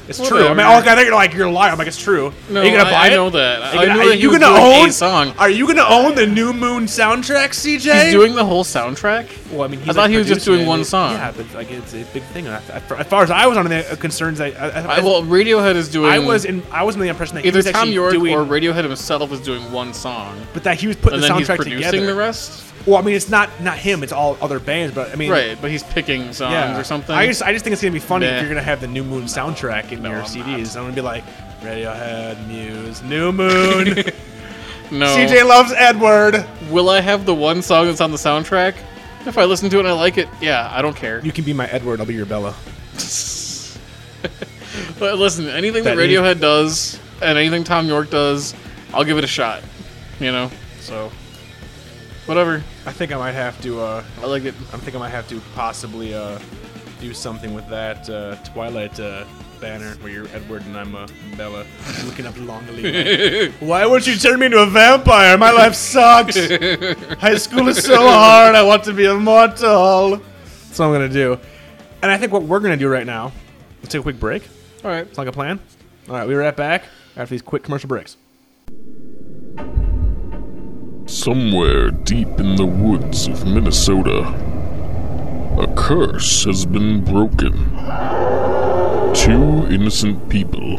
It's true. I
Whatever.
mean, all I think you're like you're a liar. I'm like it's true.
No,
are you gonna
I-
buy
I
it?
know that.
Are you
I
gonna,
know
are
that he
you
was
gonna
doing a
own
song.
Are you gonna own the New Moon soundtrack, CJ?
He's doing the whole soundtrack.
Well, I mean, he's
I thought
like
he was just
producing
doing
it.
one song.
Yeah, but like it's a big thing. I, I, as far as I was on the uh, concerns, I I, I,
I, well, Radiohead is doing.
I was in I was in the impression that he
either
was
Tom
actually
York
doing,
or Radiohead himself is doing one song,
but that he was putting
and
the
then he's
soundtrack
producing
together.
the rest.
well, I mean, it's not not him; it's all other bands. But I mean,
Right, but he's picking songs
yeah,
or something.
I just I just think it's gonna be funny
Nah.
if you're gonna have the New Moon soundtrack in your
I'm
CDs. I'm gonna be like Radiohead, Muse, New Moon.
no.
CJ loves Edward.
Will I have the one song that's on the soundtrack? If I listen to it and I like it, yeah, I don't care.
You can be my Edward. I'll be your Bella.
But listen, anything that,
That is-
Radiohead does and anything Tom York does, I'll give it a shot. You know,
So
whatever.
I think I might have to. uh
I like it.
I'm thinking I might have to possibly uh, do something with that uh, Twilight uh, banner where you're Edward and I'm uh, Bella looking up longly. like, Why won't you turn me into a vampire? My life sucks. High school is so hard. I want to be immortal. That's what I'm gonna do. And I think what we're gonna do right now, let's take a quick break.
All right.
It's like a plan. All right, we right back after these quick commercial breaks.
Somewhere deep in the woods of Minnesota, a curse has been broken. Two innocent people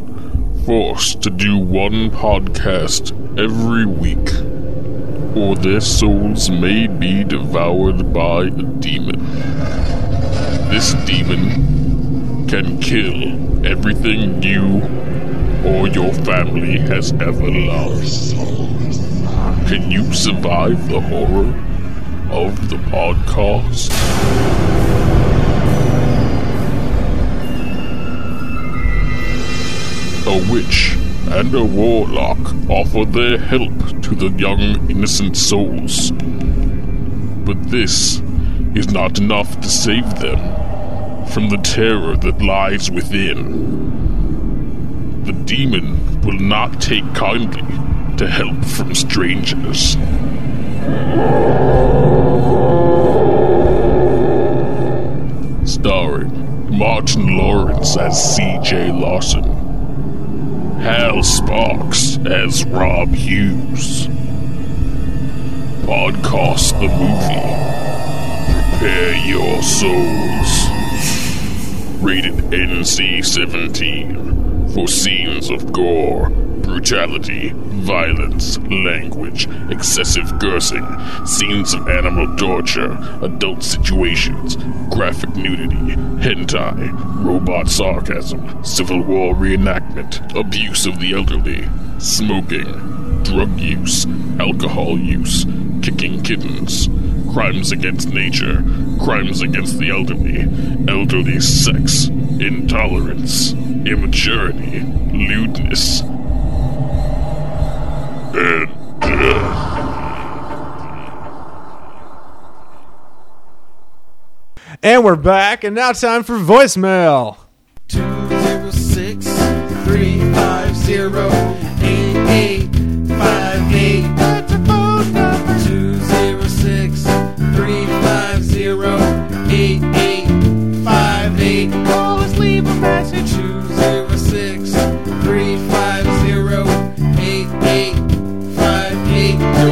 forced to do one podcast every week, or their souls may be devoured by a demon. This demon can kill everything you or your family has ever loved. Can you survive the horror of the podcast? A witch and a warlock offer their help to the young innocent souls. But this is not enough to save them from the terror that lies within. The demon will not take kindly to help from strangers. Starring Martin Lawrence as CJ Lawson, Hal Sparks as Rob Hughes. Podcast the movie. Prepare your souls. Rated NC 17 for scenes of gore, brutality, violence, language, excessive cursing, scenes of animal torture, adult situations, graphic nudity, hentai, robot sarcasm, Civil War reenactment, abuse of the elderly, smoking, drug use, alcohol use, kicking kittens, crimes against nature, crimes against the elderly, elderly sex, intolerance, immaturity, lewdness, and death.
And we're back, and now time for voicemail.
206 350 8858. That's a phone number. 206 350 8858. Call us, leave a message. 206 350 8858. Don't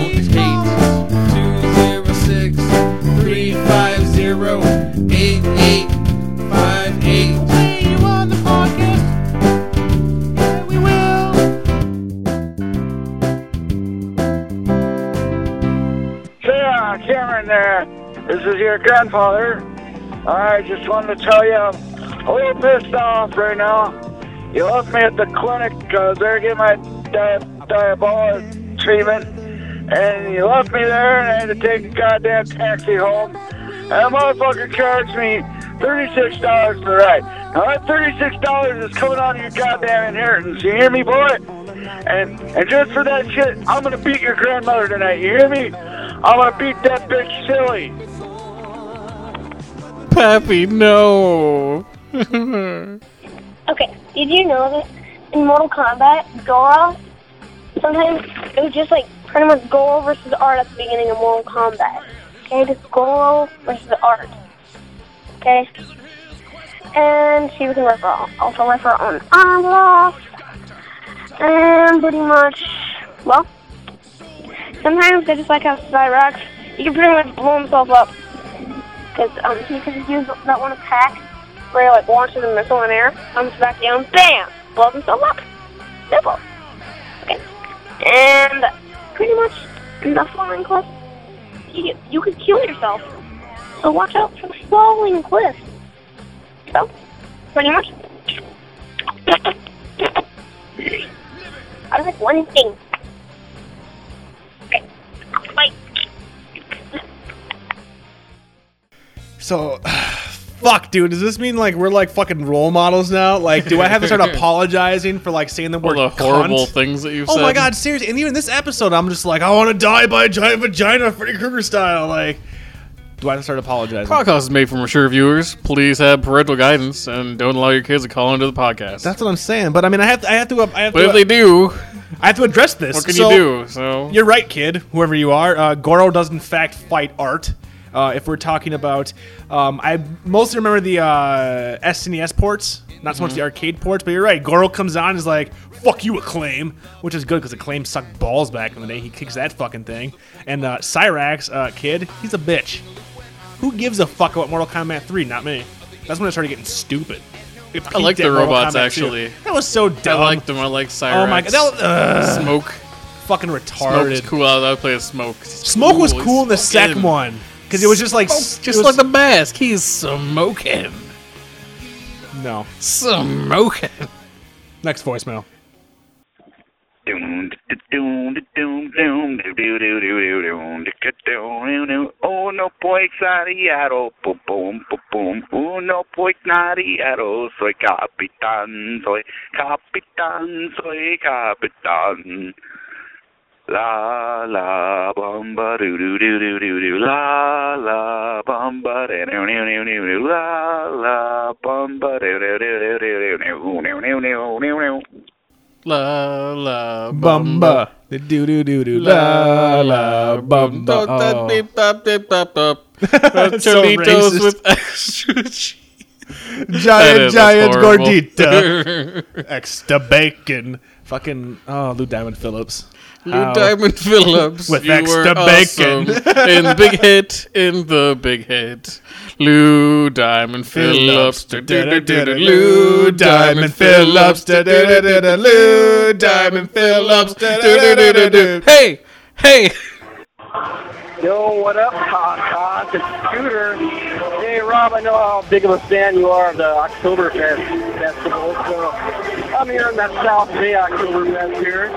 hate. 206 350 8858. We'll play you on the podcast. Yeah, we will.
Yeah, Cameron there. This is your grandfather. I just wanted to tell you I'm a little pissed off right now. You left me at the clinic uh, because they're getting my di- diabolic treatment. And you left me there and I had to take a goddamn taxi home. And that motherfucker charged me $36 for the ride. Now that $36 is coming out of your goddamn inheritance. You hear me, boy? And and just for that shit, I'm gonna beat your grandmother tonight. You hear me? I'm gonna beat that bitch silly.
Pappy, no.
Okay, did you know that in Mortal Kombat, Gora, sometimes it was just like pretty much Goro versus Art at the beginning of Mortal Kombat. Okay, just Goro versus Art. Okay? And she was a rip her, also rip her own arm off. And pretty much, well, sometimes they just like have side rocks. He can pretty much blow himself up. Because um, he could just use that one attack where he like launches a missile in air, comes back down, bam! Blows himself up. Simple. Okay. And pretty much in the falling cliff, you, you could kill yourself. So watch out for the falling cliff. So, pretty much. I was like one thing. Okay. Bye.
So, fuck, dude. Does this mean like we're like fucking role models now? Like, do I have to start apologizing for like saying the
All
word
the horrible
cunt?
things that you've
Oh
said.
my god, seriously! And even this episode, I'm just like, I want to die by a giant vagina, Freddy Krueger style. Like, do I have to start apologizing?
Podcast is made for mature viewers. Please have parental guidance and don't allow your kids to call into the podcast.
That's what I'm saying. But I mean, I have to, I have to, I have
but
to,
if they do,
I have to address this.
what can
So-
you do? So
You're right, kid. Whoever you are, uh, Goro does in fact fight art. Uh, if we're talking about, um, I mostly remember the uh, SNES ports, not so much the
Mm-hmm.
arcade ports. But you're right. Goro comes on and is like, "Fuck you, Acclaim," which is good because Acclaim sucked balls back in the day. He kicks that fucking thing. And uh, Cyrax, uh, kid, he's a bitch. Who gives a fuck about Mortal Kombat 3? Not me. That's when I started getting stupid.
I like the robots, actually.
That was so
I
dumb.
liked them. I liked Cyrax.
oh my god, that was, ugh,
Smoke.
fucking
Smoke
retarded.
was cool. I would play as Smoke.
Smoke was cool in the
Smoking.
second one because it was just like s- it
Just
was-
like the mask. He's smoking.
no
Smoking.
next voicemail.
Doom, da- doom, da- doom, doom, doo- doo- doo- doo- doo- doom, da- ca- doom, doo- doo. Uno poi sariaro, pum, pum, pum, pum. Uno poi nariaro, soy capitán, soy capitán, soy capitán. La la bamba doo doo doo doo doo doo la la bamba doo doo doo doo doo la la bamba doo doo doo doo doo doo doo doo doo doo doo.
La la
Bumba the doo doo doo doo la
La,
la bumba.
Don't
Oh.
beep, bop, beep, bop, bop.
So
Cholitos
racist.
with extra cheese. That
Giant
is
giant
horrible.
gordita extra bacon. Fucking oh Lou Diamond Phillips.
Lou Diamond Phillips
With
you were
extra bacon.
awesome. in the big hit, in the big hit. Lou Diamond
Phillips.
Phillips, do- do- do- do- do-
Lou Diamond Phillips. Da-da-da-da-da. Lou Diamond Phillips.
do- do- do- do- do.
Da-da-da-da-da.
Hey, hey,
Yo, what up, Hot Hot? It's Scooter. Hey, Rob, I know how big of a fan you are of the Oktoberfest Festival, so I'm here in that South Bay Oktoberfest here.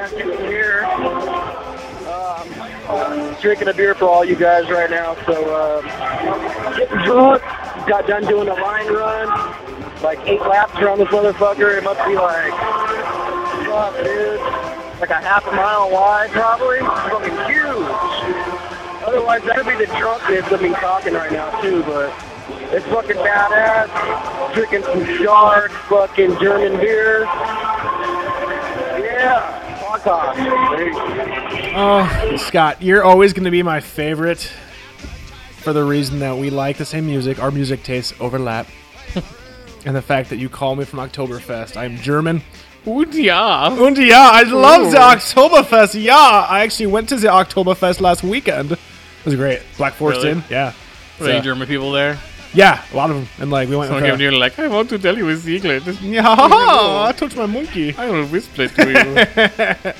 Happy to be here. Um, I'm drinking a beer for all you guys right now, so uh, getting drunk. Got done doing the line run. Like eight laps around this motherfucker. It must be like, fuck, dude. Like a half a mile wide, probably. Fucking huge. Otherwise, that would be the drunk kids that be talking right now, too, but it's fucking badass. Drinking some shark, fucking German beer. Yeah, fuck off.
Oh, Scott, you're always going to be my favorite for the reason that we like the same music. Our music tastes overlap. and the fact that you call me from Oktoberfest. I'm German.
Und ja.
Und ja, I love the
Ooh.
Oktoberfest. Yeah, I actually went to the Oktoberfest last weekend. It was great. Black Forest
Really?
in. Yeah. Oh
Were any German people there?
Yeah, a lot of them. And like, we went
Someone
with
came to you and like, I want to tell you a secret.
Yeah, ha, ha, ha, I touched my monkey.
I will whisper it to you.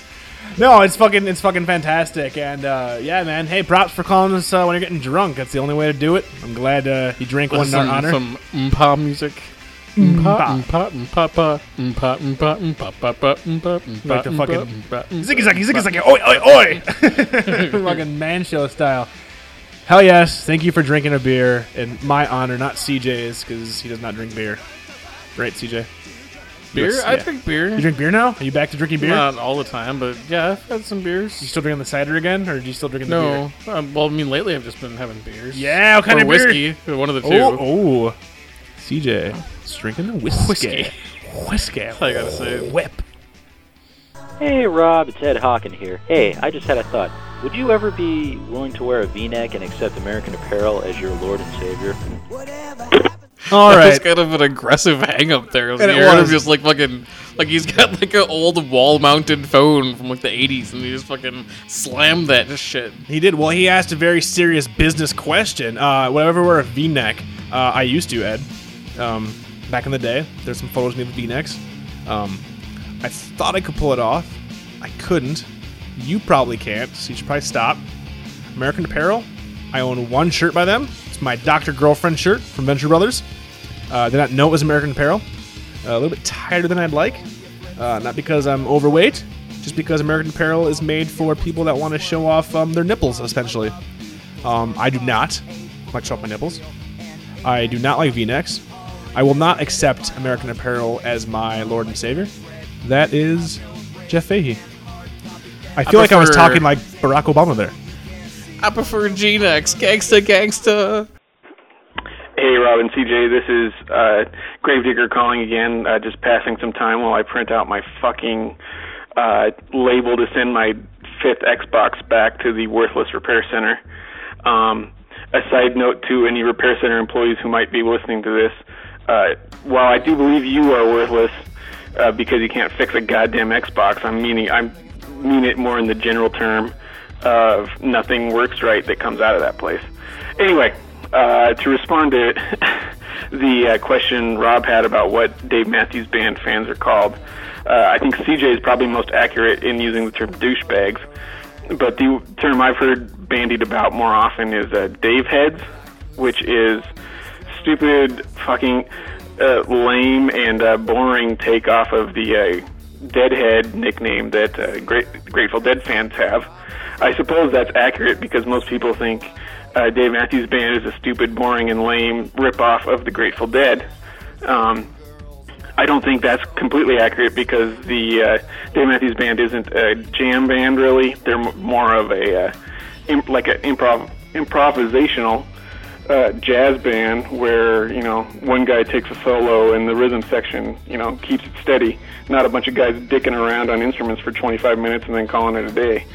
No, it's fucking it's fucking fantastic, and uh, yeah, man. Hey, props for calling us uh, when you're getting drunk. That's the only way to do it. I'm glad uh, you drank one in our
some,
honor.
some mpa music.
Mpa.
Mpa, mpa, mpa, pa. mpa, mpa, mpa, pa, pa, mpa, mpa,
Like the
mpa,
fucking-
mpa, mpa.
Ziggy zaggy, ziggy zaggy, oi oi oi! fucking man show style. Hell yes, thank you for drinking a beer in my honor, not CJ's because he does not drink beer. Right, CJ?
beer.
Yes,
I
yeah. You
drink beer. Um,
drink beer now? Are you back to drinking beer?
Not all the time, but yeah, I've had some
you
beers.
still drinking the cider again, or do you still drinking the beer?
No, uh, um, well, I mean, lately I've just been having beers.
Yeah, what kind
or
of
whiskey, one of the two.
Beer? Oh, oh,
CJ, is drinking the whiskey.
Whiskey.
I gotta say.
Whip.
Hey, Rob, it's Ed Hawken here. Hey, I just had a thought. Would you ever be willing to wear a V-neck and accept American Apparel as your Lord and Savior?
All
That was
right.
kind of an aggressive hang up there.
And it
You're
was.
just like fucking like he's got like an old wall mounted phone from like the 80s and he just fucking slammed that shit.
He did. Well, he asked a very serious business question. Uh, whatever wear a V-neck, uh, I used to, Ed. Um, back in the day, there's some photos of me with V-necks. Um, I thought I could pull it off. I couldn't. You probably can't, so you should probably stop. American Apparel. I own one shirt by them. It's my Doctor Girlfriend shirt from Venture Brothers. Uh, did not know it was American Apparel. Uh, a little bit tighter than I'd like. Uh, not because I'm overweight, just because American Apparel is made for people that want to show off um, their nipples, essentially. Um, I do not like to show off my nipples. I do not like V-necks. I will not accept American Apparel as my Lord and Savior. That is Jeff Fahey. I feel like I was
prefer-
talking like Barack Obama there.
I prefer G-Nex, gangsta gangsta.
Hey, Rob and CJ, this is uh, Gravedigger calling again. Uh, just passing some time while I print out my fucking uh, label to send my fifth Xbox back to the worthless repair center. Um, a side note to any repair center employees who might be listening to this: uh, while I do believe you are worthless uh, because you can't fix a goddamn Xbox, I'm meaning I mean it more in the general term of nothing works right that comes out of that place. Anyway, uh, to respond to the uh, question Rob had about what Dave Matthews Band fans are called, uh, I think CJ is probably most accurate in using the term douchebags. But the term I've heard bandied about more often is uh, Dave heads, which is stupid, fucking uh, lame, and uh, boring take off of the uh, Deadhead nickname that uh, Great, Grateful Dead fans have. I suppose that's accurate because most people think uh, Dave Matthews Band is a stupid, boring, and lame ripoff of the Grateful Dead. Um, I don't think that's completely accurate because the uh, Dave Matthews Band isn't a jam band really. They're m- more of a uh, imp- like an improv improvisational uh, jazz band where you know one guy takes a solo and the rhythm section you know keeps it steady, not a bunch of guys dicking around on instruments for 25 minutes and then calling it a day.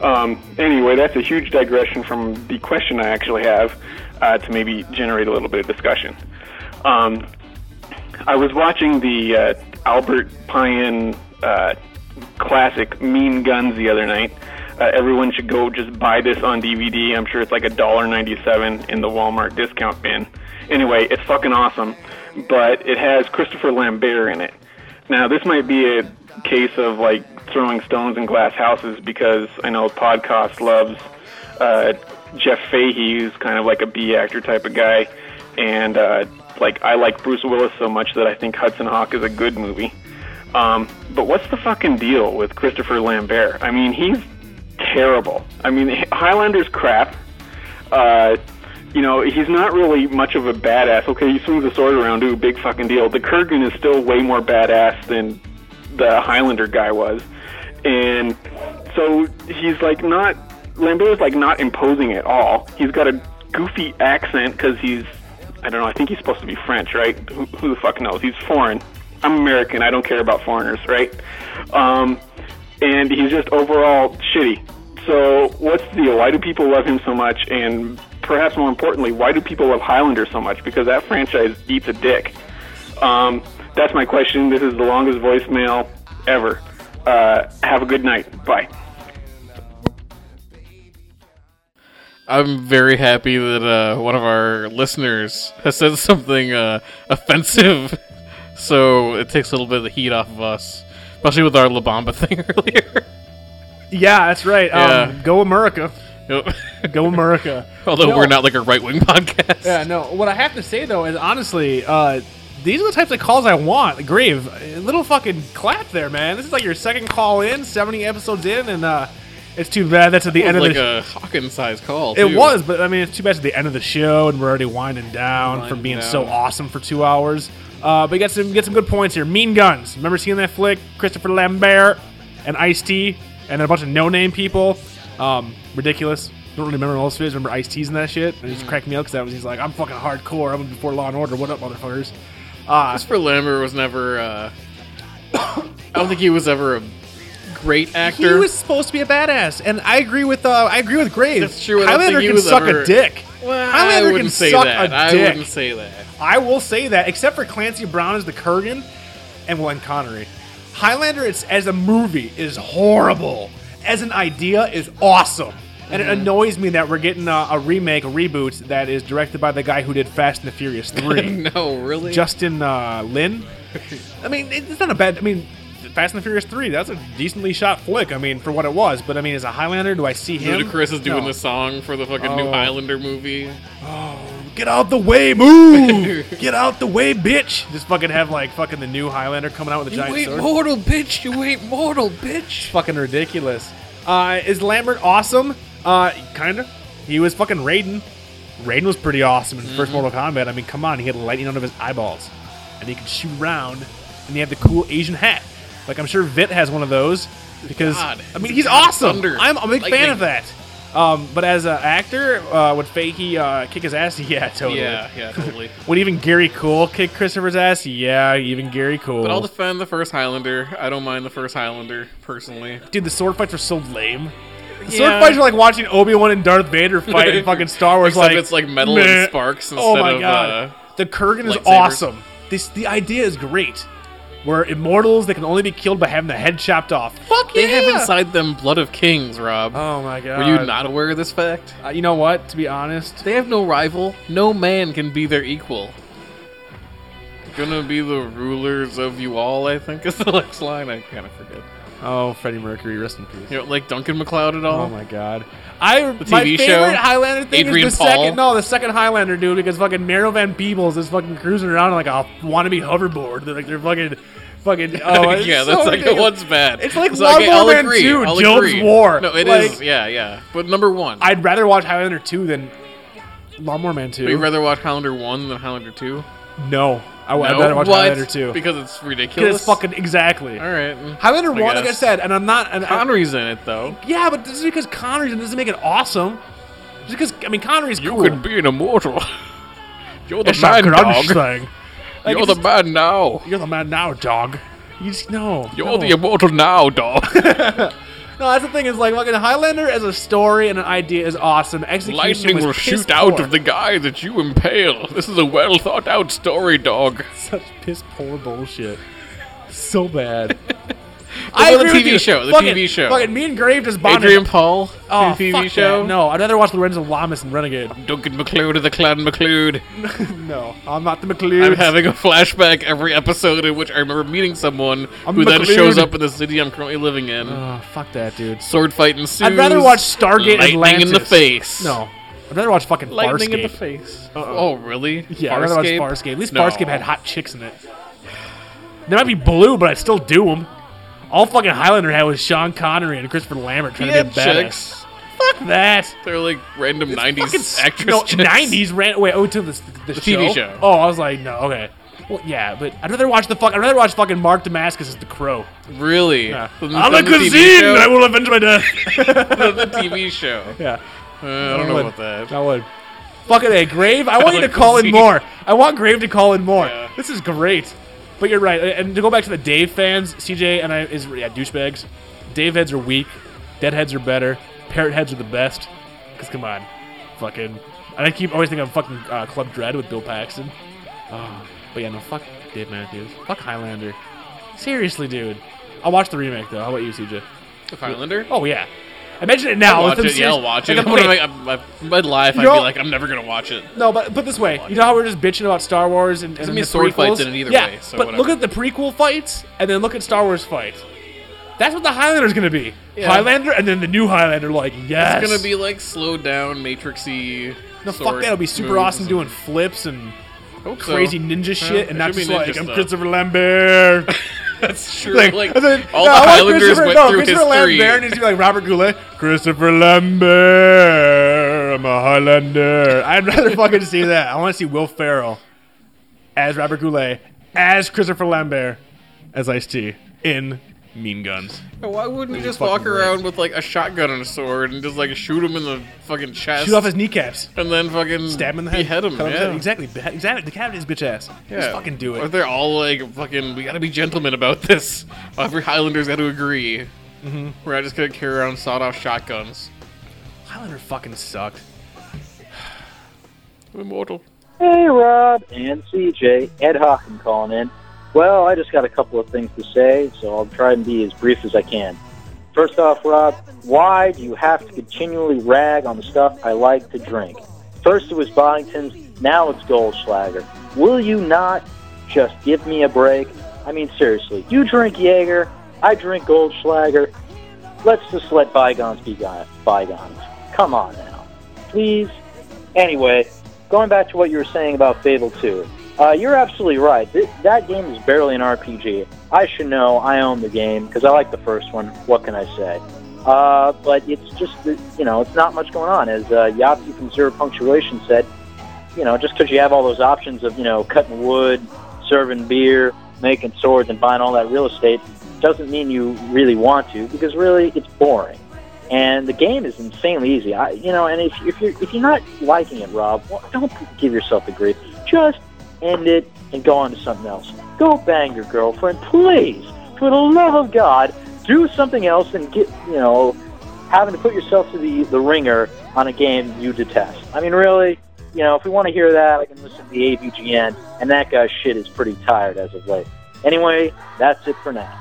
Um, anyway, that's a huge digression from the question I actually have uh, to maybe generate a little bit of discussion. Um, I was watching the uh, Albert Payan uh, classic Mean Guns the other night. Uh, everyone should go just buy this on DVD. I'm sure it's like a dollar ninety-seven in the Walmart discount bin. Anyway, it's fucking awesome, but it has Christopher Lambert in it. Now, this might be a case of like throwing stones in glass houses because I know podcast loves uh, Jeff Fahey, who's kind of like a B actor type of guy, and uh, like I like Bruce Willis so much that I think Hudson Hawk is a good movie. Um, but what's the fucking deal with Christopher Lambert? I mean, he's terrible. I mean, Highlander's crap. Uh, you know, he's not really much of a badass. Okay, he swings a sword around, ooh, big fucking deal. The Kurgan is still way more badass than the Highlander guy was. And so he's like not, Lambert is like not imposing at all. He's got a goofy accent because he's, I don't know, I think he's supposed to be French, right? Who, who the fuck knows? He's foreign. I'm American. I don't care about foreigners, right? Um, and he's just overall shitty. So what's the deal? Why do people love him so much? And perhaps more importantly, why do people love Highlander so much? Because that franchise eats a dick. Um, that's my question. This is the longest voicemail ever. Uh, have a good night. Bye.
I'm very happy that uh, one of our listeners has said something uh, offensive, so it takes a little bit of the heat off of us, especially with our La Bamba thing earlier.
Yeah, that's right.
Yeah.
Um, go America.
Yep.
Go America.
Although
No.
we're not like a right wing podcast.
Yeah, no. What I have to say though is honestly, uh, these are the types of calls I want. Grave, a little fucking clap there, man. This is like your second call in, seventy episodes in, and uh, it's too bad that's at the
It
end
was
of
like
the.
a Hawkins size call.
it
too.
was, but I mean, it's too bad it's at the end of the show, and we're already winding down from
Winding
being so
down.
awesome for two hours. Uh, but you got some get some good points here. Mean Guns. Remember seeing that flick? Christopher Lambert and Ice T, and a bunch of no name people. Um, ridiculous. don't really remember most of it. I just remember Ice T's and that shit. And it just cracked me up because that was he's like, I'm fucking hardcore. I'm before Law and Order. What up, motherfuckers? Uh,
Christopher Lambert was never. Uh, I don't think he was ever a great actor.
He was supposed to be a badass, and I agree with uh, I agree with Graves.
That's true. I don't
Highlander
think he
can
was
suck
ever-
a dick.
Well, I
Highlander can
wouldn't say
suck
that.
a
I
dick.
wouldn't say that.
I will say that, except for Clancy Brown as the Kurgan and Glenn Connery. Highlander it's, as a movie is horrible. As an idea is awesome. And it
Mhm.
annoys me that we're getting a, a remake, a reboot that is directed by the guy who did Fast and the Furious 3.
no, really?
Justin uh, Lin. I mean, it- it's not a bad. I mean, Fast and the Furious 3, that's a decently shot flick, I mean, for what it was. But I mean, as a Highlander, do I see him?
Ludacris is doing
No.
the song for the fucking new
Oh.
Highlander movie.
Get out the way, move! Get out the way, bitch! Just fucking have like fucking the new Highlander coming out with a
You
giant
ain't
sword.
mortal, bitch. You ain't mortal, bitch.
It's fucking ridiculous. Uh, is Lambert awesome? Uh, kinda. He was fucking Raiden. Raiden was pretty awesome in
Mm-hmm.
first Mortal Kombat. I mean, come on, he had lightning out of his eyeballs, and he could shoot around, and he had the cool Asian hat. Like I'm sure Vit has one of those because
God.
I mean he's
God of
awesome.
thunder.
I'm a big fan
Lightning.
of that. Um, but as an actor, uh, would Fakey uh, kick his ass? Yeah, totally.
Yeah, yeah, totally.
Would even Gary Cool kick Christopher's ass? Yeah, even Gary Cool.
But I'll defend the first Highlander. I don't mind the first Highlander personally.
Dude, the sword fights are so lame. The sword
Yeah.
fights are like watching Obi Wan and Darth Vader fight in fucking Star Wars.
Except
like
it's like metal and
meh.
sparks
Oh
instead
my
of,
god,
uh,
the Kurgan is
lightsabers.
awesome. This the idea is great. We're immortals that can only be killed by having the head chopped off. Fuck
They
yeah!
have inside them blood of kings, Rob.
Oh my god!
Were you not aware of this fact?
Uh, you know what? To be honest,
They have no rival. No man can be their equal. Gonna be the rulers of you all, I think is the next line. I kind of forget.
oh Freddie Mercury, rest in peace.
You don't like Duncan McLeod at all?
Oh my god! I my
TV
favorite
show?
Highlander thing
Adrian
is the
Paul?
second no the second Highlander dude because fucking Mario Van Peebles is fucking cruising around like a wannabe hoverboard. They're like they're fucking fucking oh it's
yeah,
so
that's like the
ridiculous.
one's bad.
It's like
So, okay,
Lawnmower
I'll
Man
agree,
2,
I'll
Job's
agree.
War.
No, it is.
Like-
Yeah, yeah. But number one,
I'd rather watch Highlander two than Lawnmower Man
would you
two.
rather watch Highlander one than Highlander two?
no, I, would
No?
rather watch
What?
Highlander two
because it's ridiculous.
because it's fucking exactly.
All right.
Highlander
I
one, like I
guess.
said, and I'm not. And I-
Connery's in it though.
yeah, but this is because Connery's and doesn't make it awesome. Just because I mean Connery's
You
cool.
could be an immortal. You're the
it's not
man,
grunge
dog.
thing. Like,
You're
it's
the man now.
You're the man now, dog. You just no.
You're
no.
the immortal now, dog.
no. That's the thing is like fucking Highlander as a story and an idea is awesome. Execution
Lightning
was
will
piss
shoot out
poor.
of the guy that you impale. This is a well thought out story, dog.
Such piss poor bullshit. So bad.
about the
agree with
TV
you.
show, the
Fucking-
TV show.
Fucking me and Grave just bonded.
Adrian Paul,
oh,
TV
fuck
show.
that. No, I'd rather watch Lorenzo Lamas and Renegade.
Duncan McLeod of the Clan McLeod.
no, I'm not the McLeod.
I'm having a flashback every episode in which I remember meeting someone
I'm
who then
McLeod.
shows up in the city I'm currently living in.
Oh, fuck that, dude.
Sword fight ensues.
I'd rather watch Stargate
Lightning
Atlantis.
in the face.
No, I'd rather watch fucking
Lightning in the
Farscape.
face. Oh, really?
Yeah, I'd rather watch
Farscape?
Farscape. At least
No.
Farscape had hot chicks in it. They might be blue, but I still do them. All fucking Highlander had was Sean Connery and Christopher Lambert
He
trying to
had
be badass.
chicks.
Fuck that.
They're like random
Fucking
90s
s-
actress
No,
chicks.
90s ran away. Oh, to the, the,
The TV show.
Oh, I was like, no, okay. Well, yeah, but I'd rather watch the fuck. I'd rather watch fucking Mark Damascus as the Crow.
Really?
Yeah.
Than-
I'm a
than the TV
cuisine.
show?
I will avenge my death.
Than the TV show.
yeah,
Uh, I don't know about that.
I would. Fucking a grave. I want you to
Like,
call in
see.
more. I want Grave to call in more.
Yeah.
This is great. But you're right. And to go back to the Dave fans, CJ and I is yeah douchebags. Dave heads are weak. Deadheads are better. Parrot heads are the best. Cause come on, fucking. And I keep always thinking of fucking uh, Club Dread with Bill Paxton. Oh, but yeah, no fuck Dave Matthews. Fuck Highlander. Seriously, dude. I'll watch the remake though. How about you, CJ?
The Highlander?
Oh yeah. I mentioned it now.
I'll watch
with them
it. Yeah, I'll
serious-
watch
like, I'm- wait,
it. What am I- I'm- I'm- my life, I'd be
You're-
like, I'm never gonna watch it.
no, but put this way, you know how we we're just bitching about Star Wars and, and
Doesn't mean
the
sword
prequels?
fights in it either
yeah,
way, so
but look
whatever.
at the prequel fights and then look at Star Wars fights. That's what the Highlander's gonna be.
Yeah.
Highlander and then the new Highlander, like yes,
It's gonna be like slowed down, matrixy.
no fuck
sword
that. It'll be super
moves
awesome
and-
doing flips and
Hope so.
crazy ninja
Yeah,
shit,
it
and not
should be
just like
ninja
I'm
stuff.
Christopher Lambert.
That's true.
like,
Like,
I said,
all
no, I
the
want
Highlanders
Christopher-
went
no,
through
Christopher
history.
Lambert needs to be like Robert Goulet. Christopher Lambert, I'm a Highlander. I'd rather fucking see that. I want to see Will Ferrell as Robert Goulet, as Christopher Lambert, as Ice T in Mean Guns.
Why wouldn't you
They're
just walk
fucking
around with like a shotgun and a sword and just like shoot him in the fucking chest?
Shoot off his kneecaps.
and then fucking
Stab him in the head.
Behead him.
Cut off his
yeah.
head. Exactly. Behe- Exactly. Decapitate his bitch ass.
Yeah.
Just fucking do it.
Or they're all like fucking. We gotta be gentlemen about this. Every Highlander's got to agree.
Mhm.
We're not just gonna carry around sawed-off shotguns.
Highlander fucking sucked.
Immortal.
Hey, Rob and CJ, Ed Hawken calling in. Well, I just got a couple of things to say, so I'll try and be as brief as I can. First off, Rob, why do you have to continually rag on the stuff I like to drink? First it was Boddington's, now it's Goldschlager. Will you not just give me a break? I mean, seriously, you drink Jaeger, I drink Goldschlager. Let's just let bygones be gone- bygones. Come on now. Please? Anyway, going back to what you were saying about Fable 2, uh, you're absolutely right. Th- that game is barely an RPG. I should know. I own the game because I like the first one. What can I say? Uh, but it's just, that, you know, it's not much going on. As uh, Yapti from Zero Punctuation said, you know, just because you have all those options of, you know, cutting wood, serving beer, making swords, and buying all that real estate doesn't mean you really want to because really it's boring and the game is insanely easy. I, you know, and if, if you're if you're not liking it, Rob, well, don't give yourself the grief. Just end it and go on to something else. Go bang your girlfriend, please. For the love of God, do something else and get you know having to put yourself to the the ringer on a game you detest. I mean, really, you know, if we want to hear that, I can listen to the ABGN, and that guy's shit is pretty tired as of late. Anyway, that's it for now.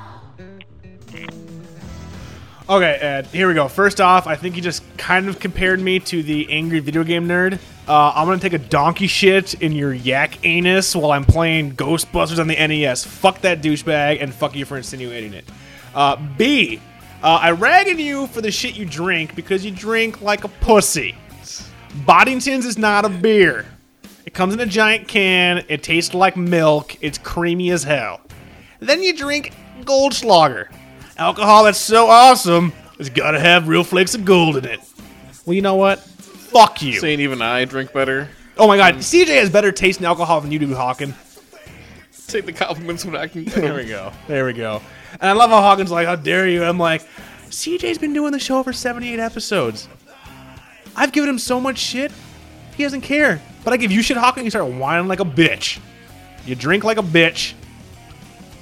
Okay, Ed, here we go. First off, I think you just kind of compared me to the angry video game nerd. Uh, I'm gonna take a donkey shit in your yak anus while I'm playing Ghostbusters on the NES. Fuck that douchebag, and fuck you for insinuating it. Uh, B, uh, I ragged you for the shit you drink because you drink like a pussy. Boddington's is not a beer. It comes in a giant can. It tastes like milk. It's creamy as hell. Then you drink Goldschlager. Alcohol that's so awesome, it's gotta have real flakes of gold in it. Well, you know what? Fuck you.
Saying even I drink better.
Oh my god, CJ has better taste in alcohol than you do, Hawken.
Take the compliments when I can.
There we go. There we go. And I love how Hawkins like, how dare you? I'm like, CJ's been doing the show for 78 episodes. I've given him so much shit, he doesn't care. But I give you shit, Hawkins, you start whining like a bitch. You drink like a bitch.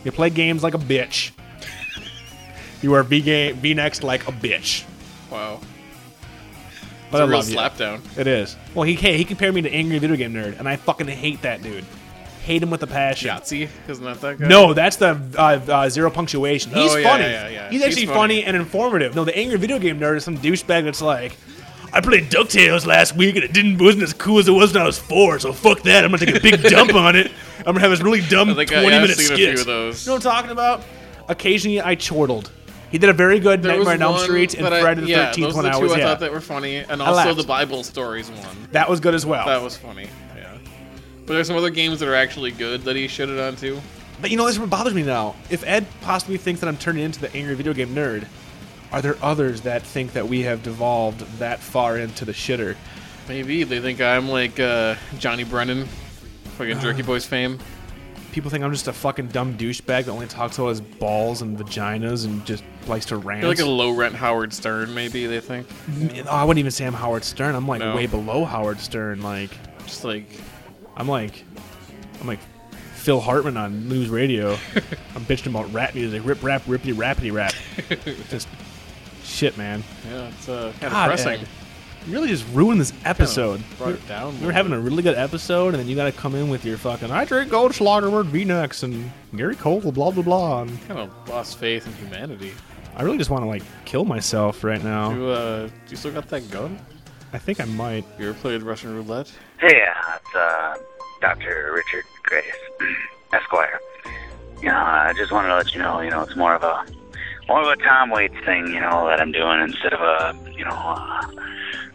You play games like a bitch. you wear V game V next like a bitch.
Wow.
But
It's a
I
real
love you.
slapdown.
It is. Well, he hey, he compared me to angry video game nerd, and I fucking hate that dude. Hate him with a passion.
Yahtzee, isn't that that guy?
No, that's the uh, uh, zero punctuation. He's
Oh, yeah,
funny.
yeah, yeah.
He's
He's
actually
funny.
funny. and informative. No, the angry video game nerd is some douchebag that's like, I played Ducktales last week and it didn't wasn't as cool as it was when I was four. So fuck that. I'm gonna take a big dump on it. I'm gonna have this really dumb
I
twenty
think I- uh, yeah, I've
minute
seen a
skit.
few of those.
You know what I'm talking about? Occasionally, I chortled. He did a very good
There was
Nightmare on Elm
one
Street and
that I-
Friday the
yeah,
13th
those
when
are the
I
two
was
I
yeah.
thought that were funny, and
I
also
laughed.
the Bible stories one.
That was good as well.
That was funny. Yeah. But there's some other games that are actually good that he shitted on too.
But you know, this is what bothers me now. If Ed possibly thinks that I'm turning into the angry video game nerd, are there others that think that we have devolved that far into the shitter?
Maybe they think I'm like uh, Johnny Brennan, fucking Jerky Boys fame.
People think I'm just a fucking dumb douchebag that only talks about his balls and vaginas and just likes to rant.
You're like a low rent Howard Stern, maybe they think.
Mm, I wouldn't even say I'm Howard Stern. I'm like
No.
way below Howard Stern. Like,
just like,
I'm like, I'm like Phil Hartman on news radio. I'm bitching about rap music, rip rap, rippity rappity rap. just shit, man.
Yeah, it's uh, kind
God,
of depressing.
Ed, you really just ruined this episode.
brought it down a
We
little
were having a really good episode, and then you got to come in with your fucking I drink Goldschlager with V-necks and Gary Cole, blah blah blah. And
Kind of lost faith in humanity.
I really just want to like kill myself right now.
You uh, you still got that gun?
I think I might.
You ever played Russian roulette?
Hey, uh, it's uh, Dr. Richard Grace, Esquire. You know, I just wanted to let you know, you know, it's more of a more of a Tom Waits thing, you know, that I'm doing instead of a, you know, uh,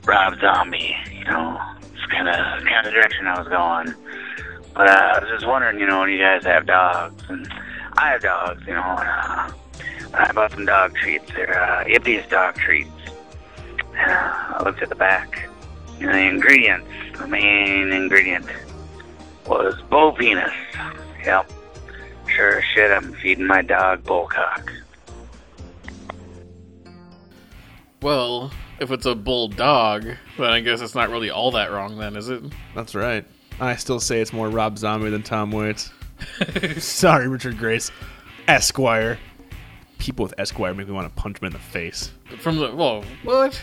Rob Zombie, you know, it's kind of kind of direction I was going. But uh, I was just wondering, you know, when you guys have dogs, and I have dogs, you know, and uh, I bought some dog treats. They're uh, Yippie's dog treats. And, uh, I looked at the back, and the ingredients, the main ingredient, was bull penis. Yep. Sure as shit, I'm feeding my dog bull cock.
Well, if it's a bulldog, then I guess it's not really all that wrong, then, is it?
That's right. I still say it's more Rob Zombie than Tom Waits. Sorry, Richard Grace. Esquire. People with Esquire make me want to punch them in the face.
From the well, what?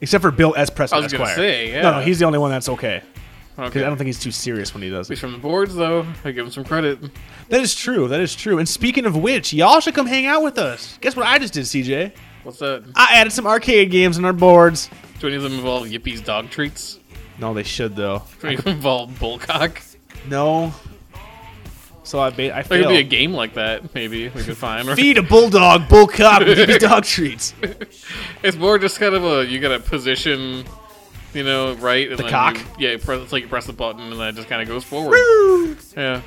Except for Bill S. Preston
I was gonna
Esquire.
say, yeah.
No, no, he's the only one that's okay. 'Cause
Okay.
I don't think he's too serious when he does it.
He's from the boards, though. I give him some credit.
That is true. That is true. And speaking of which, y'all should come hang out with us. Guess what I just did, CJ?
What's that?
I added some arcade games on our boards.
Do any of them involve Yippie's dog treats?
No, they should though.
Do any of them involve bullcock?
No. So I ba- I
There could be a
failed.
game like that. Maybe we could find. Or
Feed a bulldog, bull cop, and give me dog treats.
It's more just kind of a you got to position, you know, right. And
The
then
cock?
You, yeah, press, it's like you press the button and then it just kind of goes forward. Yeah.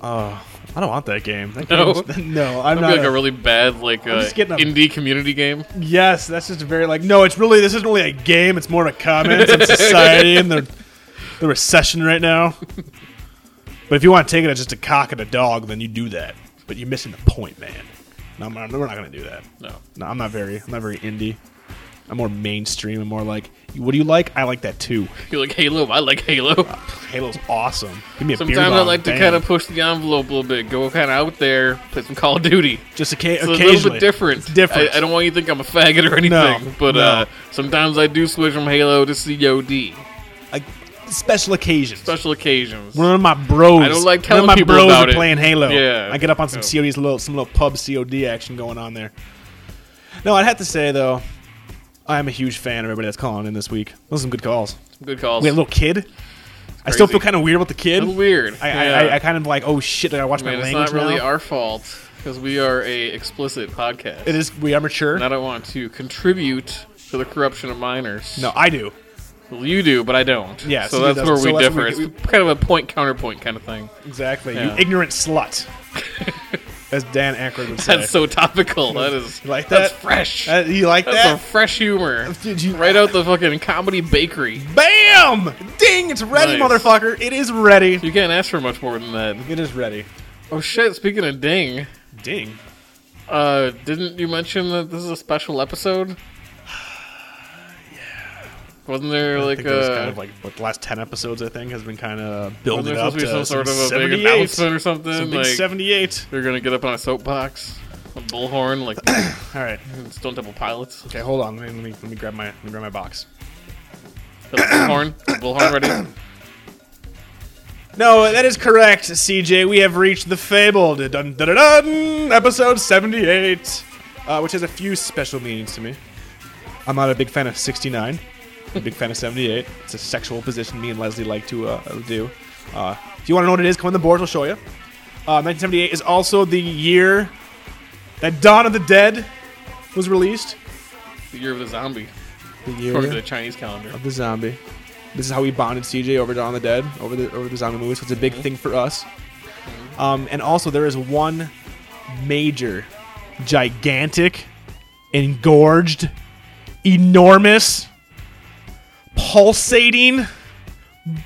Oh, I don't want that game. That
No,
game's- no, I'm
That'd
not.
Be like
a-
a really bad like
I'm
uh,
just getting a-
indie community game.
yes, that's just a very like. No, it's really this isn't really a game. It's more of a comment on society and the the recession right now. But if you want to take it as just a cock and a dog, then you do that. But you're missing the point, man. No, I'm, I'm- we're not gonna do that.
No.
no, I'm not very. I'm not very indie. I'm more mainstream. I'm more like, what do you like? I like that too.
You like Halo? I like Halo.
Halo's awesome. Give me a beer
Sometimes I
bong,
like to
bam.
kind of push the envelope a little bit, go kind of out there, play some Call of Duty.
Just occa-
So a little
occasionally.
bit different.
It's different.
I, I don't want you to think I'm a faggot or anything,
No,
but
no.
uh, sometimes I do switch from Halo to COD.
Like special occasions.
Special occasions.
One of my bros.
I don't like
One
telling
of my
people
bros
about
are
it.
playing Halo.
Yeah.
I get up on some COD's little some little pub COD action going on there. No, I'd have to say though, I'm a huge fan of everybody that's calling in this week. Those are some good calls.
Some good calls.
We had a little kid. I still
crazy.
feel kind of weird about the kid.
A little weird.
I, I-
Yeah.
I, I kind of like, oh shit, did I watch
I mean,
my
it's
language
not really
now?
our fault because we are a explicit podcast.
It is. We are mature.
and I don't want to contribute to the corruption of minors.
No, I do.
Well, you do, but I don't.
Yeah,
so
so
that's
that's-
where
so
we
that's
differ.
where
it's
we-
kind of a point counterpoint kind of thing.
Exactly.
Yeah.
You ignorant slut. As Dan Aykroyd would say.
That's so topical. That is
You like
That's
that?
fresh.
That- you like
that's
that?
Some fresh humor. right out the fucking comedy bakery.
Bam! Ding! It's ready,
Nice.
motherfucker. It is ready.
You can't ask for much more than that.
It is ready.
Oh shit! Speaking of ding,
Ding.
uh, didn't you mention that this is a special episode? yeah. Wasn't there
I
like
think that was
uh,
kind of like what the last ten episodes I think has been kind of
wasn't
building
there
up
supposed to be some sort of a big
78.
announcement or something?
Some big
like
78.
They're gonna get up on a soapbox, a bullhorn, like
All right.
Stone Temple Pilots.
Okay, hold on. Let me, let me let me grab my let me grab my box.
The bullhorn, the bullhorn ready.
No, that is correct, CJ. We have reached the fabled dun, dun, dun, dun, episode 78, uh, which has a few special meanings to me. I'm not a big fan of 69. I'm a big fan of 78. It's a sexual position me and Leslie like to uh, do. Uh, if you want to know what it is, come on the boards. We'll show you. Uh, 1978 is also the year that Dawn of the Dead was released.
The year of the zombie,
The year
according to the Chinese calendar.
of the zombie. This is how we bonded CJ over Dawn of the Dead, over the over the zombie movies. So it's a big thing for us. Um, and also, there is one major, gigantic, engorged, enormous, pulsating,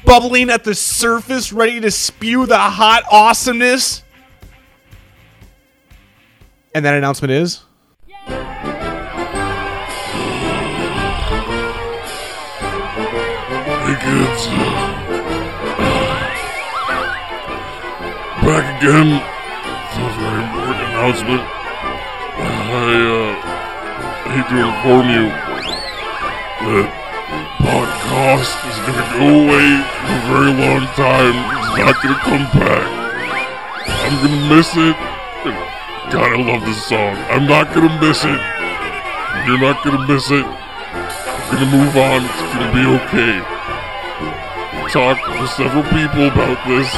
bubbling at the surface, ready to spew the hot awesomeness. And that announcement is.
Hey kids. Back again for a very important announcement. I uh, hate to inform you that podcast is gonna go away for a very long time. It's not gonna come back. I'm gonna miss it. God, I love this song. I'm not gonna miss it. You're not gonna miss it. I'm gonna move on. It's gonna be okay talk to several people about this,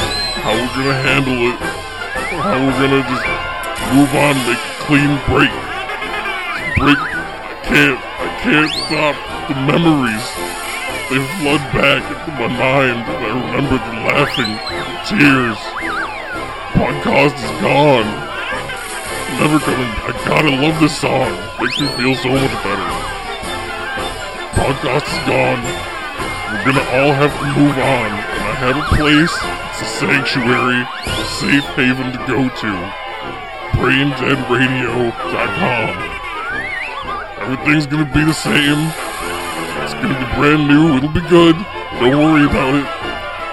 how we're gonna handle it, how we're gonna just move on, make a clean break. Break. I can't. I can't stop the memories. They flood back into my mind. I remember the laughing, the tears. Podcast is gone. Never coming. I gotta love this song. Makes me feel so much better. Podcast is gone. We're gonna all have to move on, and I have a place, it's a sanctuary, a safe haven to go to. BrainDeadRadio.com. I
Everything's gonna be the same. It's gonna be brand new. It'll be good. Don't worry about it.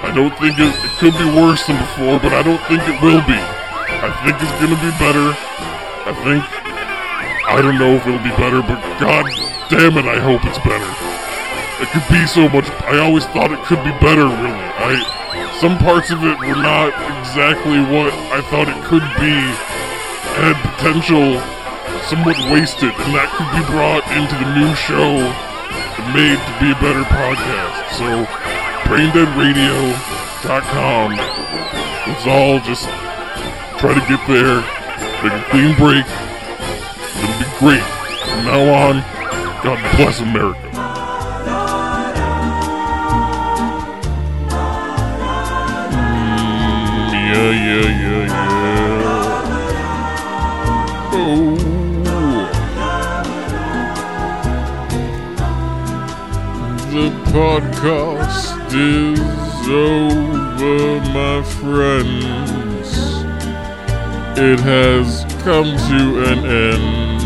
I don't think it, it could be worse than before, but I don't think it will be. I think it's gonna be better. I think. I don't know if it'll be better, but god damn it, I hope it's better. It could be so much. I always thought it could be better, really. I. Some parts of it were not exactly what I thought it could be had potential somewhat wasted, and that could be brought into the new show and made to be a better podcast. So, braindeadradio.com. Let's all just try to get there, take a clean break. It'll be great. From now on, God bless America. Mm, Yeah, yeah, yeah, yeah. The podcast is over, my friends. It has come to an end.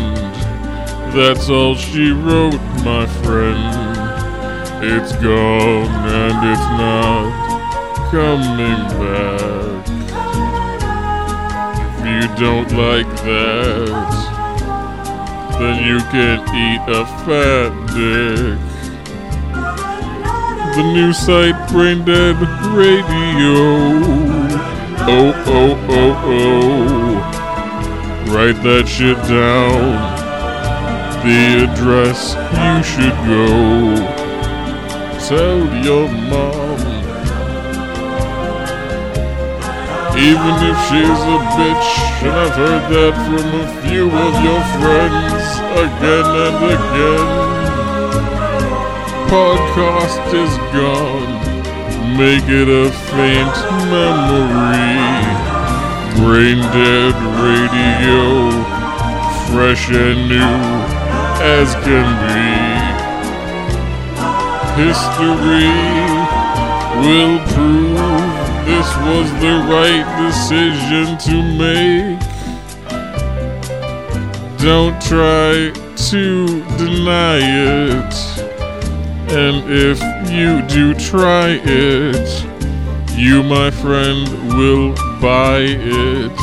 That's all she wrote, my friend. It's gone and it's not coming back. If you don't like that, then you can eat a fat dick. The new site, Brain Dead Radio. Oh, oh, oh, oh. Write that shit down. The address you should go. Tell your mom. Even if she's a bitch, and I've heard that from a few of your friends again and again. Podcast is gone, make it a faint memory. Brain dead radio, fresh and new as can be. History will prove this was the right decision to make. Don't try to deny it. And if you do try it, you, my friend, will buy it.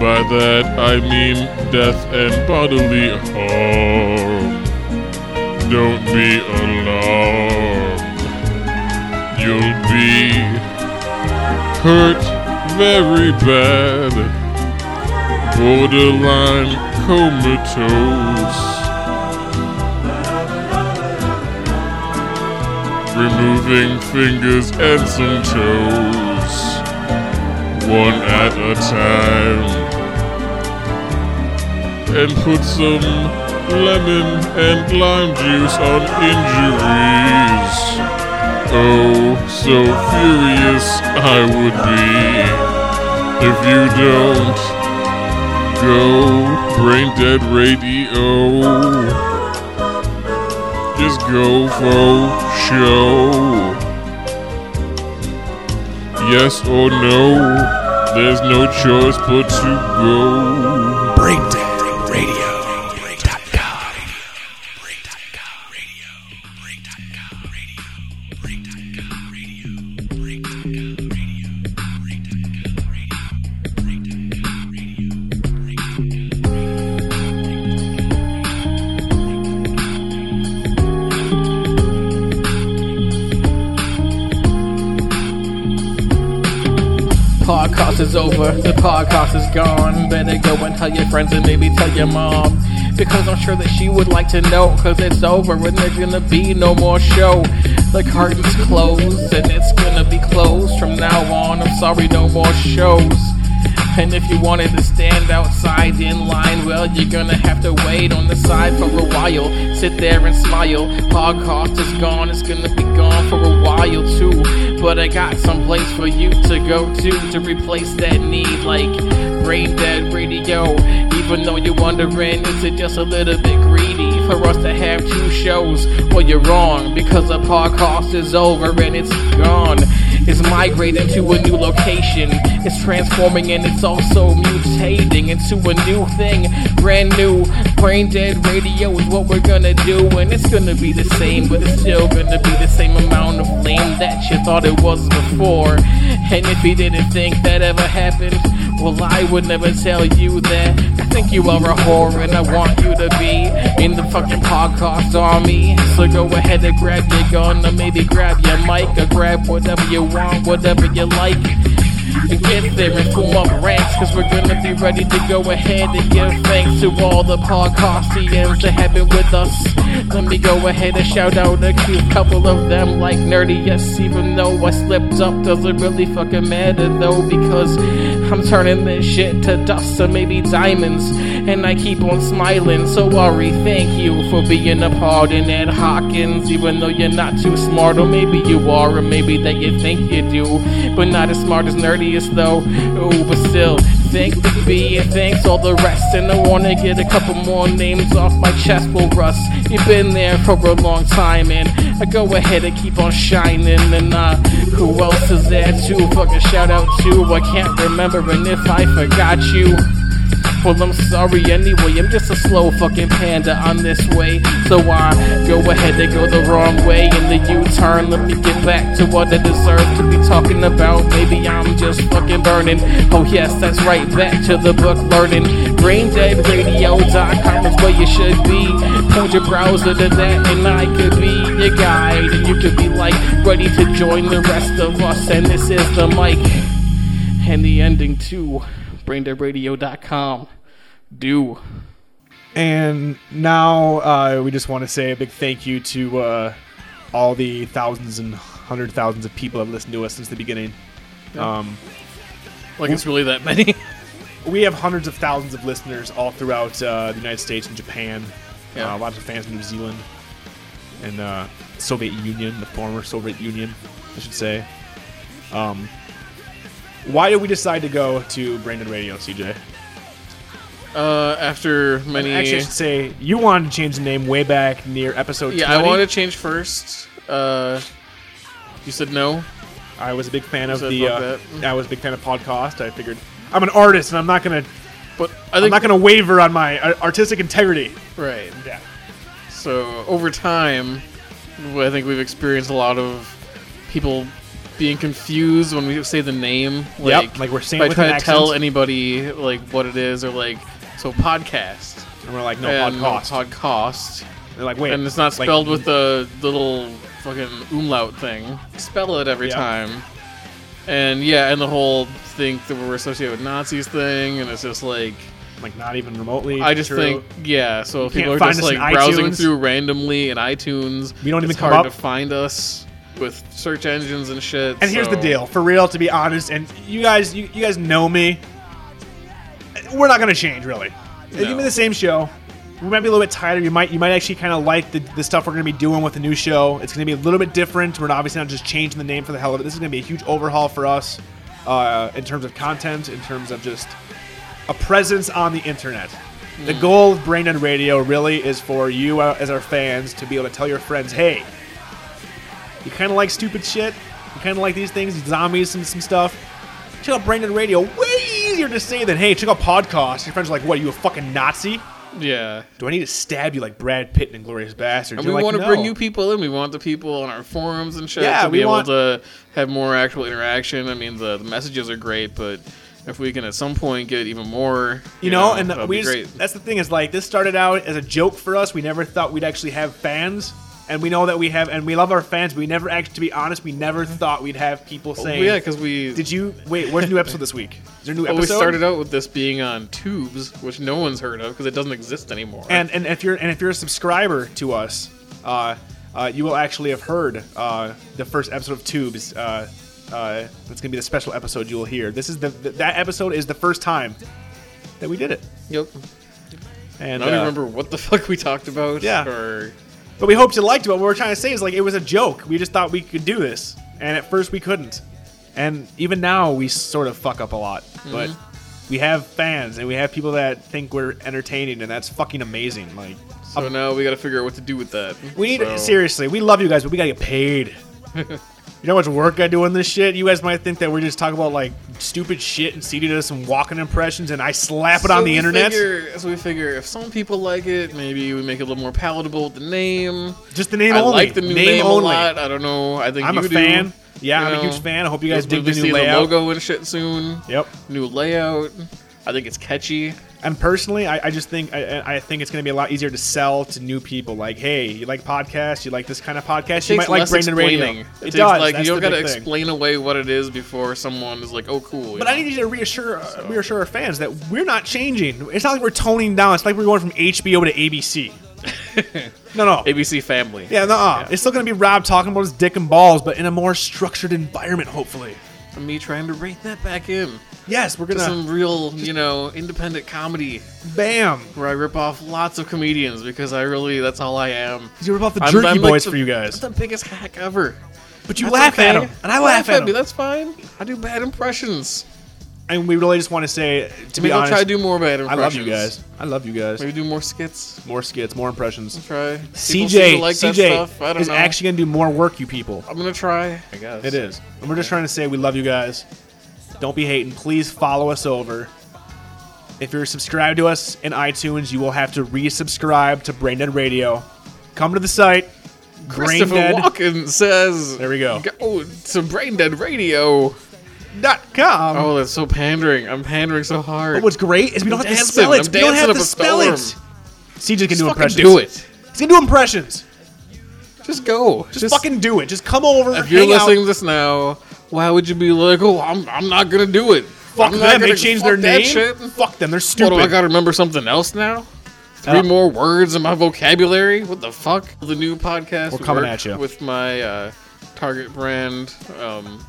By that I mean death and bodily harm. Don't be alarmed. You'll be hurt very bad, borderline comatose. Removing fingers and some toes, one at a time and put some lemon and lime juice on injuries. Oh, so furious I would be if you don't go brain dead radio. Just go for show. Yes or no, there's no choice but to go. Breakdown Radio.
Podcast is over, the podcast is gone. Better go and tell your friends and maybe tell your mom. Because I'm sure that she would like to know, cause it's over and there's gonna be no more show. The curtain's closed and it's gonna be closed from now on. I'm sorry, no more shows. And if you wanted to stand outside in line, well, you're gonna have to wait on the side for a while. Sit there and smile. Podcast is gone, it's gonna be gone for a while too. But I got some place for you to go to to replace that need, like Brain Dead Radio. Even though you're wondering, is it just a little bit greedy for us to have two shows? Well, you're wrong, because the podcast is over and it's gone. is migrating to a new location. It's transforming and it's also mutating into a new thing. Brand new, brain dead radio is what we're gonna do, and it's gonna be the same, but it's still gonna be the same amount of lame that you thought it was before. And if you didn't think that ever happened, well, I would never tell you that. I think you are a whore, and I want you to be in the fucking podcast army. So go ahead and grab your gun, or maybe grab your mic, or grab whatever you want, whatever you like. And get there and form up ranks, cause we're gonna be ready to go ahead and give thanks to all the podcastians that have been with us. Let me go ahead and shout out a cute couple of them, like Nerdy Yes, even though I slipped up, doesn't really fucking matter though, because I'm turning this shit to dust or maybe diamonds, and I keep on smiling. So, Ari, thank you for being a part in Ed Hawkins, even though you're not too smart, or maybe you are, or maybe that you think you do, but not as smart as nerdiest though. Ooh, but still, thanks to B and thanks all the rest. And I wanna get a couple more names off my chest. Well, Russ, you've been there for a long time, and I go ahead and keep on shining. And uh, who else is there to fucking shout out to? I can't remember, and if I forgot you. Well, I'm sorry anyway, I'm just a slow fucking panda on this way. So I go ahead and go the wrong way in the U turn. Let me get back to what I deserve to be talking about. Maybe I'm just fucking burning. Oh, yes, that's right, back to the book learning. BraindeadRadio.com is where you should be. Point your browser to that, and I could be your guide. And you could be like ready to join the rest of us. And this is the mic and the ending, too. BraindeadRadio.com. Do.
And now uh, we just want to say a big thank you to uh, all the thousands and hundred thousands of people that have listened to us since the beginning.
Yeah.
Um,
Like it's really that many.
we have hundreds of thousands of listeners all throughout uh, the United States and Japan. Uh, lots of fans in New Zealand and uh, Soviet Union, the former Soviet Union, I should say. Um, why did we decide to go to Brandon Radio, CJ?
Uh, after many.
Actually, I should say you wanted to change the name way back near episode.
yeah,
20.
I wanted to change first. Uh, you said no.
I was a big fan
You
of
said
the.
fuck
Uh, I was a big fan of podcast. I figured I'm an artist, and I'm not gonna.
But I
I
think
am not gonna waver on my uh, artistic integrity.
Right.
Yeah.
So over time, I think we've experienced a lot of people being confused when we say the name. Like,
like we're saying
by
it with
trying
an
to tell
accent.
anybody like what it is or like so podcast.
And we're like, no,
podcast. podcast.
They're like, wait,
and it's not
like-
spelled with the little fucking umlaut thing. Spell it every
Yeah.
time. And yeah, and the whole thing that we're associated with Nazis thing, and it's just like,
like not even remotely.
I just
true.
think, yeah. So
You
if people
can't
are
find
just
us in
like browsing
iTunes.
through randomly in iTunes.
We don't
it's
even come
hard
up.
to find us with search engines and shit.
And here's the
so-
deal, for real, to be honest, and you guys, you, you guys know me. We're not gonna change, really. It's gonna be the same show. We might be a little bit tired. You might, you might actually kind of like the, the stuff we're gonna be doing with the new show. It's gonna be a little bit different. We're obviously not just changing the name for the hell of it. This is gonna be a huge overhaul for us uh, in terms of content, in terms of just a presence on the internet. The
Mm.
goal of Brain Dead Radio really is for you uh, as our fans to be able to tell your friends, hey, you kind of like stupid shit. You kind of like these things, zombies and some stuff. Check out Brandon Radio. Way easier to say than, hey, check out podcast. Your friends are like, what, are you a fucking Nazi?
Yeah.
Do I need to stab you like Brad Pitt and Glorious Bastard?
And
You're
we
like,
want to
no.
bring you people in. We want the people on our forums and shit
Yeah,
to
we
be
want-
able to have more actual interaction. I mean, the, the messages are great, but if we can at some point get even more,
You know,
that
and
would
we
be great.
just, that's the thing is like this started out as a joke for us. We never thought we'd actually have fans, and we know that we have, and we love our fans. But we never actually, to be honest, we never thought we'd have people
Well,
saying,
Oh, yeah, because we
did you wait? Where's the new episode this week? Is there a new
Well,
episode?
We started out with this being on Tubes, which no one's heard of because it doesn't exist anymore.
And and if you're and if you're a subscriber to us, uh, uh, you will actually have heard uh, the first episode of Tubes. Uh, uh, that's gonna be the special episode you will hear. This is the, th that episode is the first time that we did it.
Yep.
And
I don't
uh,
remember what the fuck we talked about.
Yeah.
Or
But we hoped you liked it. What we were trying to say is like it was a joke. We just thought we could do this, and at first we couldn't. And even now we sort of fuck up a lot, but
Mhm.
we have fans and we have people that think we're entertaining, and that's fucking amazing. Like,
so now we got to figure out what to do with that.
we need
so.
seriously. We love you guys, but we gotta get paid. You know how much work I do on this shit? You guys might think that we're just talking about like stupid shit and CD does some walking impressions and I slap it on
So
the
we
internet.
Figure, so we figure if some people like it, maybe we make it a little more palatable with the name.
Just the name
I
only.
like the new
Name
name,
only.
a lot. I don't know. I think
I'm
you
a
do.
fan. Yeah,
You
I'm a
know,
you'll- huge fan. I hope you guys
you'll
dig the
see
new layout.
logo and shit soon.
Yep.
New layout. I think it's catchy.
And personally, I, I just think I- I, I think it's going to be a lot easier to sell to new people. Like, hey, you like podcasts? You like this kind of podcast? You might
takes
like
less
Brandon Radio.
explaining.
It,
It, takes,
does.
Like
That's
you
the
don't gotta
big thing.
explain away what it is before someone is like, "Oh, cool." you
But I need you to reassure uh, reassure our fans that we're not changing. It's not like we're toning down. It's like we're going from HBO to ABC. no, no.
ABC Family.
Yeah, no. It's still going to be Rob talking about his dick and balls, but in a more structured environment, hopefully.
And me trying to rate that back in.
Yes, we're
To
gonna-
some real, you know, independent comedy.
Bam!
Where I rip off lots of comedians because I really that's all I am.
You rip off the
I'm-
Jerky
I'm like
Boys
the-
for you guys.
The biggest hack ever.
But you laugh at 'em, and I laugh at 'em.
me. That's fine. I do bad impressions.
And we really just want to say, to
Maybe
be
I'll
honest,
try to do more bad
I love you
impressions.
guys. I love you guys.
Maybe do more skits.
More skits. More impressions.
Try. People seem
CJ,
to like that
CJ
stuff. I don't
is
know.
actually going to do more work, you people.
I'm gonna try. I guess
It is. And we're just trying to say we love you guys. Don't be hating. Please follow us over. If you're subscribed to us in iTunes, you will have to resubscribe to Brain Dead Radio. Come to the site. Brain
Christopher
Dead.
Walken says.
There we go.
Go to Brain Dead Radio.
Dot com.
Oh, that's so pandering. I'm pandering so hard.
But what's great is we don't have to
Dancing.
spell it.
I'm
We don't have
dancing
to
up a
spell it.
storm.
CJ can
Just
do
fucking
impressions.
do it.
He's gonna do impressions.
Just go.
Just, fucking do it. Just come over.
If you're
hang out.
listening to this now, why would you be like, oh, I'm, I'm not gonna do it?
Fuck
I'm not
them. They
gonna-
changed
fuck
their
that
name.
shit.
Fuck them. They're stupid.
What do I gotta remember something else now? Three
Uh,
more words in my vocabulary? What the fuck? The new podcast
We're
would
coming
work
at you.
with my uh, Target brand, um,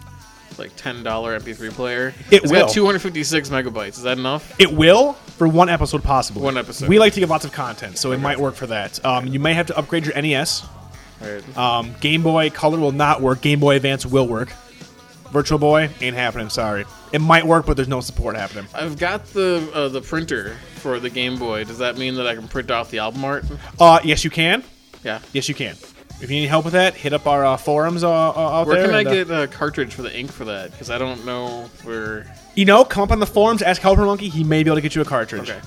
like ten dollar MP3 player.
It
It's
will.
got 256 megabytes. Is that enough?
It will for one episode, possibly.
One episode.
We like to give lots of content, so it might work for that. Um, you may have to upgrade your E NES.
Alright.
Um, Game Boy Color will not work. Game Boy Advance will work. Virtual Boy ain't happening. Sorry. It might work, but there's no support happening.
I've got the uh, the printer for the Game Boy. Does that mean that I can print off the album art?
Uh, yes, you can.
Yeah.
Yes, you can. If you need help with that, hit up our uh, forums uh, uh, out
Where
there.
can I
and, uh,
get a cartridge for the ink for that? Because I don't know where.
You know, come up on the forums, ask Helper Monkey. He may be able to get you a cartridge.
Okay.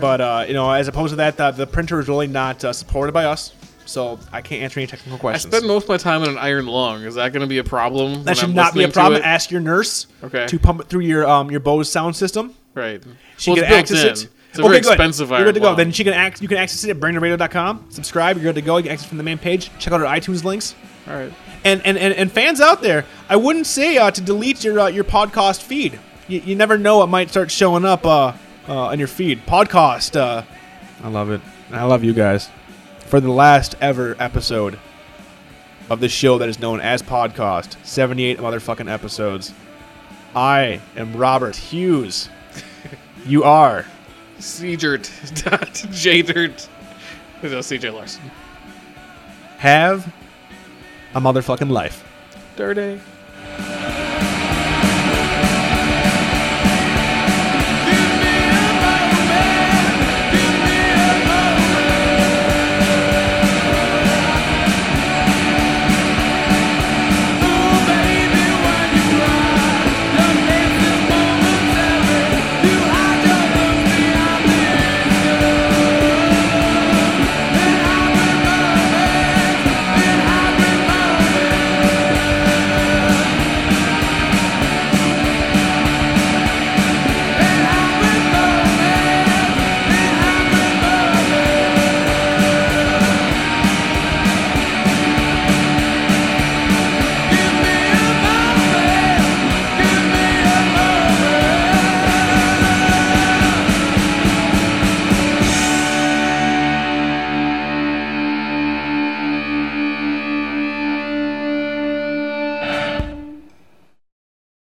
But uh, you know, as opposed to that, the, the printer is really not uh, supported by us, so I can't answer any technical
I
questions.
spend most of my time in an iron lung. Is that going to be a problem? when
That should
I'm
not be a
listening to
problem.
it?
Ask your nurse
Okay.
to pump it through your um your Bose sound system.
Right.
She
Well, it's
can
built
access
in.
it.
It's a very
good.
expensive
You're
iron
good to go.
lung.
Then she can act. You can access it at brainderradio.com. Subscribe. You're good to go. You can access it from the main page. Check out our iTunes links.
All right.
And and, and, and fans out there, I wouldn't say uh, to delete your uh, your podcast feed. You, you never know what might start showing up uh, uh, on your feed. Podcast. Uh, I love it. And I love you guys for the last ever episode of this show that is known as Podcast. 78 motherfucking episodes. I am Robert Hughes. you are.
Cdirt. Jdirt. No, CJ Larson.
Have a motherfucking life.
Dirty.